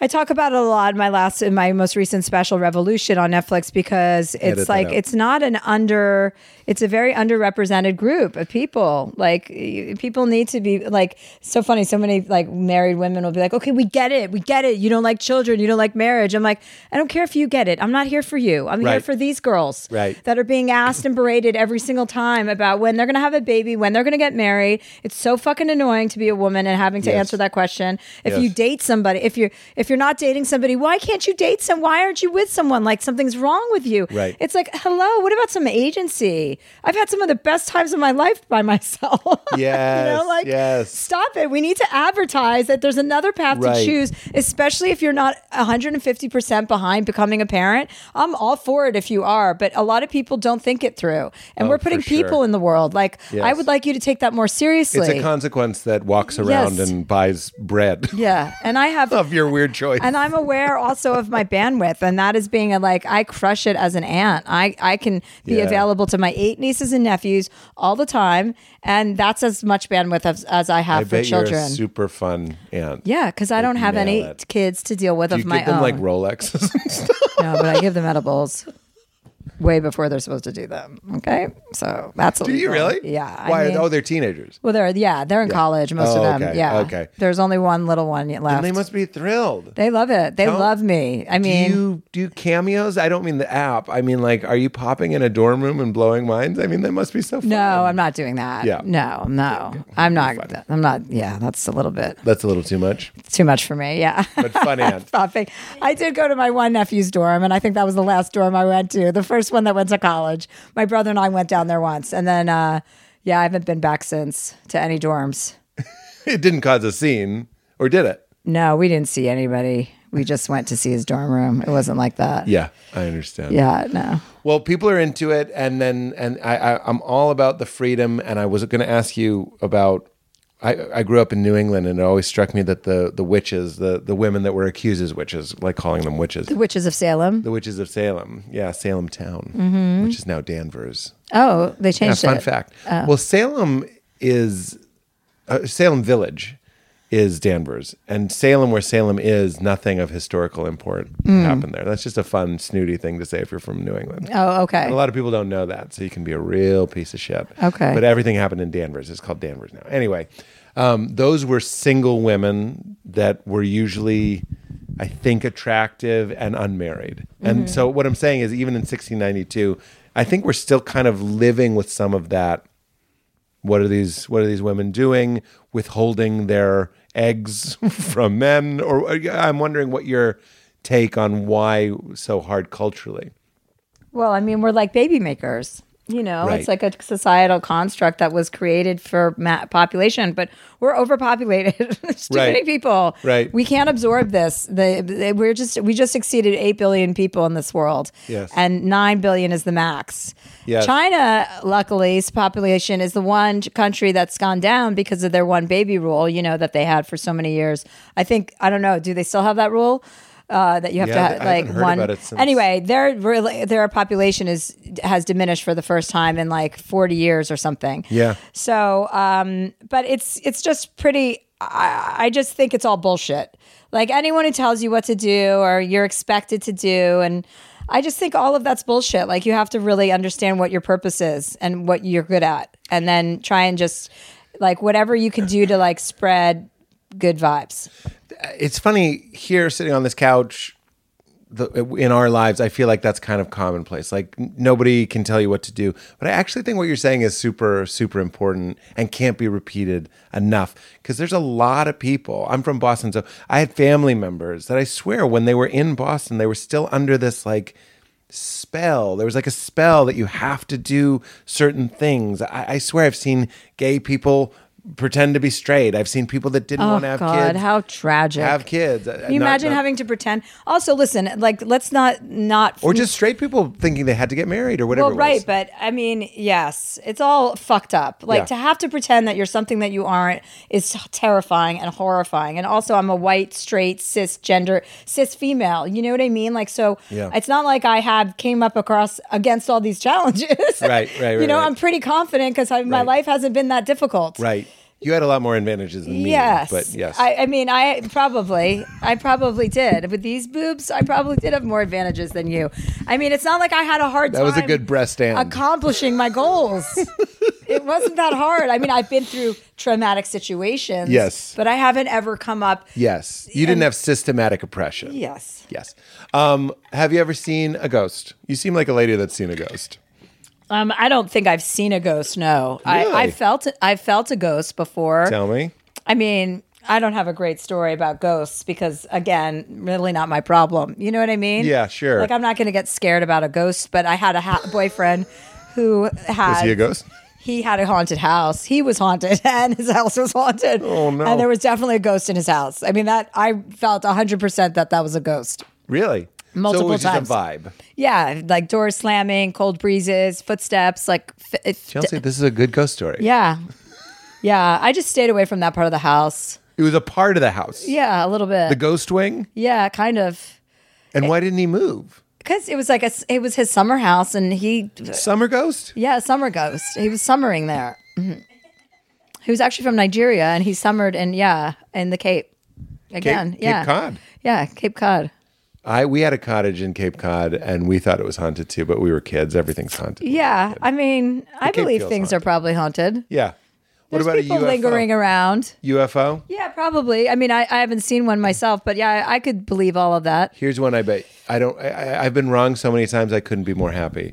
S2: I talk about it a lot in my last in my most recent special Revolution on Netflix because
S1: Edit that
S2: it's like
S1: out.
S2: it's not an under it's a very underrepresented group of people. Like y- people need to be like so funny. So many like married women will be like, okay, we get it, we get it. You don't like children, you don't like marriage. I'm like, I don't care if you get it. I'm not here for you. I'm here
S1: Right.
S2: for these girls
S1: Right.
S2: that are being asked and berated every single time about when they're going to have a baby, when they're going to get married. It's so fucking annoying to be a woman and having to
S1: Yes.
S2: answer that question. If
S1: Yes.
S2: you date somebody, if you're if you're not dating somebody, why can't you date some? Why aren't you with someone? Like something's wrong with you.
S1: Right.
S2: It's like, hello, what about some agency? I've had some of the best times of my life by myself. you
S1: Yes,
S2: know, like
S1: yes.
S2: stop it. We need to advertise that there's another path to
S1: Right.
S2: choose, especially if you're not 150% behind becoming a parent. I'm all for it if you are, but a lot of people don't think it through. And
S1: Oh,
S2: we're putting
S1: for sure.
S2: people in the world. Like, I
S1: Yes.
S2: would like you to take that more seriously.
S1: It's a consequence that walks around
S2: Yes.
S1: and buys bread
S2: yeah. And I have.
S1: of your weird choice.
S2: and I'm aware also of my bandwidth, and that is being a, like I crush it as an aunt. I I can be
S1: Yeah.
S2: available to my eight nieces and nephews all the time, and that's as much bandwidth as, as I have
S1: I
S2: for
S1: bet
S2: children.
S1: you're a super fun aunt.
S2: Yeah, because I don't have
S1: nail
S2: any
S1: it.
S2: kids to deal with
S1: Do
S2: of
S1: you
S2: my
S1: give them
S2: own.
S1: like Rolexes and stuff?
S2: no, but I give them edibles way before they're supposed to do them. Okay, so that's
S1: Do you really?
S2: Yeah. I
S1: Why?
S2: mean-
S1: oh, they're teenagers.
S2: well, they're yeah, they're in college. Most
S1: Oh,
S2: of them.
S1: okay,
S2: Yeah.
S1: okay.
S2: There's only one little one yet left.
S1: And they must be thrilled.
S2: They love it. They
S1: Don't-
S2: love me. I
S1: Do
S2: mean,
S1: you do cameos? I don't mean the app. I mean, like, are you popping in a dorm room and blowing minds? I mean, that must be so fun.
S2: no, I'm not doing that.
S1: Yeah.
S2: No, no, I'm not. I'm not. Yeah, that's a little bit
S1: That's a little too much,
S2: too much for me. Yeah.
S1: but fun aunt.
S2: popping. I did go to my one nephew's dorm, and I think that was the last dorm I went to. The first one that went to college. My brother and I went down there once, and then uh, yeah, I haven't been back since to any dorms.
S1: It didn't cause a scene, or did it?
S2: No, we didn't see anybody. We just went to see his dorm room. It wasn't like that.
S1: Yeah, I understand.
S2: Yeah, no.
S1: Well, people are into it, and then and I, I I'm all about the freedom. And I was going to ask you about. I, I grew up in New England, and it always struck me that the the witches, the the women that were accused as witches, like calling them witches,
S2: The Witches of Salem.
S1: the witches of Salem, yeah, Salem Town, which is now Danvers.
S2: oh, they
S1: Yeah,
S2: changed
S1: fun
S2: it.
S1: fact. Well, Salem is uh, Salem Village is Danvers, and Salem, where Salem is, nothing of historical import happened there. That's just a fun snooty thing to say if you're from New England.
S2: Oh, okay.
S1: And a lot of people don't know that, so you can be a real piece of shit.
S2: Okay.
S1: But everything happened in Danvers. It's called Danvers now. Anyway, um, those were single women that were usually, I think, attractive and unmarried.
S2: Mm-hmm.
S1: And so what I'm saying is, even in 1692, I think we're still kind of living with some of that. What are these? What are these women doing? Withholding their eggs from men? Or uh, I'm wondering what your take on why so hard culturally.
S2: Well, I mean, we're like baby makers. You know,
S1: Right.
S2: it's like a societal construct that was created for ma- population, but we're overpopulated. There's too
S1: Right.
S2: many people.
S1: Right.
S2: We can't absorb this. The, the- we're just we just exceeded eight billion people in this world.
S1: Yes.
S2: And nine billion is the max.
S1: Yes.
S2: China, luckily's population is the one country that's gone down because of their one baby rule. You know that they had for so many years. I think I don't know. Do they still have that rule? Uh, that you have
S1: Yeah, I
S2: to ha-
S1: haven't
S2: like
S1: heard
S2: one
S1: about it since-
S2: anyway anyway, their really their population is has diminished for the first time in like 40 years or something.
S1: Yeah.
S2: So, um, but it's it's just pretty. I, I just think it's all bullshit. Like anyone who tells you what to do or you're expected to do, and I just think all of that's bullshit. Like you have to really understand what your purpose is and what you're good at, and then try and just like whatever you can do to like spread good vibes.
S1: it's funny here sitting on this couch the, in our lives i feel like that's kind of commonplace like n- nobody can tell you what to do but i actually think what you're saying is super super important and can't be repeated enough because there's a lot of people i'm from boston so i had family members that i swear when they were in boston they were still under this like spell. There was like a spell that you have to do certain things. I, I swear, I've seen gay people pretend to be straight. I've seen people that didn't
S2: Oh
S1: want to have
S2: God,
S1: kids
S2: how tragic.
S1: have kids. uh,
S2: Can you imagine having to pretend? Also, listen, like let's not not
S1: or just straight people thinking they had to get married or whatever.
S2: Well, right, but I mean, yes, it's all fucked up. Like
S1: Yeah.
S2: to have to pretend that you're something that you aren't is terrifying and horrifying. And also, I'm a white, straight, cisgender, cis female. You know what I mean? Like, so
S1: Yeah.
S2: it's not like I have came up across against all these challenges.
S1: Right, right,
S2: you
S1: right,
S2: know,
S1: right.
S2: I'm pretty confident because my
S1: Right.
S2: life hasn't been that difficult.
S1: right. You had a lot more advantages than me.
S2: Yes.
S1: but yes,
S2: I, I mean, I probably, I probably did. With these boobs, I probably did have more advantages than you. I mean, it's not like I had a hard
S1: that
S2: time.
S1: was a good breast stand.
S2: accomplishing my goals. it wasn't that hard. I mean, I've been through traumatic situations.
S1: Yes.
S2: But I haven't ever come up.
S1: yes, you didn't have systematic oppression.
S2: Yes.
S1: Yes. Um, have you ever seen a ghost? You seem like a lady that's seen a ghost.
S2: Um, I don't think I've seen a ghost. No, I, I
S1: Really?
S2: felt I felt a ghost before.
S1: Tell me.
S2: I mean, I don't have a great story about ghosts because, again, really not my problem. You know what I mean?
S1: Yeah, sure.
S2: Like I'm not going to get scared about a ghost, but I had a ha- boyfriend who had
S1: Was he a ghost?
S2: he had a haunted house. He was haunted, and his house was haunted.
S1: Oh, no.
S2: And there was definitely a ghost in his house. I mean, that I felt hundred percent that that was a ghost.
S1: Really? so
S2: Multiple
S1: it was
S2: times.
S1: Just a vibe.
S2: Yeah, like doors slamming, cold breezes, footsteps, like f- it,
S1: Chelsea, this is a good ghost story.
S2: yeah, yeah. I just stayed away from that part of the house.
S1: It was a part of the house.
S2: Yeah, a little bit.
S1: The ghost wing.
S2: yeah, kind of.
S1: And why didn't he move?
S2: Because it was like a, s- it was his summer house, and he,
S1: Summer ghost?
S2: yeah, summer ghost. He was summering there. Mhm. He was actually from Nigeria, and he summered in yeah in the Cape. Again,
S1: Cape,
S2: yeah,
S1: Cape Cod.
S2: Yeah, Cape Cod.
S1: I we had a cottage in Cape Cod and we thought it was haunted too, but we were kids. Everything's haunted.
S2: Yeah, I mean, I
S1: Cape
S2: believe
S1: feels
S2: things are
S1: haunted.
S2: probably haunted.
S1: Yeah.
S2: There's
S1: what about
S2: people
S1: a UFO?
S2: lingering around.
S1: UFO?
S2: Yeah, probably. I mean, I, I haven't seen one myself, but yeah, I, I could believe all of that.
S1: Here's one I bet I don't I, I, I've been wrong so many times I couldn't be more happy.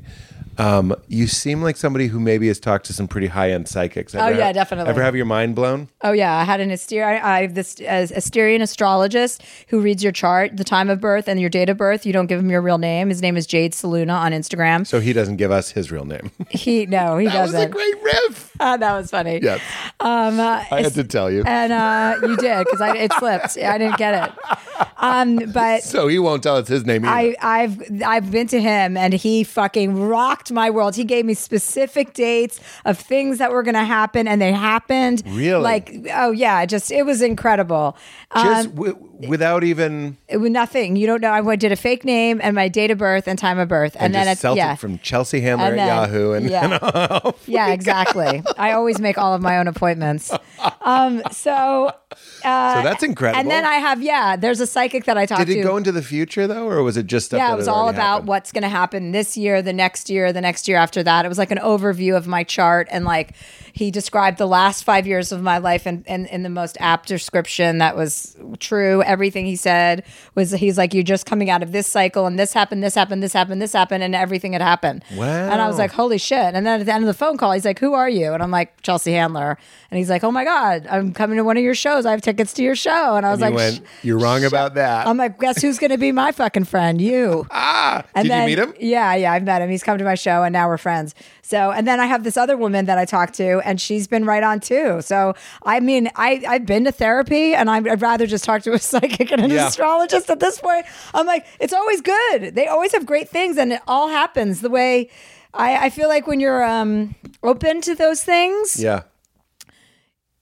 S1: Um, you seem like somebody who maybe has talked to some pretty high end psychics. Ever
S2: Oh, yeah,
S1: have-
S2: definitely.
S1: Ever have your mind blown?
S2: Oh yeah, I had an Asterian. I have this as Asterian astrologist who reads your chart, the time of birth, and your date of birth. You don't give him your real name. His name is Jade Saluna on Instagram.
S1: So he doesn't give us his real name.
S2: He no, he
S1: that was a
S2: doesn't.
S1: great riff.
S2: Ah, that was funny.
S1: Yes.
S2: Um, uh,
S1: I had to tell you.
S2: and uh, you did because it slipped. I didn't get it. Um, but
S1: So he won't tell us his name either.
S2: I, I've I've been to him and he fucking rocked my world. He gave me specific dates of things that were going to happen and they happened.
S1: Really?
S2: Like oh yeah, just it was incredible.
S1: Just
S2: um,
S1: w- without even
S2: It was nothing. You don't know. I went- did a fake name and my date of birth and time of birth, and,
S1: and,
S2: then
S1: just
S2: it's
S1: Celtic
S2: yeah.
S1: from Chelsea Handler at Yahoo and
S2: yeah, yeah, exactly. I always make all of my own appointments. Um, so
S1: so that's incredible.
S2: Uh, and then I have yeah. There's a psychic that I talked
S1: did
S2: to.
S1: it go into the future though, or was it just stuff
S2: yeah,
S1: that
S2: it was
S1: had
S2: all
S1: already
S2: about
S1: happened?
S2: what's going to happen this year, the next year, the next year after that. It was like an overview of my chart, and like he described the last five years of my life in, in, in the most apt description that was true. Everything he said was he's like, You're just coming out of this cycle, and this happened, this happened, this happened, this happened, and everything had happened.
S1: Wow.
S2: And I was like, Holy shit. And then at the end of the phone call, he's like, Who are you? And I'm like, Chelsea Handler. And he's like, Oh my God, I'm coming to one of your shows. I have tickets to your show. And I was
S1: And
S2: like,
S1: you
S2: "Sh- um,
S1: went, you're wrong about that.
S2: I'm like, guess who's going to be my fucking friend? You.
S1: ah,
S2: And
S1: did
S2: then,
S1: you meet him?
S2: Yeah, yeah, I've met him. He's come to my show, and now we're friends. So, and then I have this other woman that I talked to, and she's been right on too. So, I mean, I I've been to therapy, and I'm, I'd rather just talk to a psychic and an
S1: Yeah.
S2: astrologist at this point. I'm like, it's always good. They always have great things, and it all happens the way. I, I feel like when you're um, open to those things,
S1: Yeah,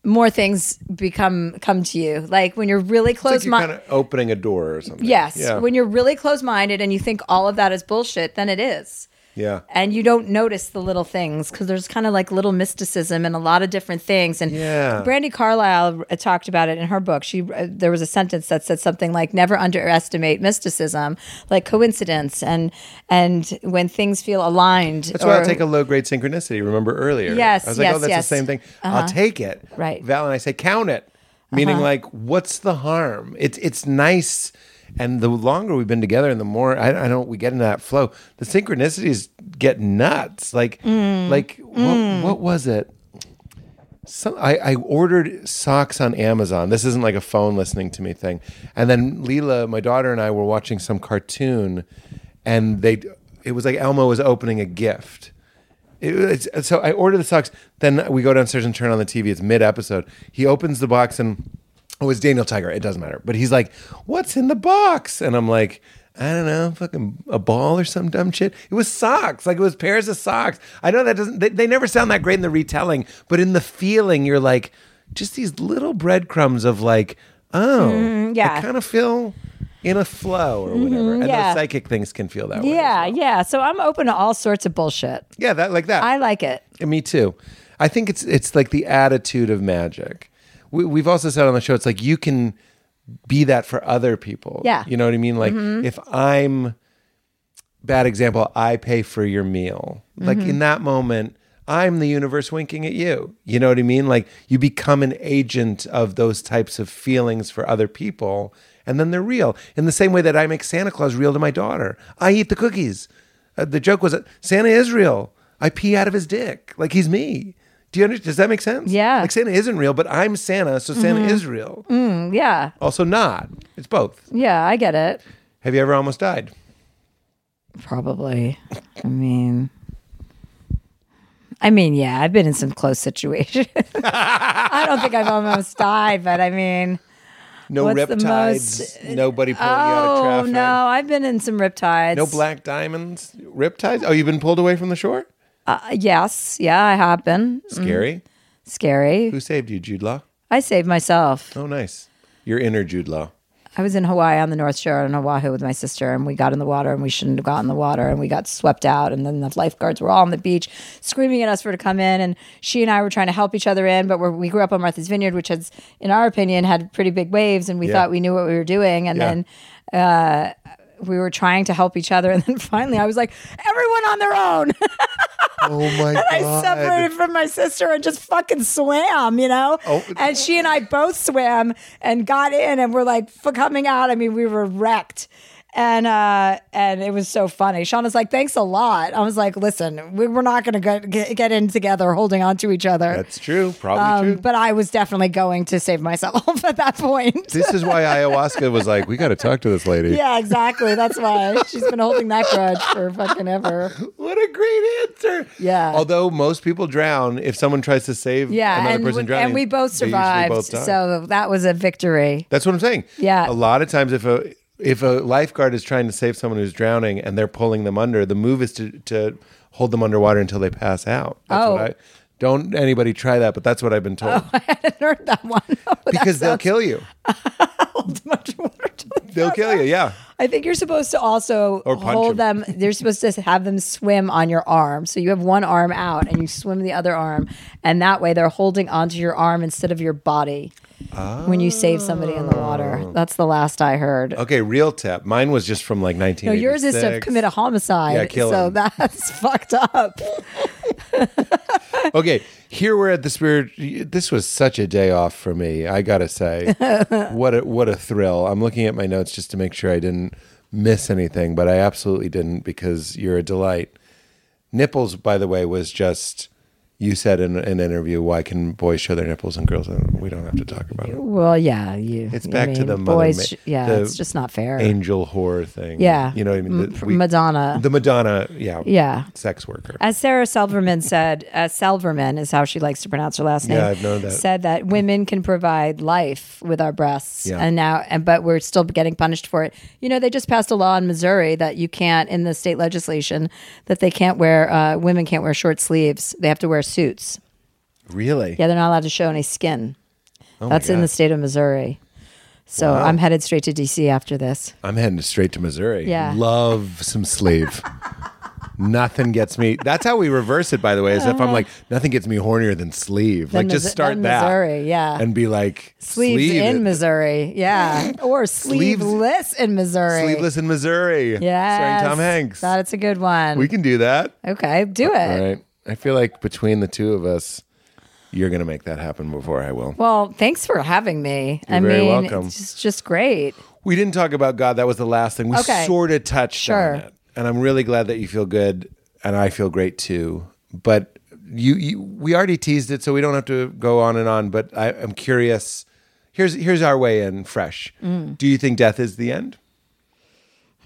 S2: more things become come to you. Like when you're really
S1: it's like
S2: close
S1: you're
S2: minded.
S1: kind of opening a door or something.
S2: Yes.
S1: Yeah.
S2: When you're really close minded and you think all of that is bullshit, then it is.
S1: Yeah.
S2: And you don't notice the little things because there's kind of like little mysticism and a lot of different things. And
S1: Yeah.
S2: Brandy Carlisle uh, talked about it in her book. She uh, there was a sentence that said something like never underestimate mysticism, like coincidence and and when things feel aligned.
S1: That's why
S2: or-
S1: I'll take a low grade synchronicity. Remember earlier?
S2: Yes,
S1: I was like,
S2: yes,
S1: oh, that's
S2: yes.
S1: the same thing. I'll take it.
S2: Right.
S1: Val and I say, count it, meaning like, what's the harm? It's it's nice. And the longer we've been together and the more I, I don't we get into that flow, the synchronicities get nuts. Like like what, what was it? Some, I, I ordered socks on Amazon. This isn't like a phone listening to me thing. And then Leela, my daughter, and I were watching some cartoon, and they it was like Elmo was opening a gift. It, it's, so I order the socks. Then we go downstairs and turn on the TV. It's mid episode. He opens the box and oh, it's Daniel Tiger. It doesn't matter. But he's like, "What's in the box?" And I'm like, "I don't know, fucking a ball or some dumb shit." It was socks. Like it was pairs of socks. I know that doesn't. They, they never sound that great in the retelling, but in the feeling, you're like, just these little breadcrumbs of like, oh,
S2: Mm-hmm, yeah. Mm-hmm,
S1: I kind of feel in a flow or whatever. And
S2: yeah.
S1: those psychic things can feel that way. as
S2: yeah,
S1: well.
S2: yeah. So I'm open to all sorts of bullshit.
S1: yeah, that like that.
S2: I like it.
S1: Yeah, Me too. I think it's it's like the attitude of magic. We, we've also said on the show, it's like you can be that for other people.
S2: Yeah.
S1: you know what I mean. Like if I'm bad example, I pay for your meal. Like in that moment, I'm the universe winking at you. You know what I mean? Like you become an agent of those types of feelings for other people, and then they're real. In the same way that I make Santa Claus real to my daughter, I eat the cookies. Uh, the joke was that Santa is real. I pee out of his dick. Like he's me. Do you understand? Does that make sense?
S2: Yeah.
S1: Like Santa isn't real, but I'm Santa, so Santa is real.
S2: Mm, Yeah,
S1: Also not. It's both.
S2: yeah. I get it.
S1: Have you ever almost died?
S2: Probably. I mean, I mean, yeah, I've been in some close situations. I don't think I've almost died, but I mean,
S1: No
S2: What's the uh,
S1: riptides. nobody pulling you out of
S2: oh
S1: traffic.
S2: no, I've been in some riptides.
S1: No black diamonds. Riptides. Oh, you've been pulled away from the shore.
S2: Uh, yes, yeah, I have been.
S1: Scary.
S2: Scary.
S1: Who saved you, Jude Law?
S2: I saved myself.
S1: Oh, nice. Your inner Jude Law.
S2: I was in Hawaii on the North Shore on Oahu with my sister, and we got in the water, and we shouldn't have gotten in the water, and we got swept out. And then the lifeguards were all on the beach screaming at us for to come in, and she and I were trying to help each other in. But we're, we grew up on Martha's Vineyard, which has, in our opinion, had pretty big waves, and we
S1: Yeah.
S2: thought we knew what we were doing. And
S1: Yeah.
S2: then uh, we were trying to help each other, and then finally I was like, "Everyone on their own."
S1: Oh my
S2: I separated from my sister and just fucking swam, you know?
S1: Oh.
S2: And she and I both swam and got in and were like for coming out. I mean, we were wrecked. And uh and it was so funny. Shauna's like, "Thanks a lot." I was like, "Listen, we, we're not going to get, get get in together, holding on to each other."
S1: That's true. Probably true.
S2: Um, But I was definitely going to save myself at that point.
S1: this is why ayahuasca was like, we got to talk to this lady.
S2: yeah, exactly. That's why she's been holding that grudge for fucking ever.
S1: What a great answer.
S2: Yeah.
S1: Although most people drown, if someone tries to save
S2: Yeah,
S1: another
S2: and,
S1: person
S2: we-
S1: drowning,
S2: and we both
S1: they usually
S2: survived.
S1: both die.
S2: so that was a victory.
S1: That's what I'm saying.
S2: Yeah.
S1: A lot of times, if a if a lifeguard is trying to save someone who's drowning and they're pulling them under, the move is to to hold them underwater until they pass out. That's
S2: Oh.
S1: What I, don't anybody try that, but that's what I've been told.
S2: heard that one.
S1: because they'll kill you. They'll kill you. Yeah.
S2: I think you're supposed to also
S1: Or punch
S2: hold them. You're supposed to have them swim on your arm. So you have one arm out and you swim the other arm. And that way they're holding onto your arm instead of your body when you save somebody in the water. That's the last I heard.
S1: Oh. Okay. Real tip. Mine was just from like 19.
S2: No, yours is to commit a homicide.
S1: Yeah, kill
S2: so
S1: him.
S2: that's fucked up.
S1: okay, here we're at the spirit. This was such a day off for me. I gotta say, what a, what a thrill! I'm looking at my notes just to make sure I didn't miss anything, but I absolutely didn't because you're a delight. Nipples, by the way, was just you said in an interview, "Why can boys show their nipples and girls don't?" We don't have to talk about it.
S2: Well, yeah, you.
S1: It's
S2: I
S1: back to
S2: mean,
S1: the mother
S2: boys.
S1: ma-
S2: sh- yeah,
S1: the
S2: it's just not fair.
S1: Angel horror thing.
S2: Yeah.
S1: you know what I mean.
S2: M- Madonna.
S1: the Madonna. Yeah,
S2: Yeah.
S1: sex worker.
S2: As Sarah Silverman said, uh, Silverman is how she likes to pronounce her last name.
S1: Yeah, I've known that.
S2: Said that women can provide life with our breasts,
S1: Yeah.
S2: and now, and but we're still getting punished for it. You know, they just passed a law in Missouri that you can't, in the state legislation, that they can't wear, uh, women can't wear short sleeves. They have to wear suits.
S1: Really?
S2: Yeah, they're not allowed to show any skin. That's in
S1: Oh God.
S2: the state of Missouri. So I'm headed straight to DC after this.
S1: I'm heading straight to Missouri.
S2: Yeah.
S1: Love some sleeve. nothing gets me. That's how we reverse it, by the way, is if I'm like, nothing gets me hornier than sleeve.
S2: Uh-huh. Than
S1: like, just
S2: Missu-
S1: start
S2: than
S1: that.
S2: Missouri, yeah.
S1: And be like,
S2: Sleeves
S1: sleeve
S2: in
S1: it-
S2: Missouri, yeah, or
S1: Sleeves-
S2: sleeveless in Missouri.
S1: Sleeveless in Missouri.
S2: yeah.
S1: Starring Tom Hanks.
S2: That's a good one.
S1: we can do that.
S2: okay, do it.
S1: All right. I feel like between the two of us, you're going to make that happen before I will.
S2: Well, thanks for having me. I
S1: You're very
S2: mean,
S1: welcome.
S2: it's just, just great.
S1: We didn't talk about God. That was the last thing. We
S2: Okay.
S1: sort of touched
S2: Sure.
S1: on it. And I'm really glad that you feel good and I feel great too. But you, you we already teased it, so we don't have to go on and on. But I, I'm curious. Here's here's our way in fresh. Do you think death is the end?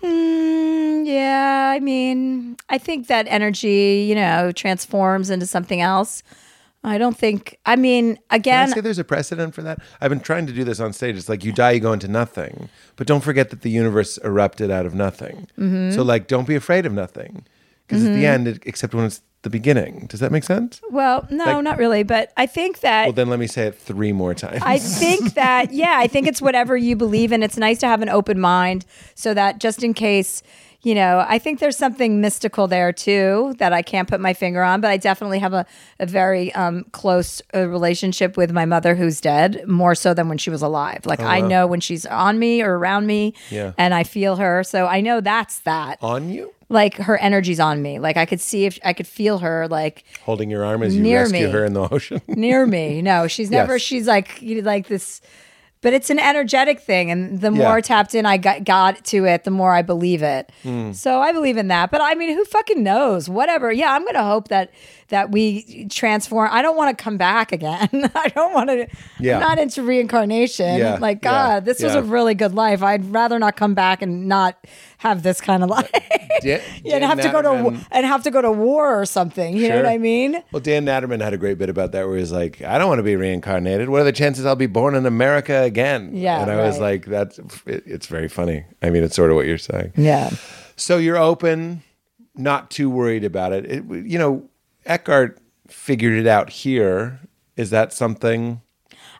S2: Mm, yeah, I mean, I think that energy, you know, transforms into something else. I don't think. I mean,
S1: Can
S2: again,
S1: I say there's a precedent for that? I've been trying to do this on stage. It's like you die, you go into nothing. But don't forget that the universe erupted out of nothing.
S2: Mm-hmm.
S1: So like, don't be afraid of nothing, because at the end, it, except when it's the beginning. Does that make sense?
S2: well, no,
S1: like-
S2: not really. But I think that
S1: Well, then let me say it three more times.
S2: I think that yeah, I think it's whatever you believe in. It's nice to have an open mind so that just in case, you know, I think there's something mystical there too that I can't put my finger on, but I definitely have a, a very um, close uh, relationship with my mother who's dead, more so than when she was alive. Like I know when she's on me or around me,
S1: Yeah.
S2: and I feel her, so I know that's that.
S1: on you,
S2: Like her energy's on me. Like I could see if I could feel her. Like
S1: holding your arm as you
S2: Near
S1: rescue
S2: me.
S1: her in the ocean.
S2: near me. No, she's never.
S1: Yes.
S2: She's like you know, like this, but it's an energetic thing, and the more
S1: Yeah.
S2: tapped in I got, got to it, the more I believe it.
S1: Hmm.
S2: So I believe in that. But I mean, who fucking knows? Whatever. Yeah, I'm gonna hope that that we transform. I don't want to come back again. I don't want to.
S1: Yeah.
S2: I'm not into reincarnation.
S1: Yeah,
S2: Like
S1: yeah,
S2: God, this was
S1: yeah.
S2: a really good life. I'd rather not come back and not have this kind of life.
S1: Dan,
S2: Yeah, and have to go to wa- and have to go to war or something. You know what
S1: Sure.
S2: I mean?
S1: Well, Dan Natterman had a great bit about that where he's like, I don't want to be reincarnated. What are the chances I'll be born in America again?
S2: Yeah,
S1: And I was
S2: right.
S1: like, that's, it, it's very funny. I mean, it's sort of what you're saying.
S2: Yeah.
S1: So you're open, not too worried about it. it you know, Eckhart figured it out here. Is that something?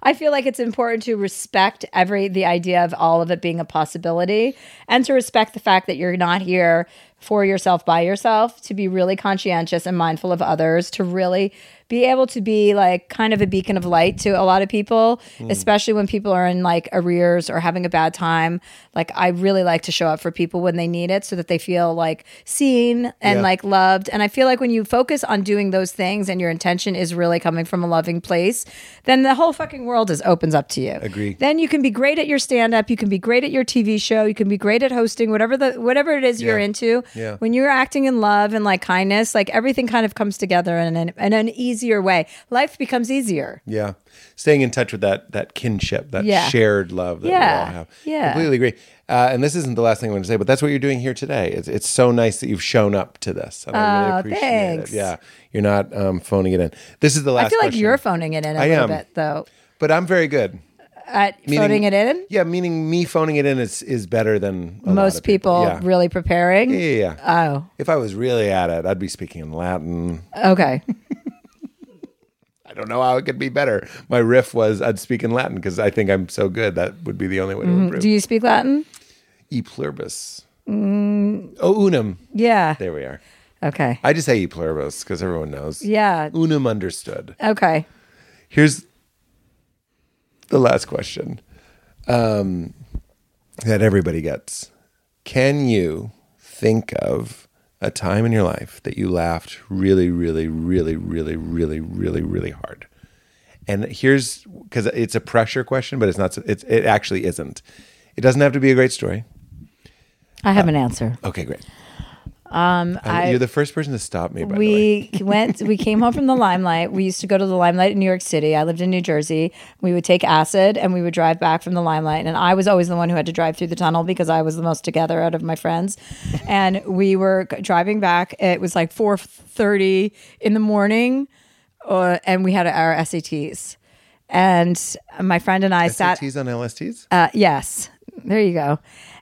S2: I feel like it's important to respect every the idea of all of it being a possibility and to respect the fact that you're not here for yourself by yourself to be really conscientious and mindful of others to really be able to be like kind of a beacon of light to a lot of people especially when people are in like arrears or having a bad time like I really like to show up for people when they need it so that they feel like seen and
S1: Yeah.
S2: like loved and I feel like when you focus on doing those things and your intention is really coming from a loving place then the whole fucking world is opens up to you
S1: Agree.
S2: then you can be great at your stand up you can be great at your TV show you can be great at hosting whatever the whatever it is you're
S1: Yeah.
S2: into
S1: Yeah.
S2: when you're acting in love and like kindness like everything kind of comes together in an, in an easier way life becomes easier
S1: Yeah, staying in touch with that that kinship, that
S2: Yeah.
S1: shared love that
S2: Yeah.
S1: we all have.
S2: Yeah.
S1: completely agree. Uh, and this isn't the last thing I'm going to say, but that's what you're doing here today. It's, it's so nice that you've shown up to this. And I
S2: Oh,
S1: really appreciate
S2: thanks.
S1: it. Yeah, you're not um, phoning it in. This is the last.
S2: I feel like
S1: question.
S2: you're phoning it in a
S1: I
S2: little
S1: am.
S2: bit though
S1: but I'm very good.
S2: at phoning it in
S1: Yeah, meaning me phoning it in is is better than a lot
S2: most
S1: of people.
S2: people
S1: Yeah.
S2: really preparing
S1: Yeah, yeah, yeah.
S2: oh
S1: if I was really at it, I'd be speaking in Latin.
S2: okay
S1: I don't know how it could be better. My riff was I'd speak in Latin because I think I'm so good. That would be the only way to improve.
S2: do you speak latin
S1: e pluribus. Oh, unum.
S2: yeah
S1: There we are.
S2: okay
S1: I just say e pluribus because everyone knows.
S2: yeah
S1: Unum understood.
S2: okay
S1: Here's the last question um, that everybody gets Can you think of a time in your life that you laughed really, really, really, really, really, really, really hard? And here's because it's a pressure question, but it's not, it's, it actually isn't. It doesn't have to be a great story.
S2: I
S1: Uh,
S2: have an answer.
S1: Okay, great.
S2: Um,
S1: I-
S2: I,
S1: you're the first person to stop me. By the way.
S2: we went we came home from the limelight we used to go to the limelight in new york city i lived in new jersey we would take acid and we would drive back from the limelight and i was always the one who had to drive through the tunnel because i was the most together out of my friends and we were g- driving back it was like 4.30 in the morning uh, and we had our sats and my friend and i sat
S1: SATs on LSTs.
S2: uh, yes, there you go.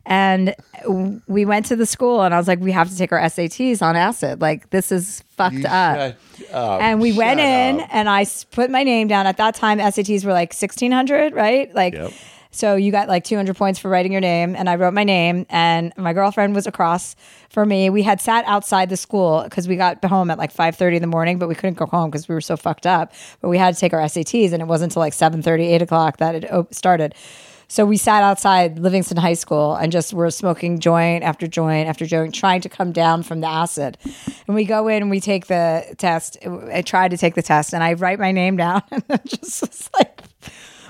S2: And w- we went to the school, and I was like, "We have to take our SATs on acid. Like this is fucked up." And we went in, and I s- put my name down. At that time, SATs were like sixteen hundred, right? Like.
S1: Yep.
S2: So you got like 200 points for writing your name, and I wrote my name, and my girlfriend was across for me. We had sat outside the school because we got home at like 5:30 in the morning, but we couldn't go home because we were so fucked up. But we had to take our SATs, and it wasn't until like 7:30, 8 o'clock that it op- started. So we sat outside Livingston High School and just were smoking joint after joint after joint, trying to come down from the acid. And we go in and we take the test. I tried to take the test and I write my name down and then just was like,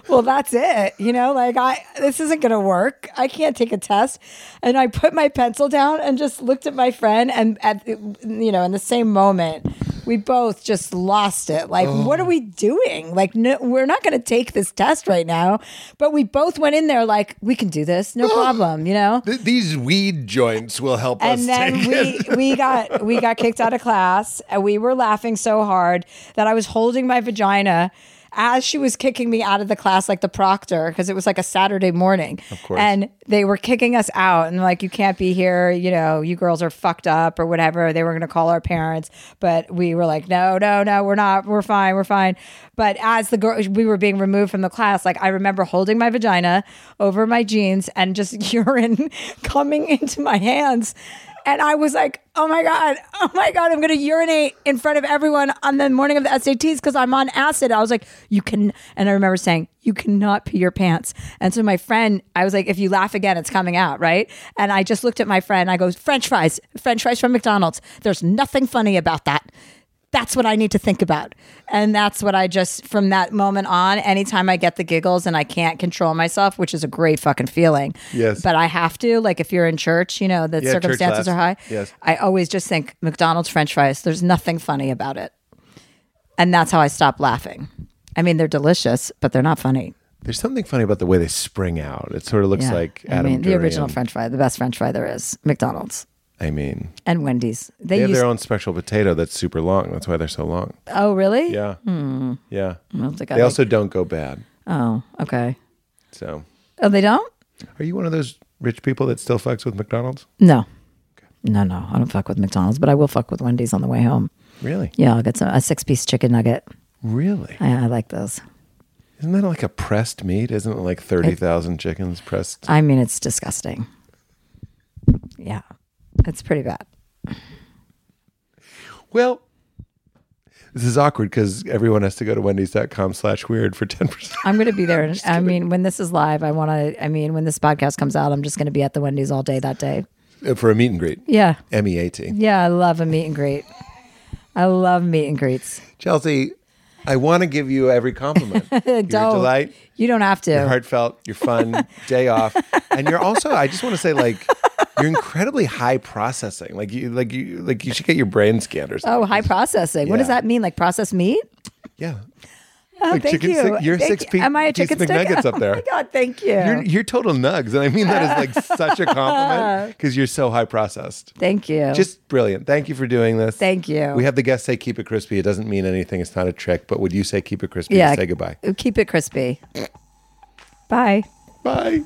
S2: well, that's it. You know, like I, this isn't going to work. I can't take a test. And I put my pencil down and just looked at my friend. And at, you know, in the same moment, we both just lost it. Like, what are we doing? Like, no, we're not going to take this test right now. But we both went in there like, we can do this, no problem. You know.
S1: Th- these weed joints will help us
S2: And then
S1: take
S2: we
S1: it.
S2: we got we got kicked out of class, and we were laughing so hard that I was holding my vagina as she was kicking me out of the class, like the proctor, because it was like a Saturday morning. Of
S1: course.
S2: And they were kicking us out, and like you can't be here, you know, you girls are fucked up or whatever. They were going to call our parents, but we were like, no, no, no, we're not, we're fine, we're fine. But as the girl, we were being removed from the class. Like I remember holding my vagina over my jeans and just urine coming into my hands. And I was like, oh my God, oh my God, I'm going to urinate in front of everyone on the morning of the SATs because I'm on acid. I was like, you can, and I remember saying, you cannot pee your pants. And so my friend, I was like, if you laugh again, it's coming out, right? And I just looked at my friend, I go, French fries, French fries from McDonald's. There's nothing funny about that that's what I need to think about. And that's what I just, from that moment on, anytime I get the giggles and I can't control myself, which is a great fucking feeling.
S1: Yes.
S2: But I have to, like if you're in church, you know, the
S1: Yeah, church
S2: circumstances are high.
S1: class. Yes.
S2: I always just think McDonald's french fries, there's nothing funny about it. And that's how I stop laughing. I mean, they're delicious, but they're not funny.
S1: There's something funny about the way they spring out. It sort of looks
S2: Yeah.
S1: like
S2: I
S1: Adam
S2: mean, the original
S1: Durian.
S2: french fry, the best french fry there is, McDonald's
S1: I mean,
S2: and Wendy's. They,
S1: they have
S2: used,
S1: their own special potato that's super long. That's why they're so long.
S2: oh, really?
S1: Yeah.
S2: Hmm.
S1: Yeah.
S2: don't think I
S1: they
S2: like-
S1: also don't go bad.
S2: Oh, okay.
S1: So,
S2: Oh, they don't?
S1: are you one of those rich people that still fucks with McDonald's?
S2: No. No, no, I don't fuck with McDonald's, but I will fuck with Wendy's on the way home.
S1: Really?
S2: Yeah, I'll get some a six piece chicken nugget.
S1: Really?
S2: I, I like those.
S1: Isn't that like a pressed meat? Isn't it like 30,000 chickens pressed?
S2: I mean, it's disgusting. Yeah, it's pretty bad.
S1: Well, this is awkward because everyone has to go to wendy's.com slash weird for 10%.
S2: I'm gonna be there. and- I mean, when this is live, I want to. I mean, when this podcast comes out, I'm just gonna be at the Wendy's all day that day.
S1: for a meet and greet.
S2: Yeah,
S1: M E A T.
S2: yeah, I love a meet and greet. I love meet and greets.
S1: Chelsea, I want to give you every compliment. Your
S2: Uh, Don't.
S1: delight,
S2: You don't have
S1: you're
S2: to.
S1: heartfelt, you're fun, day off, and you're also. I just want to say, like, you're incredibly high processing. Like you, like you, like you should get your brain scanned or something.
S2: Oh, high processing. What does
S1: Yeah.
S2: that mean? Like processed meat?
S1: yeah.
S2: Oh,
S1: Like
S2: thank
S1: chicken
S2: you.
S1: stick- you're
S2: Thank
S1: six
S2: you.
S1: piece-
S2: Am I a
S1: piece
S2: chicken stick?
S1: McNuggets up
S2: Oh
S1: there.
S2: my god, thank you.
S1: You're, you're total nugs, and I mean that is like such a compliment because you're so high processed.
S2: Thank you.
S1: Just brilliant. Thank you for doing this.
S2: Oh. Thank you.
S1: We have the guests say keep it crispy. It doesn't mean anything. It's not a trick. But would you say keep it crispy?
S2: yeah.
S1: Say goodbye.
S2: Keep it crispy. Bye.
S1: Bye.